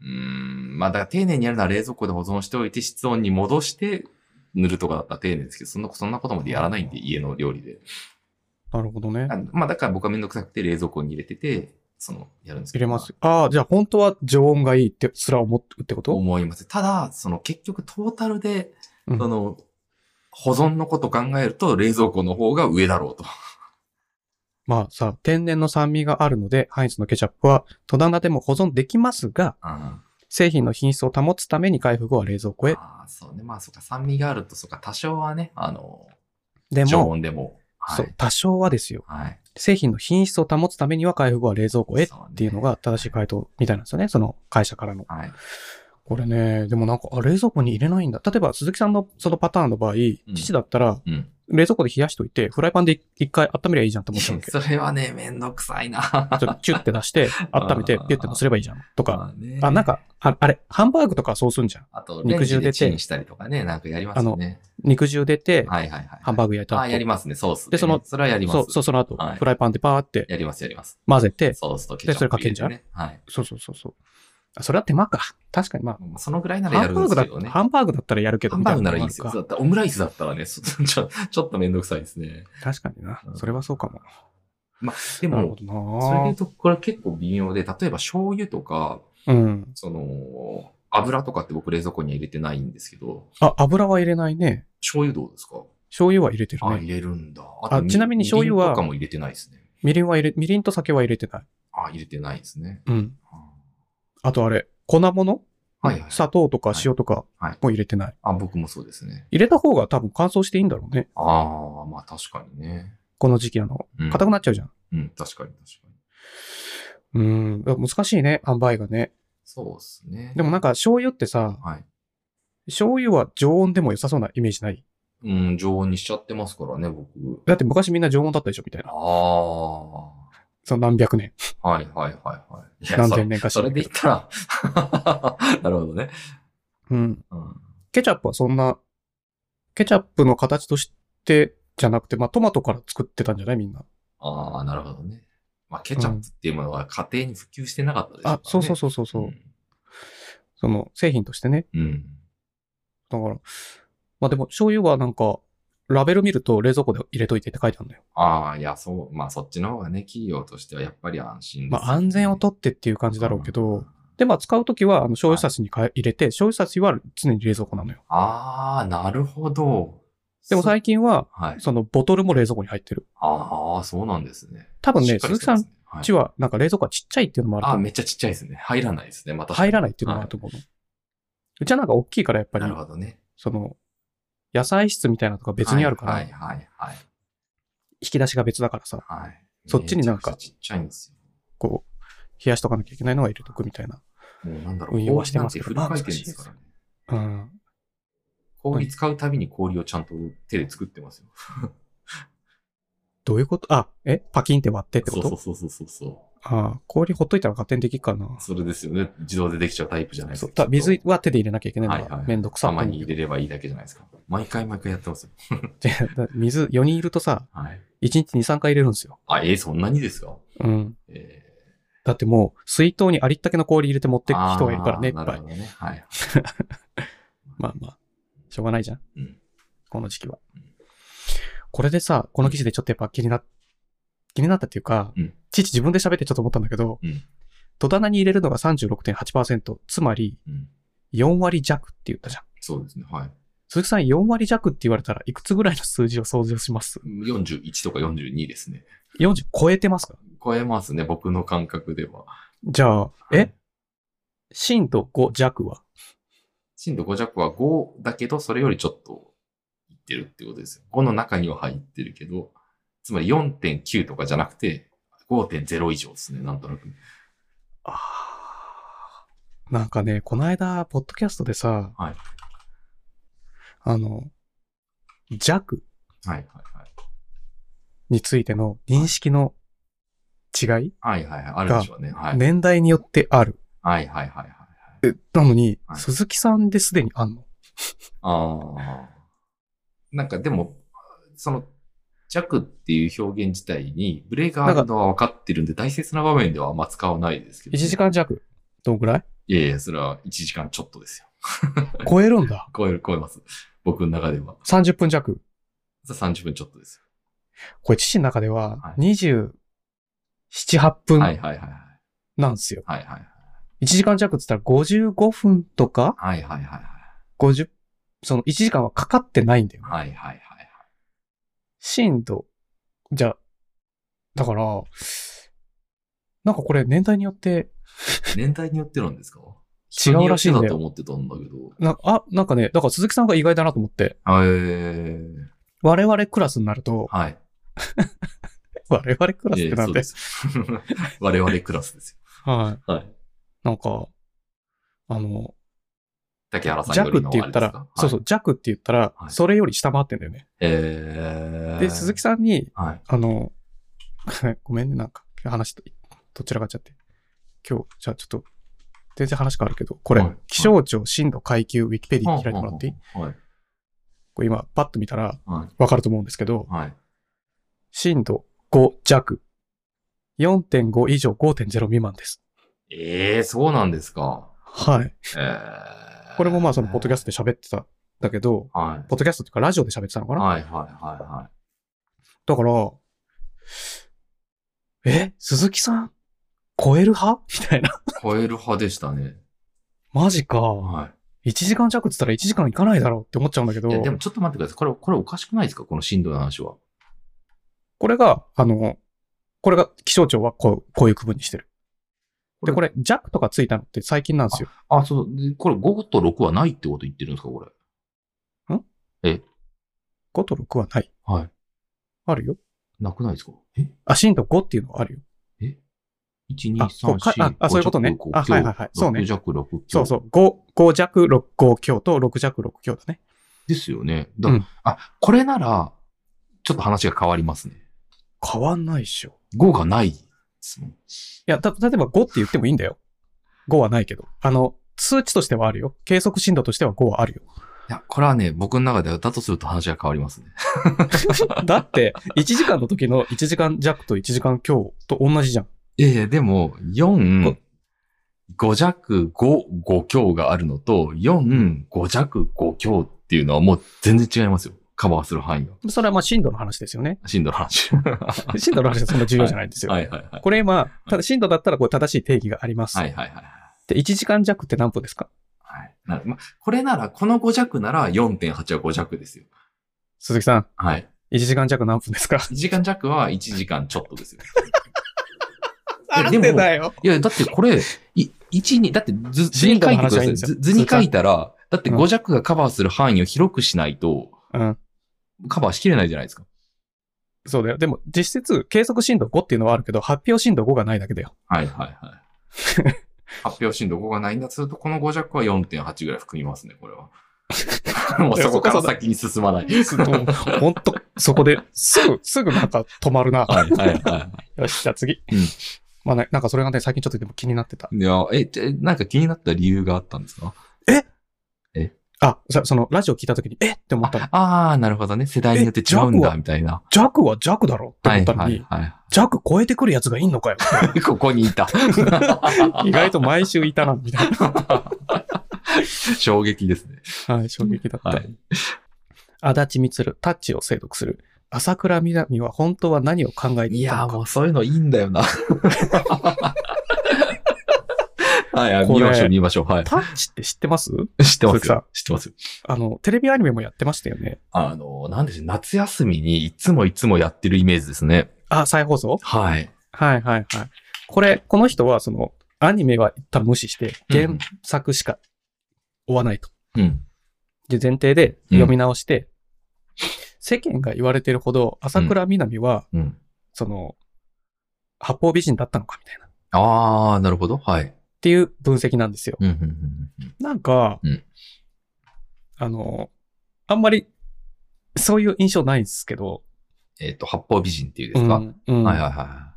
B: うーん、まあだから丁寧にやるなら冷蔵庫で保存しておいて、室温に戻して塗るとかだったら丁寧ですけど、そんな、そんなことまでやらないんで、家の料理で。
A: なるほどね
B: あ。のまあだから僕はめんどくさくて冷蔵庫に入れてて、その、やるんです
A: 入
B: け
A: れ
B: ど。
A: ます。ああ、じゃあ本当は常温がいいってすら思うってこと
B: 思います。ただ、その結局トータルで、
A: うん
B: その、保存のこと考えると冷蔵庫の方が上だろうと。
A: まあさ、天然の酸味があるので、ハインツのケチャップは戸棚でも保存できますが、
B: あ
A: 製品の品質を保つために開封後は冷蔵庫へ。
B: あー、そうね。まあそっか、酸味があると、そっか、多少はね、あの、
A: で
B: 常
A: も、
B: 温でも。は
A: そう
B: い。、
A: 多少はですよ。
B: はい。
A: 製品の品質を保つためには開封後は冷蔵庫へっ
B: そうね
A: ていうのが正しい回答みたいなんですよね。その会社からの。
B: はい。
A: これね、でもなんか、あ、冷蔵庫に入れないんだ。例えば、鈴木さんのそのパターンの場合、父だったら、
B: うん。
A: 冷蔵庫で冷やしといて、フライパンで一回温めりゃいいじゃんと思っちゃうわけ。
B: それはね、めんどくさいな。
A: ちょっとキュッて出して、温めて、
B: あー
A: ピュッてのすればいいじゃん。とか。
B: まあね
A: あ、なんか、ああれ、ハンバーグとかそうすんじゃん。
B: あと、レン
A: 肉
B: ジ
A: 汁
B: で
A: 出て
B: チンしたりとかね、なんかやりますよね。
A: 肉汁出て、
B: はいはいはい。
A: ハンバーグ焼いた後
B: あ、やりますね、ソースね。
A: でその
B: それはやります。
A: そう、そう、その後、
B: はい
A: フライパンでパーって
B: やります、やります。
A: 混ぜて、
B: ソースとケチャップ、
A: でそれかけんじゃん
B: 入れてねはい。
A: そうそうそうそう。あそれは手間か。確かにまあ、
B: そのぐらいなら
A: ハ
B: や
A: ン
B: る
A: バ
B: ん
A: ーグ
B: です
A: だ
B: け
A: っ
B: どね。
A: ハンバーグだったらやるけど
B: ハンバーグならいいんですよ。
A: みたな
B: だ
A: のも
B: ってオムライスだったらね、そ ちょちょっとめんどくさいですね。
A: あるか確かにな。それはそうかも。
B: まあ、で
A: なるほど
B: も、それで言
A: な
B: うと、これ結構微妙で、例えば醤油とか、
A: うん。
B: その、油とかって僕冷蔵庫には入れてないんですけど、
A: あ、油は入れないね。
B: 醤油どうですか
A: 醤油は入れてる
B: あ、
A: ね。
B: 入れるんだ。
A: あ
B: と
A: ちなみに醤油は
B: みりんとかも入れてないですね。
A: みりんは入れ、みりんと酒は入れてない。
B: あ、入れてないですね。
A: うん。
B: あ
A: あとあれ、粉物
B: はいはい。
A: 砂糖とか塩とか
B: はい
A: も入れてない。
B: あ、僕もそうですね。
A: 入れた方が多分乾燥していいんだろうね。
B: ああ、まあ確かにね。
A: この時期あの、
B: うん
A: 硬くなっちゃうじゃん。
B: うん、確かに確かに。
A: うん、難しいね、販売がね。
B: そうですね。
A: でもなんか醤油ってさ、
B: はい。
A: 醤油は常温でも良さそうなイメージない
B: うん、常温にしちゃってますからね、僕。
A: だって昔みんな常温だったでしょみたい
B: あ
A: な。
B: あ。
A: その何百年、
B: はいはいはいはい。いや
A: 何千年かし
B: それそれで言ったら、 なるほどね。
A: うん。
B: うん、
A: ケチャップはそんな、ケチャップの形としてじゃなくて、まあトマトから作ってたんじゃないみんな。
B: ああ、なるほどね。まあ、ケチャップっていうものは家庭に普及してなかったでしょうから、
A: あ
B: ね、
A: そうそうそうそうそう。その製品としてね。
B: うん。うん。
A: だから、まあでも醤油はなんか、ラベル見ると冷蔵庫で入れといてって書いてあるんだよ。
B: ああ、いや、そう、まあそっちの方がね、企業としてはやっぱり安心です、
A: まあ安全をとってっていう感じだろうけど、でまあ使うときはあの醤油差しにかえ入れて、醤油差しは常に冷蔵庫なのよ。
B: ああ、なるほど。
A: でも最近は、
B: 近。はい。
A: そのボトルも冷蔵庫に入ってる。
B: ああ、そうなんですね。
A: 多分ね、
B: しっかり
A: 鈴木
B: して
A: さ
B: ま
A: ん
B: すね、はい
A: ちはなんか冷蔵庫はちっちゃいっていうのもあると
B: あ
A: 思
B: あ、
A: う
B: めっちゃちっちゃいですね。入らないですね。また。
A: 入らないっていうのもあると思うの。うちはなんか大きいからやっぱり
B: な、るほどね。
A: その、野菜室みたいなのとか別にあるから、
B: はいはいはい
A: 引き出しが別だからさ、
B: はい、はい。
A: そっちになんか
B: めちゃくちゃちっちゃいんです
A: こう、冷やしとかなきゃいけないのは入れとくみたいな。
B: よ。もうなんだろう。
A: 運用はしてますけ
B: け
A: ど
B: ど。フル回転ですからね。
A: うん。
B: 氷使うたびに氷をちゃんと手で作ってますよ。
A: どういうことあ、えパキンって割ってってこと
B: そうそうそうそうそ
A: ああ、氷ほっといたら勝手にできるからな
B: う。。それですよね。自動でできちゃうタイプじゃないです
A: そう
B: か。
A: た水は手で入れなきゃいけないのが、
B: はいはい
A: めんどくさ
B: たまに入れればいいだけじゃないですか。毎回毎回やってますよ。
A: で だ水4人いるとさ、
B: はい。
A: 1日に3回入れるんですよ。
B: あ、えーそんなにですか
A: うん。
B: え
A: だってもう、水筒にありったけの氷入れて持って
B: ー
A: く人がいるからね、いっ
B: あー
A: ぱ
B: ないる。ほどね。はい。
A: まあまあ、しょうがないじゃん。
B: うん
A: この時期は
B: うん。
A: これでさ、この記事でちょっとやっぱ気にな、気になったっていうか、
B: うん
A: 父自分で喋ってちょっと思ったんだけど、
B: うん
A: 戸棚に入れるのが36.8%、つまり
B: うん。
A: 4割弱って言ったじゃん。
B: そうですね。はい。
A: 鈴木さん4割弱って言われたらいくつぐらいの数字を想像します
B: 41とか42ですね。
A: ?40 超えてますか
B: 超えますね。僕の感覚では。
A: じゃあ、
B: は
A: え
B: い
A: 震度5弱は
B: 震度5弱は5だけど、それよりちょっといってるってことですよ。5の中には入ってるけど、つまり4.9とかじゃなくて、5.0以上ですね、なんとなく。
A: あーなんかね、この間、ポッドキャストでさ、
B: はい
A: あの、弱
B: はいはい
A: についての認識の違い、
B: はい。はいはいはい。あるでしょうね。はい。
A: 年代によってある。
B: はいはいはいはい。
A: えなのに、
B: はい
A: 鈴木さんですでにあんの
B: ああ。なんかでも、その、弱っていう表現自体にブレがあるのは分かってるんで、大切な場面ではあんま使わないですけど、
A: ?1 時間弱。どんぐらい
B: いやいや、それは1時間ちょっとですよ。
A: 超えるんだ。
B: 超える、超えます。僕の中では。
A: 30分弱。
B: 30分ちょっとですよ。
A: これ、父の中では
B: は、
A: 27、8
B: はい
A: 分
B: はいはいはい。
A: なんですよ。
B: はいはい
A: 1時間弱って言ったら55分とか、
B: はい。はいはいはい
A: 50、その1時間はかかってないんだよね。
B: はい。はいはいはいはい。
A: 震度。じゃあ、だから、なんかこれ年代によって、
B: 年代によってなんですか
A: 違うらしいんだよ
B: 人によってだと思ってたんだけど。
A: なあ、なんかね、だから鈴木さんが意外だなと思って、
B: えー、
A: 我々クラスになると、
B: はい。
A: 我々クラスっ
B: え
A: て
B: ー
A: な
B: そ
A: ん
B: う
A: で
B: で、す。 我々クラスです
A: はい。
B: よ。はい。
A: なんか、あの、
B: 竹原さんよ
A: 弱
B: り
A: って
B: の。
A: 言ったら、そうそうう、弱って言ったら、
B: はい
A: それより下回ってんだよね。
B: えー、
A: で、鈴木さんに、
B: さん。はい。
A: あの、 ごめんね、なんか、話と、どちらかっちゃって。今日、じゃあちょっと、全然話変わるけど、これ、
B: はい
A: 気象庁震度階級ウィキペディ開いてもらっていい
B: はい。
A: これ今、パッと見たら
B: はい。
A: わかると思うんですけど、
B: はい。
A: 震度5弱。4.5以上5.0未満です。
B: えー、そうなんですか。
A: はい。
B: えー、
A: これもまあ、その、ポッドキャストで喋ってたんだけど、
B: ト。はい。
A: ポッドキャストっていうか、ラジオで喋ってたのかな、
B: はいはいはいはい。
A: だから、え、鈴木さん、超える派みたいな。
B: 超える派でしたね。
A: マジか。
B: はい。
A: 1時間弱って言ったら1時間いかないだろうって思っちゃうんだけど
B: いや、でもちょっと待ってください。これ、これおかしくないですかこの震度の話は。
A: これが、あの、これが気象庁はこうこういう区分にしてる。で、これ、弱とかついたのって最近なんですよ。
B: あ、そう、でこれ5と6はないってこと言ってるんですか、これ。
A: 5と6はない。
B: はい。
A: あるよ。
B: なくないですかえ
A: あ、震度5っていうのあるよ。
B: ?1、2、
A: あこう
B: 3、
A: かあ
B: 4、
A: あそういうことね
B: 5
A: あはいはいはいそうね
B: 6弱、6強。
A: そうそう。5、5弱、6、5強と6弱、6強だね。
B: ですよね。だ
A: うん
B: あ、これなら、ちょっと話が変わりますね。
A: 変わんないっしょ。
B: 5がないですもん。
A: いや、た、例えば5って言ってもいいんだよ。5はないけど。あの、数値としてはあるよ。計測振動としては5は あるよ。
B: いや、これはね、僕の中ではだとすると話が変わりますね。
A: だって、1時間の時の1時間弱と1時間強と同じじゃん。
B: ええでも、4、5弱、5、5強があるのと、4、5弱、5強っていうのはもう全然違いますよ。カバーする範囲が。
A: それはまあ震度の話ですよね。
B: 震度の 話。
A: 震度の話はそんな重要じゃないんですよ。
B: はいはいはい。
A: これまあ、ただ震度だったらこれ正しい定義があります。
B: はいはいはい。
A: で、1時間弱って何分ですか
B: はい。なま、これなら、この5弱なら4.8は5弱ですよ。
A: 鈴木さん、
B: はい。
A: 1時間弱何分ですか
B: 1時間弱は1時間ちょっとですよ。い
A: な
B: や
A: ん
B: でも
A: でだよ。
B: いや、だってこれ、い、1、2、だって図、図に
A: 震度
B: 書
A: の
B: いてくだ
A: 話
B: さ
A: はいいん
B: い。
A: ですよ
B: 図図に書いたら、だって5弱がカバーする範囲を広くしないと、
A: うん。
B: カバーしきれないじゃないですか。
A: そうだよ。でも、実質、計測震度5っていうのはあるけど、発表震度5がないだけだ よ。
B: はいはいはい。 発表震度5がないんだとすると、この5弱は4.8ぐらい含みますね、こ れは。もうそこから先に進まない。
A: ほんと、そこで、すぐ、すぐなんか止まるな。
B: はいはいは
A: よし、じゃあ次。
B: うん
A: まあね、なんかそれがね、最近ちょっとでも気になってた。
B: い。いや、え、じゃなんか気になった理由があったんですか
A: あ、そその、ラジオ聞いた時に、えって思ったの。
B: ああ、なるほどね。世代によって違うん
A: え弱
B: だ、
A: は
B: みたいな。
A: 弱は弱だろって
B: は
A: 思っ
B: い
A: たのに、
B: はいは
A: 弱超えてくるやつがいんの かよ。
B: い。ここにいた。
A: 意外と毎週いたな、みたい
B: 衝撃ですね。
A: な。 はい、衝撃だった。
B: はい。
A: 足立みつる、タッチを精読する。朝倉みなみは本当は何を考えて
B: い
A: いた
B: や
A: の
B: ー
A: か。
B: もうそういうのいいん だよな。はいはい、
A: これ
B: 見ましょう、見ましょう。はい。
A: タッチって知ってます
B: 知ってます
A: 鈴木さん
B: よ。知ってますよ。
A: あの、テレビアニメもやってましたよね。
B: あの、なんでしょう、夏休みにいつもいつもやってるイメージですね。
A: あ、再放送
B: はい。
A: はいはいはい。これ、この人は、その、アニメは一旦無視して、
B: う
A: 原
B: ん
A: 作しか追わないと。
B: うん。
A: で前提で読み直して、世間が言われてるほど、朝倉みなみは、
B: うん。
A: その、八方美人だったのかみたいな、っ
B: ああ、なるほど。はい。
A: ていう分析なんですよ。
B: うん、うん、うんうん。
A: なんか、
B: うん
A: あの、あんまり、そういう印象ないんですけど、
B: えっ、と、八方美人っていうですか、
A: うんうん
B: はいはいは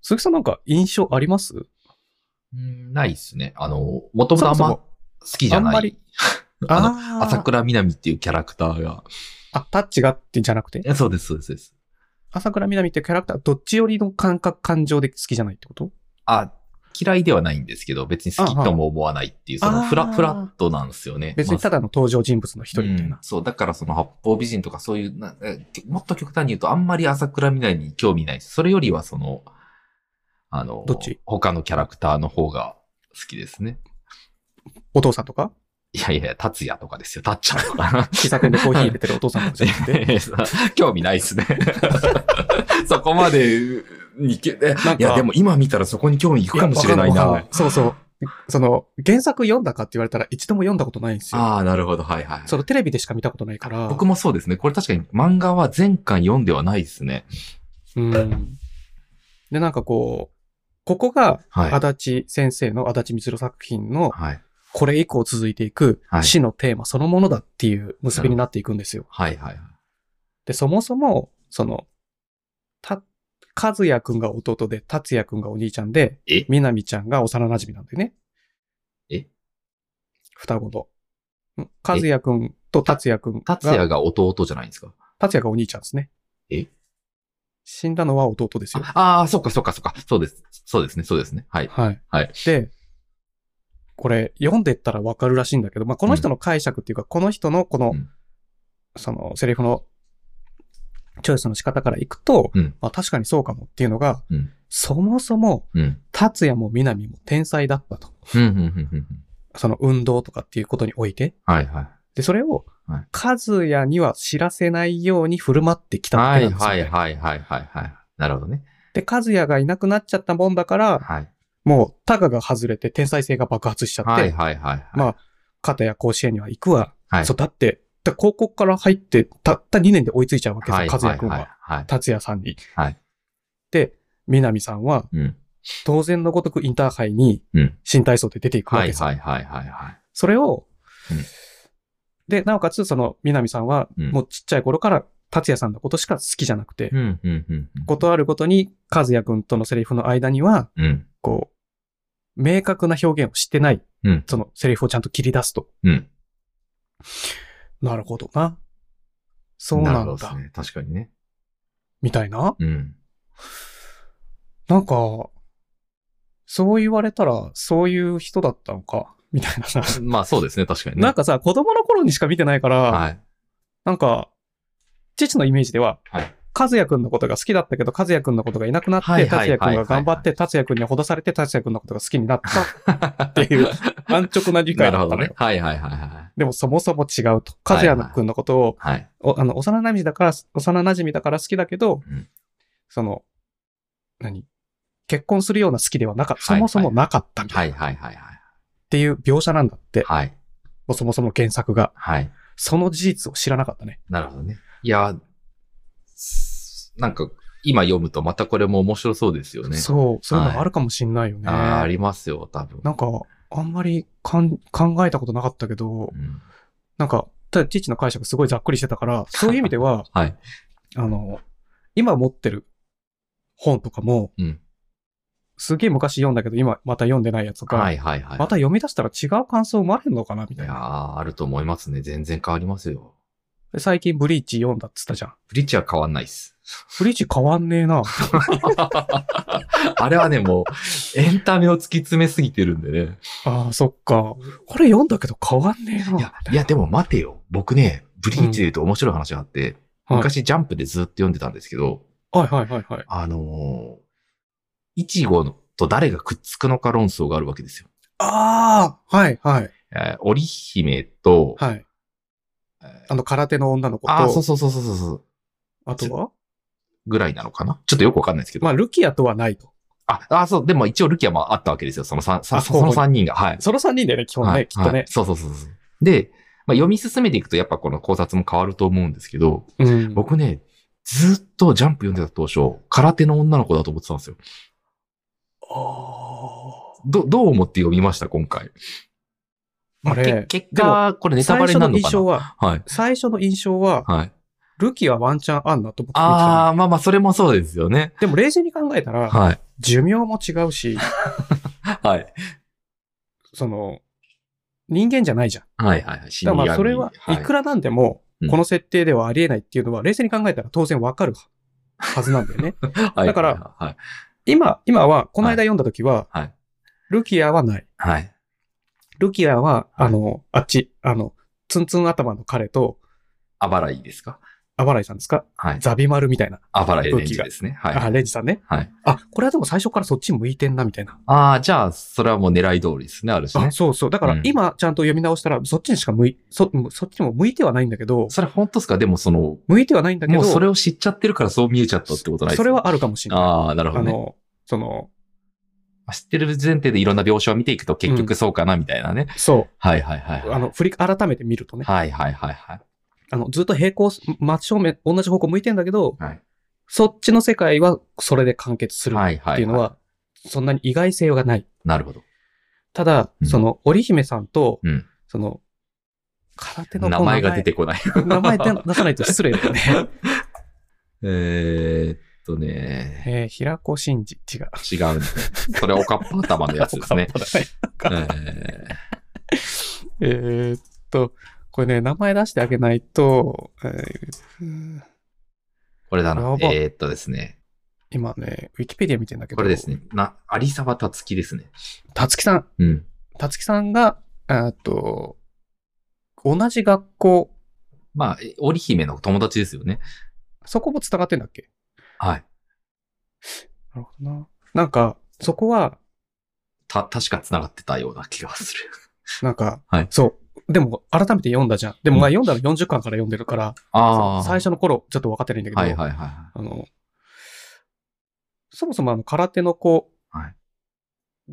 A: 鈴木さんなんか印象あります
B: い。うん、ないっすね。あの、もともとあんま好きじゃ
A: あん
B: な
A: ま
B: い
A: り。
B: あの
A: あー
B: 朝倉みなみっていうキャラクターが。
A: あ、タッチがってじゃなくて
B: えそうです、そうです、そうです。
A: 朝倉みなみっていうキャラクター、どっちよりの感覚、感情で好きじゃないってこと
B: あ、嫌いではないんですけど、別に好きとも思わないっていう、そのフ
A: あ
B: ラ、
A: ー
B: フラットなんですよね。
A: 別にただの登場人物の一人みたい
B: うん
A: な。
B: そう、だからその八方美人とかそういうな、えもっと極端に言うとあんまり朝倉みなみに興味ないです。それよりはその、あの、
A: どっち
B: 他のキャラクターの方が好きですね。
A: お父さんとか
B: いやいや、達也とかですよ。たっちゃん とか。
A: 喫茶店でコーヒー入れてるお父さんとかじゃなくて。
B: 興味ないです ね。そこまでにけ、
A: な
B: え
A: んか
B: いや、でも今見たらそこに興味いくかもしれな
A: やわ
B: い
A: かん
B: な。
A: わかんそうそう。その、原作読んだかって言われたら一度も読んだことないんですよ。
B: ああ、なるほど。はいはい。
A: そのテレビでしか見たことないから。
B: 僕もそうですね。これ確かに漫画は全巻読んではないですね。
A: うん。で、なんかこう、ここが、
B: はい。
A: 足立先生の足立みつる作品の、
B: はい。
A: これ以降続いていく
B: はい
A: 死のテーマそのものだっていう結びになっていくんですよ。
B: はいはい。
A: で、そもそも、その、た、和也くんが弟で、達也くんがお兄ちゃんで、
B: え
A: みなみちゃんが幼馴染なんだよね。
B: え
A: 双子の。ん和也くんと達也くんが、
B: 達也が弟じゃないんですか
A: 達也がお兄ちゃんですね。
B: え
A: 死んだのは弟ですよ。
B: ああー、そっかそっかそっか。そうです。そうですね。そうですね。はい。
A: はい。
B: はい
A: で、これ、読んでったらわかるらしいんだけど、まあ、この人の解釈っていうか、この人のこの、
B: うん
A: その、セリフの、チョイスの仕方からいくと、
B: うん
A: まあ、確かにそうかもっていうのが、
B: うん
A: そもそも、
B: うん。
A: 達也も南も天才だったと。
B: うん、うん、うん、うん。
A: その運動とかっていうことにおいて。
B: はいはい。
A: で、それを
B: はい、
A: 和也には知らせないように振る舞ってきたわ
B: は
A: けないんですよ、
B: は
A: ね
B: いはいはいはいはい。なるほどね。
A: で、和也がいなくなっちゃったもんだから、
B: はい。
A: もう、タガが外れて天才性が爆発しちゃって、
B: はいはいはいはい。
A: まあ、片や甲子園には行くわ、
B: はい
A: そう、だって、だから高校から入って、たった2年で追いついちゃうわけです
B: はい
A: よ、和
B: は
A: 也
B: い
A: くん
B: はい
A: は。
B: はい。
A: 達也さんに。
B: はい
A: で、南さんは、
B: うん。
A: 当然のごとくインターハイに
B: うん。
A: 新体操で出ていくわ
B: は
A: け
B: い
A: ですよ。
B: はいはいはいはい。
A: それを、
B: うん
A: で、なおかつ、その、南さんは、
B: うん
A: もうちっちゃい頃から、達也さんのことしか好きじゃなくて、
B: うんうんうんうん。
A: ことあるごとに、和也くんとのセリフの間には、
B: うん。
A: こう、明確な表現をしてない、
B: うん
A: そのセリフをちゃんと切り出すと。
B: うん。
A: なるほどな。そうなん
B: る
A: だ。
B: ほどですね。確かにね。
A: みたいな。
B: うん。
A: なんか、そう言われたら、そういう人だったのか。みたいなさ。
B: まあそうですね、確かにね。
A: なんかさ、子供の頃にしか見てないから、
B: はい。
A: なんか、父のイメージでは、
B: はい
A: 和也くんのことが好きだったけど、和也くんのことがいなくなって、
B: はいはい
A: 達也く
B: は
A: ん
B: いは
A: が
B: い
A: 頑張って、達也くんにほどされて、達也くんのことが好きになっ たっていう、安直な理解
B: なる
A: だ
B: ほ
A: ったの
B: どね
A: よ。。
B: はいはいはいはい。
A: でもそもそも違うと。和
B: はいはい
A: 也くんのことを、
B: はい。
A: おあの、幼馴染だから、幼馴染だから好きだけど、
B: うん
A: その、何結婚するような好きではなかった。そ
B: はい
A: もそもなかったっ
B: はいはいはいはい。
A: ていう描写なんだって、
B: はい。
A: もうそもそも原作が。
B: はい。
A: その事実を知らなかったね。
B: なるほどね。いや、すなんか、今読むとまたこれも面白そうですよね。
A: そう、そういうの
B: はい
A: あるかもしんないよね。
B: あーありますよ、多分。
A: なんか、あんまりかん考えたことなかったけど
B: う、ん
A: なんか、ただ、ティッチの解釈すごいざっくりしてたから、そういう意味では、
B: はい。
A: あの、今持ってる本とかも、
B: うん
A: すげえ昔読んだけど、今また読んでないやつとか、
B: はいはいはい。
A: また
B: い
A: 読み出したら違う感想生まれんのかなみたい
B: や
A: な。
B: ーあると思いますね。全然変わりますよ。
A: で最近ブリーチ読んだっつったじゃん。
B: ブリッジは変わんないっす。
A: ブリーチ変わんねえな。
B: あれはね、もう、エンタメを突き詰めすぎてるんでね。
A: ああ、そっか。これ読んだけど変わんねえな。
B: いや、いや、でも待てよ。僕ね、ブリーチで言うと面白い話があって、
A: はい
B: 昔ジャンプでずっと読んでたんですけど、
A: はいはいはいはい。
B: あのー、イチゴと誰がくっつくのか論争があるわけですよ。
A: ああ、はいはい。
B: えー織姫と、
A: はい。
B: えー
A: あの、空手の女の子と、
B: あー、そう
A: あ
B: そうそうそうそうそう、
A: とは
B: ぐらいなのかなちょっとよくわかんないですけど。
A: まあ、ルキアとはないと。
B: あ、あ、そう、でも一応ルキアもあったわけですよ。その三、
A: あ
B: さ
A: そ
B: そうの三人が。はい。
A: その3人だよね、基本ね、
B: はい
A: きっと
B: はい
A: ね。
B: そうそうそうそう。で、まあ、読み進めていくとやっぱこの考察も変わると思うんですけど、
A: うん。
B: 僕ね、ずっとジャンプ読んでた当初、空手の女の子だと思ってたんですよ。
A: あ
B: ど、どう思って読みました、今回。
A: あれ
B: け結果、これ
A: ー
B: ネタ
A: 最
B: バレ
A: 初
B: にな
A: の
B: るの
A: 印
B: か
A: 象
B: な
A: は、
B: はい。
A: 最初の印象は、
B: はい。
A: ルキアワンチャンあんなと僕見てた
B: あ
A: の
B: あ、まあまあ、それもそうですよね。
A: でも冷静に考えたら、
B: はい。
A: 寿命も違うし、
B: はい。
A: その、人間じゃないじゃん。
B: はいはいはい。
A: だからまあそれは、いくらなんでも
B: う、ん
A: この設定ではありえないっていうのは、冷静に考えたら当然わかる はずなんだよね。
B: ら
A: だから、
B: はい。
A: 今、今は、この間読んだ時は、
B: はい。
A: ルキアはない。
B: はい。
A: ルキアは、
B: はい
A: あの、あっち、あの、ツンツン頭の彼と、
B: あばらいいですか
A: アバライさんですか
B: はい。
A: ザビマルみたいな。
B: あばらいレンジですね。はい。
A: あ、レイジさんね。
B: はい。
A: あ、これはでも最初からそっち向いてんな、みたいな。
B: ああ、じゃあ、それはもう狙い通りですね、あるしね
A: あ。そうそう。だから
B: うん
A: 今ちゃんと読み直したら、そっちにしか向い、そ、そっちにも向いてはないんだけど、
B: それ本当ですかでもその、
A: 向いてはないんだけど、
B: もうそれを知っちゃってるからそう見えちゃったってことないです
A: そ
B: か
A: れはあるかもしれない。
B: ああ、なるほ
A: あ
B: どね。
A: の、その、
B: まあ知ってる前提でいろんな描写を見ていくと結局そうかなみたいなね。
A: そ
B: はいはいはい、
A: う。
B: はい。
A: あの、振り、改めて見るとね。
B: はいはいはいはい。
A: あの、ずっと平行す、真正面、同じ方向向いてんだけど、
B: はい
A: そっちの世界はそれで完結するっ
B: はいはい。
A: ていうのは、、そんなに意外性がない。
B: なるほど。
A: ただ、
B: うん
A: その、織姫さんと、
B: うん
A: その、空手の
B: 名前が出てこない。
A: この名前名前出さないと失礼だよね。
B: えーっとね、
A: えー、平子真二、違う。。
B: 違うんで。それはおかっぱ頭のやつですね
A: 他の方だね
B: え
A: 他の方
B: ー
A: えーっと、これね、名前出してあげないと、えー
B: これだな
A: やば。
B: えーっとですね。
A: 今ね、ウィキペディア見てんだけど、
B: これですね。な、有沢たつきですね。
A: たつきさん、
B: うん。
A: たつきさんが、えーっと、同じ学校、
B: まあ、え織姫の友達ですよね。
A: そこも繋がってんだっけ
B: はい。
A: なるほどな。なんか、そこは、
B: た、確か繋がってたような気が する。
A: なんか、
B: はい
A: そう。でも、改めて読んだじゃん。でも、まあ、読んだの40巻から読んでるから、
B: ああ。
A: 最初の頃、ちょっと分かってないんだけど、
B: はいはいはい。
A: あの、そもそもあの、空手の子
B: はい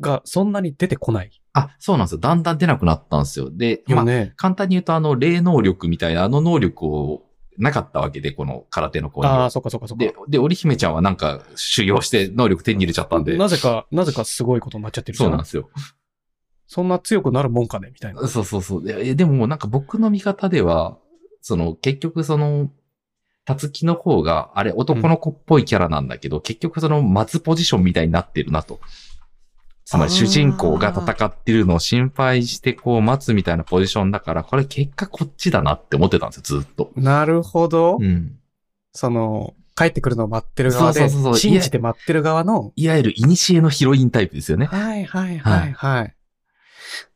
A: がそんなに出てこない。
B: あ、そうなんですよ。だんだん出なくなったんですよ。で、ま
A: よ
B: あ、
A: ね。
B: 簡単に言うと、あの、霊能力みたいな、あの能力を、なかったわけで、この空手の子に
A: あ
B: は
A: あ、。そっかそっかそっか
B: で。、で、織姫ちゃんはなんか修行して能力手に入れちゃったんで。
A: なぜか、なぜかすごいことになっちゃってるじゃ。
B: そうんなんですよ。
A: そんな強くなるもんかねみたいな。
B: そうそうそう。でえでも、なんか僕の見方では、その、結局その、たつきの方が、あれ、男の子っぽいキャラなんだけど、結局その、松ポジションみたいになってるなと。つまり、
A: あー
B: 主人公が戦ってるのを心配して、こう、待つみたいなポジションだから、これ結果こっちだなって思ってたんですよ、ずっと。
A: なるほど。
B: うん。
A: その、帰ってくるのを待ってる側で、
B: そうそうそうそう
A: 信じて待ってる側の、
B: いわゆる、古のヒロインタイプですよね。
A: はいはいはいはい。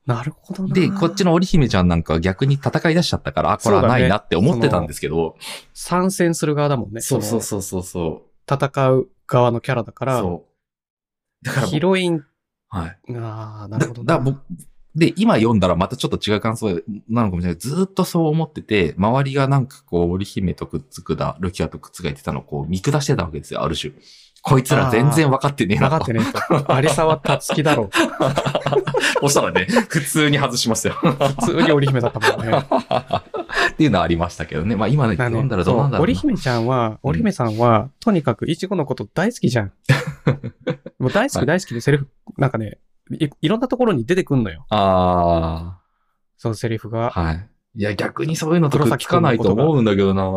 A: なるほどな。
B: で、こっちの織姫ちゃんなんかは逆に戦い出しちゃったから、あ、これはないなって思ってたんですけど、
A: 参戦する側だもんね。
B: そうそう
A: そ
B: そうそうそ
A: の戦う側のキャラだか
B: う。
A: ら、
B: そう。だから僕、
A: ヒロイン、
B: はい。
A: ああ、な
B: だ
A: るほどな
B: だ僕、で、今読んだらまたちょっと違う感想なのかもしれない。ずーっとそう思ってて、周りがなんかこう、織姫とくっつくだ、ルキアとくっつがいてたのをこう、見下してたわけですよ、ある種。こいつら全然分かってねえな
A: 分か
B: と。
A: ってねえ と。有沢たつきだろ。
B: そした らね、普通に外しますよ。
A: 普通に織姫だった もんね。
B: っていうのはありましたけどね。まあ今ね、
A: だね
B: 読んだらどうなんだ
A: そう
B: ろ
A: 織
B: うな。
A: 姫ちゃんは、織姫さんは、とにかくいちごのこと大好き じゃん。もう大好き
B: はい
A: 大好きでセリフ、なんかねい、いろんなところに出てくんのよ。
B: あ
A: そのセリフが。
B: あ。はい。いや、逆にそういうのとくっつかないと思うんだけどな。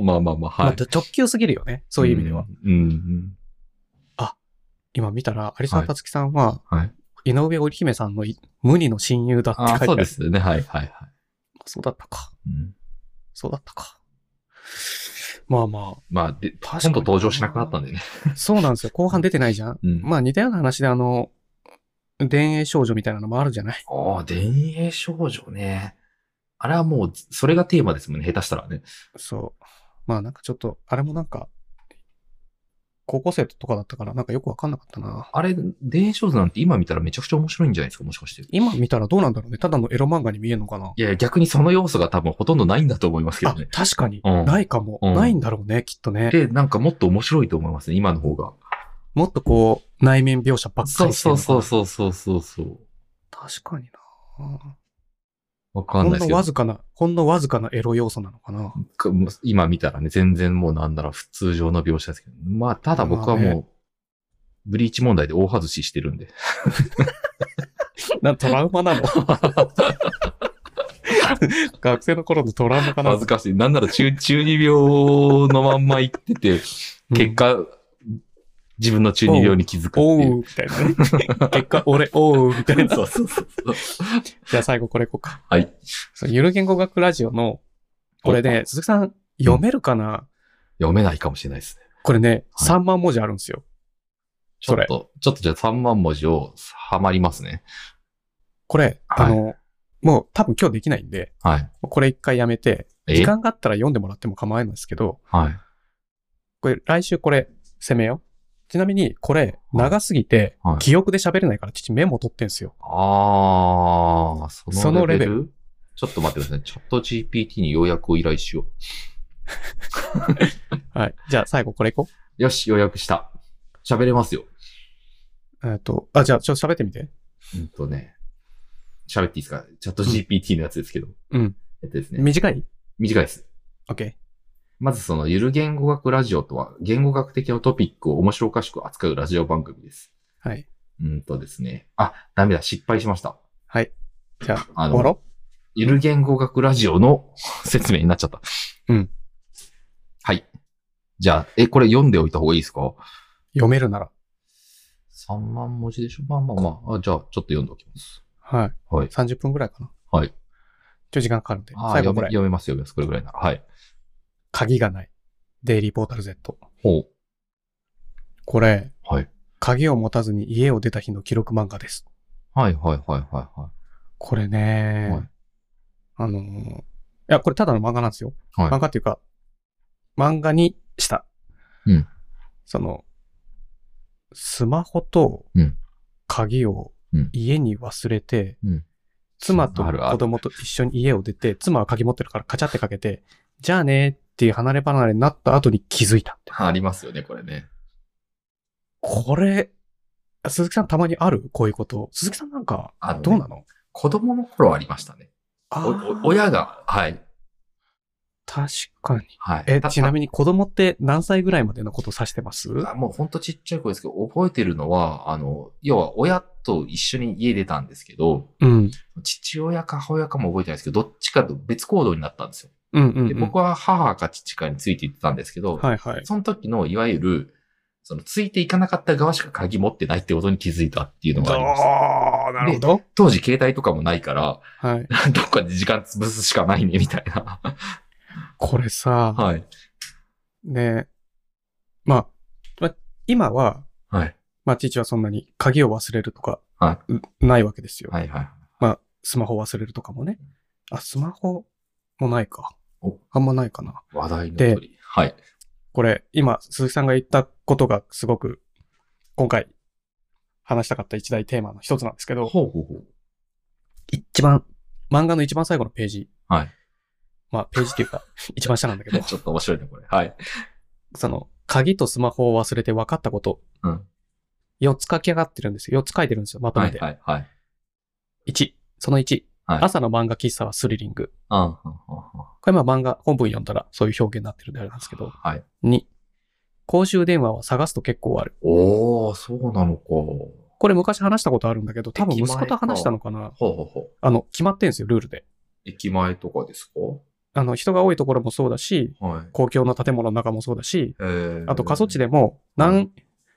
B: まあまあまあ、
A: ま
B: は
A: あ
B: い。
A: 直球すぎるよね。そういう意味では。。
B: うん。うん
A: 今見たら、有沢たつきさんは、
B: はいはい
A: 井上織姫さんのい無二の親友だって書い
B: あ
A: てあ
B: あ、
A: る。
B: そうですよね。はいはいはい。
A: そうだったか。
B: うん
A: そうだったか。まあま
B: まあ、で、
A: 確か
B: ほ
A: に
B: とんど登場しなくなったんでね。
A: あ、そうなんですよ。後半出てないじゃん。
B: うん
A: まあ似たような話で、あの、田園少女みたいなのもあるじゃない。
B: ああ、田園少女ね。あれはもう、それがテーマですもんね、下手したらね。
A: そう。まあなんかちょっと、あれもなんか、高校生とかだったからなんかよくわかんなかったな。
B: あれ、田園少女なんて今見たらめちゃくちゃ面白いんじゃないですか、もしかして。い
A: 今見たらどうなんだろうね。ただのエロ漫画に見えるのかな。
B: やいや、逆にその要素が多分ほとんどないんだと思いますけど
A: あ
B: ね、。
A: 確かに。
B: うん
A: ないかも。
B: うん
A: ないんだろうね、きっとね。
B: で、なんかもっと面白いと思いますね、今の方が。
A: もっとこう、内面描写ばっか
B: そう
A: りしてる
B: そ
A: の
B: う
A: かな
B: そうそうそうそうそう。
A: 確かにな。
B: わか
A: ほ
B: ん
A: ん
B: ないです
A: の
B: けど
A: わ。ずかな、ほんのわずかなエロ要素なの かな。
B: か今見たらね、全然もうなんなら普通上の描写ですけど。まあ、ただ僕は
A: まあ
B: もう、ブリーチ問題で大外ししてるんで。
A: なトラウマな の学生の頃のトラウマかな。
B: 恥ずかしい。なんなら中、 中二病のまんま行ってて、結果、自分の中二病に気づくって
A: おう
B: い、う。
A: みたいなね。 結果、俺、おう、みたいな。
B: そうそうそうそう。
A: じゃあ最後これいこうか。
B: はい。
A: そうゆる言語学ラジオの、これね、鈴木さん、読めるかな、
B: 読めないかもしれないですね。
A: これね、
B: はい
A: 3万文字あるんですよ。
B: ちょ
A: それ
B: っと、ちょっとじゃあ3万文字をはまりますね。
A: これ、
B: は
A: あ
B: い
A: の、もう多分今日できないんで、
B: はい。
A: これ一回やめて、時
B: え
A: 間があったら読んでもらっても構わないんですけど、
B: はい。
A: これ来週これ攻めよう。ちなみにこれ長すぎて
B: はい
A: 記憶で喋れないから父メモ取ってんすよ。
B: あー、その
A: そのレベル
B: レベルちょっと待ってください。チャット GPT に要約を依頼しよ
A: はい。じゃあ最後これいこ
B: う。よし、要約した。喋れますよ。
A: う。えっと、あ、じゃあちょっと喋ってみて。
B: うんとね。喋っていいですかチャット GPT のやつですけど。
A: うん。
B: えっとですね。
A: 短い
B: 短いです。
A: ?OK。
B: まずそのゆる言語学ラジオとは、言語学的なトピックを面白おかしく扱うラジオ番組です。
A: はい。
B: うんとですね。あ、ダメだ、失敗しました。
A: はい。じゃあ、
B: あ
A: 終わ
B: の、
A: ろ
B: ゆる言語学ラジオの 説明になっちゃった。
A: うん。
B: はい。じゃあ、え、これ読んでおいた方がいいですか
A: 読めるなら。
B: ?3 万文字でしょまあまあまああ。じゃあ、ちょっと読んでおきます。
A: はい。
B: はい。
A: 30分ぐらいかな。
B: はい。
A: ちょ、時間かかるんで。
B: あー
A: 最後
B: 読
A: こ
B: め
A: れ。
B: 読めます、読めます。これぐらいなら。はい。
A: 鍵がない。デイリーポータル Z。
B: ほう。
A: これ、
B: はい。
A: 鍵を持たずに家を出た日の記録漫画です。
B: はい、はい、はい、はい、はい。
A: これね、
B: はい
A: あのーいや、これただの漫画なんですよ。
B: はい
A: 漫画っていうか、漫画にした。
B: うん
A: その、スマホと
B: うん
A: 鍵を
B: うん
A: 家に忘れて、
B: うん
A: 妻と
B: あるある
A: 子供と一緒に家を出て、妻は鍵持ってるからカチャってかけて、じゃあねーっていう離れ離れになった後に気づいた。
B: ありますよね、これね。
A: これ、鈴木さんたまにあるこういうこと。鈴木さんなんか
B: あのね、
A: どうなの
B: 子供の頃ありましたね。
A: あ
B: お
A: ー
B: お親が、はい。
A: 確かに。
B: はい。
A: え、
B: た
A: ちなみに子供って何歳ぐらいまでのことを指してます
B: あもうほんとちっちゃい子ですけど、覚えてるのは、あの、要は親と一緒に家出たんですけど、
A: うん。
B: 父親か母親かも覚えてないですけど、どっちかと別行動になったんですよ。
A: うんうん、うん。
B: で僕は母か父かについていってたんですけど、
A: はいはい。
B: その時のいわゆる、そのついていかなかった側しか鍵持ってないってことに気づいたっていうのがありました。
A: あーなるほど。
B: 当時携帯とかもないから、
A: はい。
B: どっかで時間潰すしかないね、みたいな。
A: これさ、
B: はい。
A: ねまあ、まあ、今は、
B: はい。
A: まあ、父はそんなに鍵を忘れるとか、
B: は
A: うないわけですよ。
B: はいはい。
A: まあ、スマホ忘れるとかもね。あ、スマホもないか
B: お。
A: あんまないかな。
B: 話題の
A: で
B: 通り。はい。
A: これ、今、鈴木さんが言ったことがすごく、今回、話したかった一大テーマの一つなんですけど、
B: ほうほうほう。
A: 一番、漫画の一番最後のページ。
B: はい。
A: まあ、ページって いうか、一番下なんだけど、
B: ちょっと面白いね、これ。はい。
A: その、鍵とスマホを忘れて分かったこと。
B: うん
A: 4つ書き上がってるんですよ。4つ書いてるんですよ。まと
B: は
A: め
B: い
A: て。
B: はいはい。
A: 1、その1、
B: はい
A: 朝の漫画喫茶はスリリング。
B: うんうんうんうん
A: これまあ漫画、本文読んだらそういう表現になってるんであれなんですけど。
B: はい。
A: 2、公衆電話は探すと結構ある。
B: おー、そうなのか。
A: これ昔話したことあるんだけど、多分
B: 駅前
A: 息子と話したのかな。
B: ほうほうほう。
A: あの、決まってんですよ、ルールで。
B: 駅前とかですか
A: あの、人が多いところもそうだし、
B: はい。
A: 公共の建物の中もそうだし、
B: えー
A: あと過疎地でも何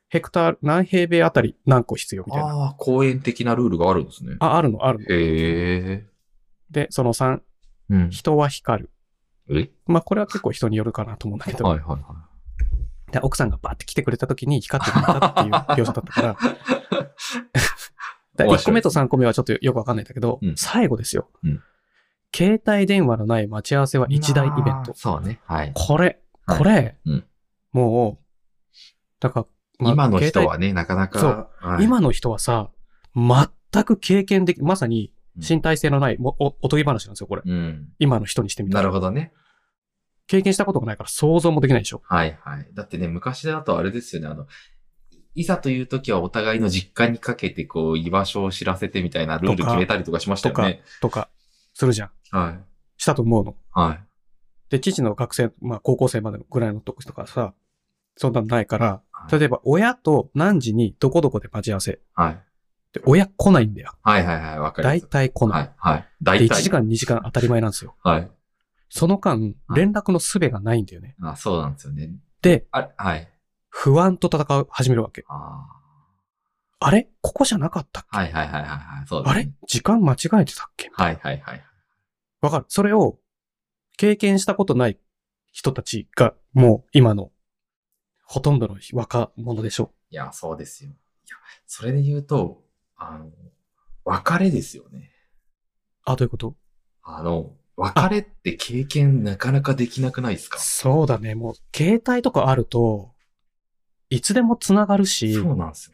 A: ヘクタール、何平米あたり何個必要みたいな。
B: ああ、公園的なルールがあるんですね。
A: あ、あるの、あるの。
B: へえ。
A: で、その3、
B: うん。
A: 人は光る。
B: え
A: まあ、これは結構人によるかなと思うんだけど、
B: はいはいは
A: で奥さんがバーって来てくれた時に光ってくれた っていう描写だったから、だ
B: 面白い
A: 1個目と3個目はちょっとよくわかんないんだけど、
B: うん
A: 最後ですよ、
B: うん。
A: 携帯電話のない待ち合わせはい一大イベント。
B: そうね。はい。
A: これ、
B: はい
A: これ、
B: うん
A: もう、だから、まあ
B: 今の人
A: 携
B: はね、なかなか。
A: そう
B: は
A: 帯
B: い、
A: 今の人はさ、全く経験でき、まさに身体性のない、もおおとぎ話なんですよ、これ。
B: うん。
A: 今の人にしてみた
B: な
A: ら。
B: るほどね。
A: 経験したことがないから想像もできないでしょ。
B: はいはい。だってね、昔だとあれですよね、あの、いざという時はお互いの実家にかけて、こう、居場所を知らせてみたいなルール
A: とか
B: 決めたりとかしましたよね。
A: とか、するじゃん。
B: はい。
A: したと思うの。
B: はい。
A: で、父の学生、まあ高校生までのぐらいの時とかさ、そんなのないから、
B: はい
A: 例えば親と何時にどこどこで待ち合わせ。
B: はい。
A: で、親来ないんだよ。
B: はいはいはい。わかりま
A: 大
B: す。
A: 体来
B: は
A: ない。
B: いはい。
A: で、
B: 大
A: 1
B: 体。
A: 時間2時間当たり前なんですよ。
B: はい。
A: その間、
B: はい
A: 連絡の術がないんだよね。
B: あ、そうなんですよね。
A: で、
B: あれ、はい。
A: 不安と戦う、始めるわけ。
B: あ
A: あれここじゃなかったっけ
B: あ。はいはいはいはいはい。そうで
A: あ
B: すね
A: れ時間間違えてたっけ
B: はいはいはい。
A: わかる。それを経験したことない人たちが、もう今のほとんどの若者でしょ
B: いや、そうですよ。いや、それで言うと、あの、別れですよね。
A: う。あ、どういうこと
B: あの、別れって経験なかなかできなくないですか
A: そうだね。もう、携帯とかあると、いつでも繋がるし、
B: そうなんですよ。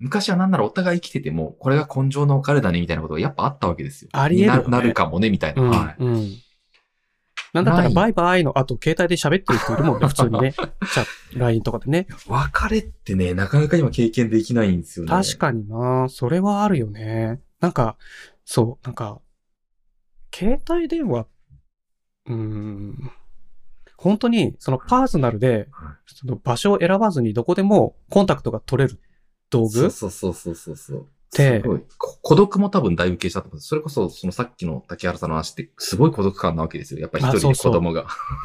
B: 昔はなんならお互い生きてても、これが根性の別れだねみたいなことがやっぱあったわけですよ。
A: ありえるよね
B: にななるかもねみたいな。
A: うん、
B: はい。
A: うん。なんだった
B: な
A: ら、
B: い
A: バイバイの後、携帯で喋ってる人いるもん ね、普通にね。じゃあ、LINE とかでね。
B: 別れってね、なかなか今経験できないんですよね。
A: 確かになそれはあるよね。なんか、そう、なんか、携帯電話、うーん、本当に、そのパーソナルで
B: はい、
A: その場所を選ばずにどこでもコンタクトが取れる道
B: そう
A: 具
B: そうそうそうそうそう。
A: て
B: すごいこ孤独も多分だいぶ消したと思うんです。それこそ、そのさっきの竹原さんの話って、すごい孤独感なわけですよ。やっぱり一
A: あそ
B: 人
A: う
B: で
A: そ
B: 子
A: う
B: 供が。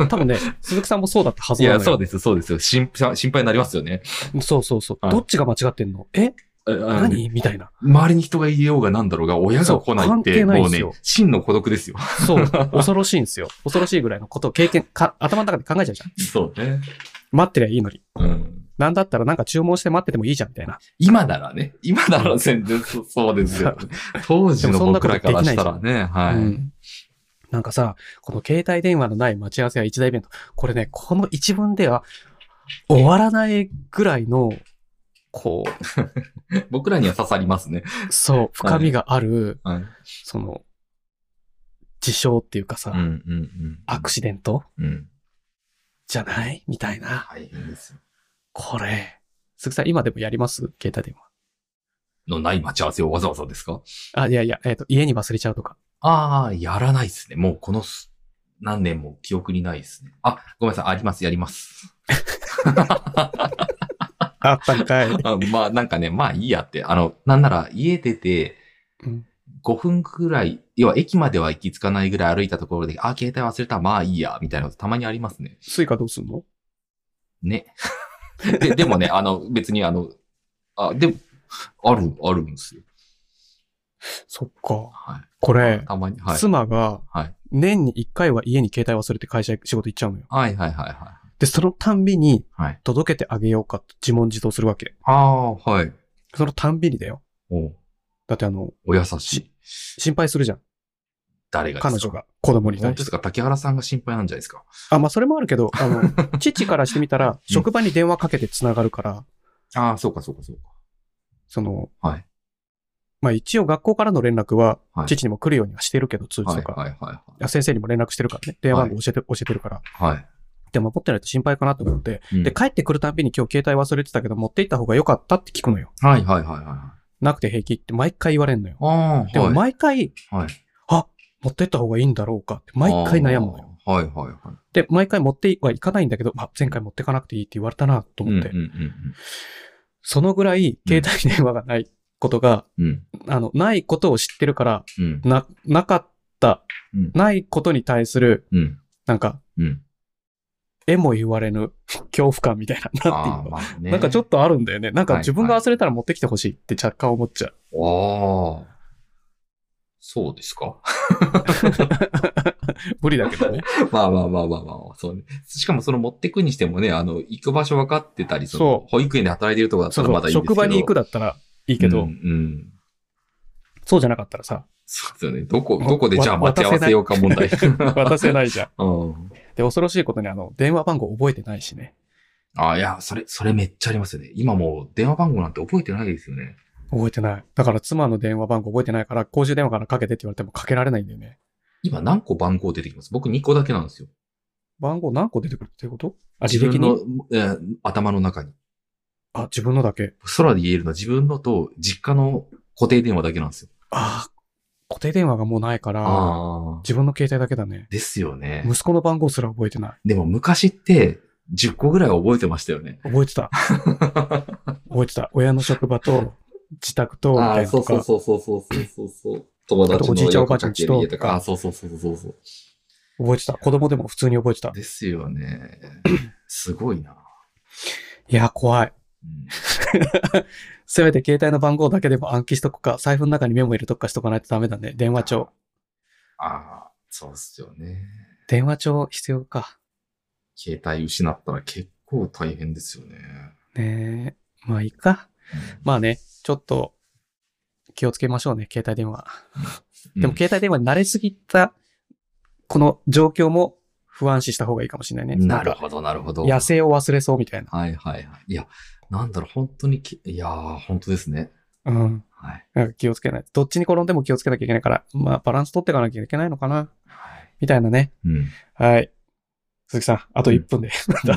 A: 多分ね、鈴木さんもそうだったはず
B: い
A: なのよ。
B: や、そうです、そうですよ。心配、心配になりますよね。
A: そうそうそう。
B: はい
A: どっちが間違ってんのえ
B: ああの
A: 何みたいな。
B: 周りに人がいようがなんだろうが、親が来ないっ
A: そ
B: て、
A: う関係ない
B: も
A: ん
B: う
A: です
B: ね
A: よ、
B: 真の孤独ですよ。
A: そう。恐ろしいんですよ。恐ろしいぐらいのことを経験、か頭の中で考えちゃうじゃん。
B: そうね。
A: 待ってりゃいいのに。
B: うん。
A: なんだったらなんか注文して待っててもいいじゃんみたいな。
B: 今ならね、今なら全然そそうですよ。当時の僕らからしたらね、はい。
A: うんなんかさ、この携帯電話のない待ち合わせは一大イベント。これね、この一文では終わらないぐらいの、こ
B: 僕らには刺さりますね。
A: う、そう、深みがある、
B: はい。
A: その、事象っていうかさ、
B: うんうんうん。
A: アクシデント
B: うん。
A: じゃないみたいな。
B: 大変ですよ。
A: これ。鈴木さん、今でもやります携帯電話。
B: のない待ち合わせをわざわざですか
A: あ、いやいや、えっ、と、家に忘れちゃうとか。
B: ああ、やらないですね。もうこのす何年も記憶にないですね。あ、ごめんなさい。あります、やります。
A: あったんかい。
B: あまあなんかね、まあいいやって。あの、なんなら家出て
A: うん、
B: 5分くらい、要は駅までは行き着かないぐらい歩いたところで、あ、携帯忘れた、まあいいや、みたいなことたまにありますね。
A: スイカどうすんの
B: ね。で、でも ね、あの、別にあの、あ、でも、ある、あるんですよ。
A: そっか。
B: は
A: これ
B: い。、たまに、はい。
A: 妻が
B: はい、
A: 年に一回は家に携帯忘れて会社へ仕事行っちゃうのよ。
B: はいはいはいはい。
A: で、そのたんびに
B: はい、
A: 届けてあげようかと自問自答するわけ。
B: ああ、はい。
A: そのたんびにだよ。
B: お
A: だってあの、
B: お優しい。
A: 心配するじゃん。
B: 誰がですか
A: 彼女が、子供に
B: 本
A: 対
B: 当で
A: し
B: す
A: て。
B: か竹原さんが心配なんじゃないですか
A: あ、まあ、それもあるけど、あ の、父からしてみたら、職場に電話かけて繋がるから、
B: ああ、そうかそうかそうか。
A: その、
B: はい
A: まあ、一応学校からの連絡は
B: は、い
A: 父にも来るようにはしてるけど、通知
B: はい
A: とか。
B: はいはい
A: いや先生にも連絡してるからね。電話番号教えて、教えてるから。
B: はい。はい
A: でも持ってないと心配かなと思って。
B: うん
A: で、帰ってくるたんびに今日携帯忘れてたけど、持って行った方が良かったって聞くのよ。
B: はいはいはいはいはい。
A: なくて平気って毎回言われんのよ。
B: ああ、はい。
A: でも毎回、
B: はい、
A: あ、持ってった方がいいんだろうかって毎回悩むのよ。
B: ああ。はいはいはい。
A: で、毎回持ってはいかないんだけど、あ、前回持ってかなくていいって言われたなと思って。
B: うんうん
A: そのぐらい携帯電話がないことが、
B: うんうん。
A: あの、ないことを知ってるから、
B: うん
A: な、なかった、
B: うん
A: ないことに対する、
B: うん。うん。
A: なんか、
B: うん。
A: えも言われぬ恐怖感みたいな、なんていう
B: あ
A: の
B: あ、まあね。
A: なんかちょっとあるんだよね。なんか
B: はい
A: 自分が忘れたら持ってきてほしいって若干思っちゃう。
B: と。ああ。そうですか
A: 無理だけどね。
B: まあまあまあまあまあ、そうね。しかもその持ってくにしてもね、あの、行く場所分かってたり、そ
A: そ
B: の、保育園で働いてるとかだった
A: そう
B: ら
A: そ
B: まだ
A: う。
B: いいんですけど。
A: 職場に行くだったらいいけど、
B: うんうん
A: そうじゃなかったら さ、
B: そうですよね。どこ、どこでじゃあ
A: わ
B: 待ち合わせようか問題。
A: 渡せないじゃん。
B: うん。
A: で、恐ろしいことにあの、電話番号覚えてないしね。
B: あ、いや、それ、それめっちゃありますよね。今もう電話番号なんて覚えてないですよね。
A: 覚えてない。だから妻の電話番号覚えてないから、公衆電話からかけてって言われてもかけられないんだよね。
B: 今何個番号出てきます僕2個だけなんですよ。
A: 番号何個出てくるっていうことあ、
B: 自分
A: 自
B: の
A: 力に、
B: えー頭の中に。
A: あ、自分のだけ。
B: 空で言えるのは自分のと実家の固定電話だけなんですよ。
A: ああ、固定電話がもうないから、
B: ああ。
A: 自分の携帯だけだね。
B: ですよね。
A: 息子の番号すら覚えてない。
B: でも昔って10個ぐらいは覚えてましたよね。
A: 覚えて た。覚えてた。親の職場と、自宅と、みたいなとか。
B: そうそうそうそうそう。友
A: 達のおじいちゃんおばあちゃんちと
B: 家とか。あ、そうそうそうそうそう。
A: 覚えてた。子供でも普通に覚えてた。
B: です よね。すごいな。
A: いや、怖い。
B: うん
A: せめて携帯の番号だけでも暗記しとくか、財布の中にメモ入れとくかしとかないとダメだね。電話帳。
B: ああ、そうっすよね。
A: 電話帳必要か。
B: 携帯失ったら結構大変ですよね。
A: ねえ。まあいいか。まあね、ちょっと気をつけましょうね、携帯電話。
B: うん
A: でも、携帯電話に慣れすぎた、この状況も不安視した方がいいかもしれないね。
B: なる
A: んか
B: ほど、なるほど。
A: 野生を忘れそうみたいな。
B: はいはいはい。いや、なんだろう、本当にき、いやー、本当ですね。
A: うん。
B: はい。
A: なんか気をつけない。どっちに転んでも気をつけなきゃいけないから、まあバランス取っていかなきゃいけないのかな。
B: はい。
A: みたいなね。
B: うん。
A: はい。鈴木さん、あと1分で、
B: うん
A: ま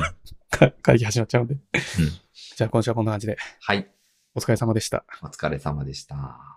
A: た、か 会議始まっちゃうんで。じゃあ今週はこんな感じで、
B: はい。
A: お疲れ様でした。
B: お疲れ様でした。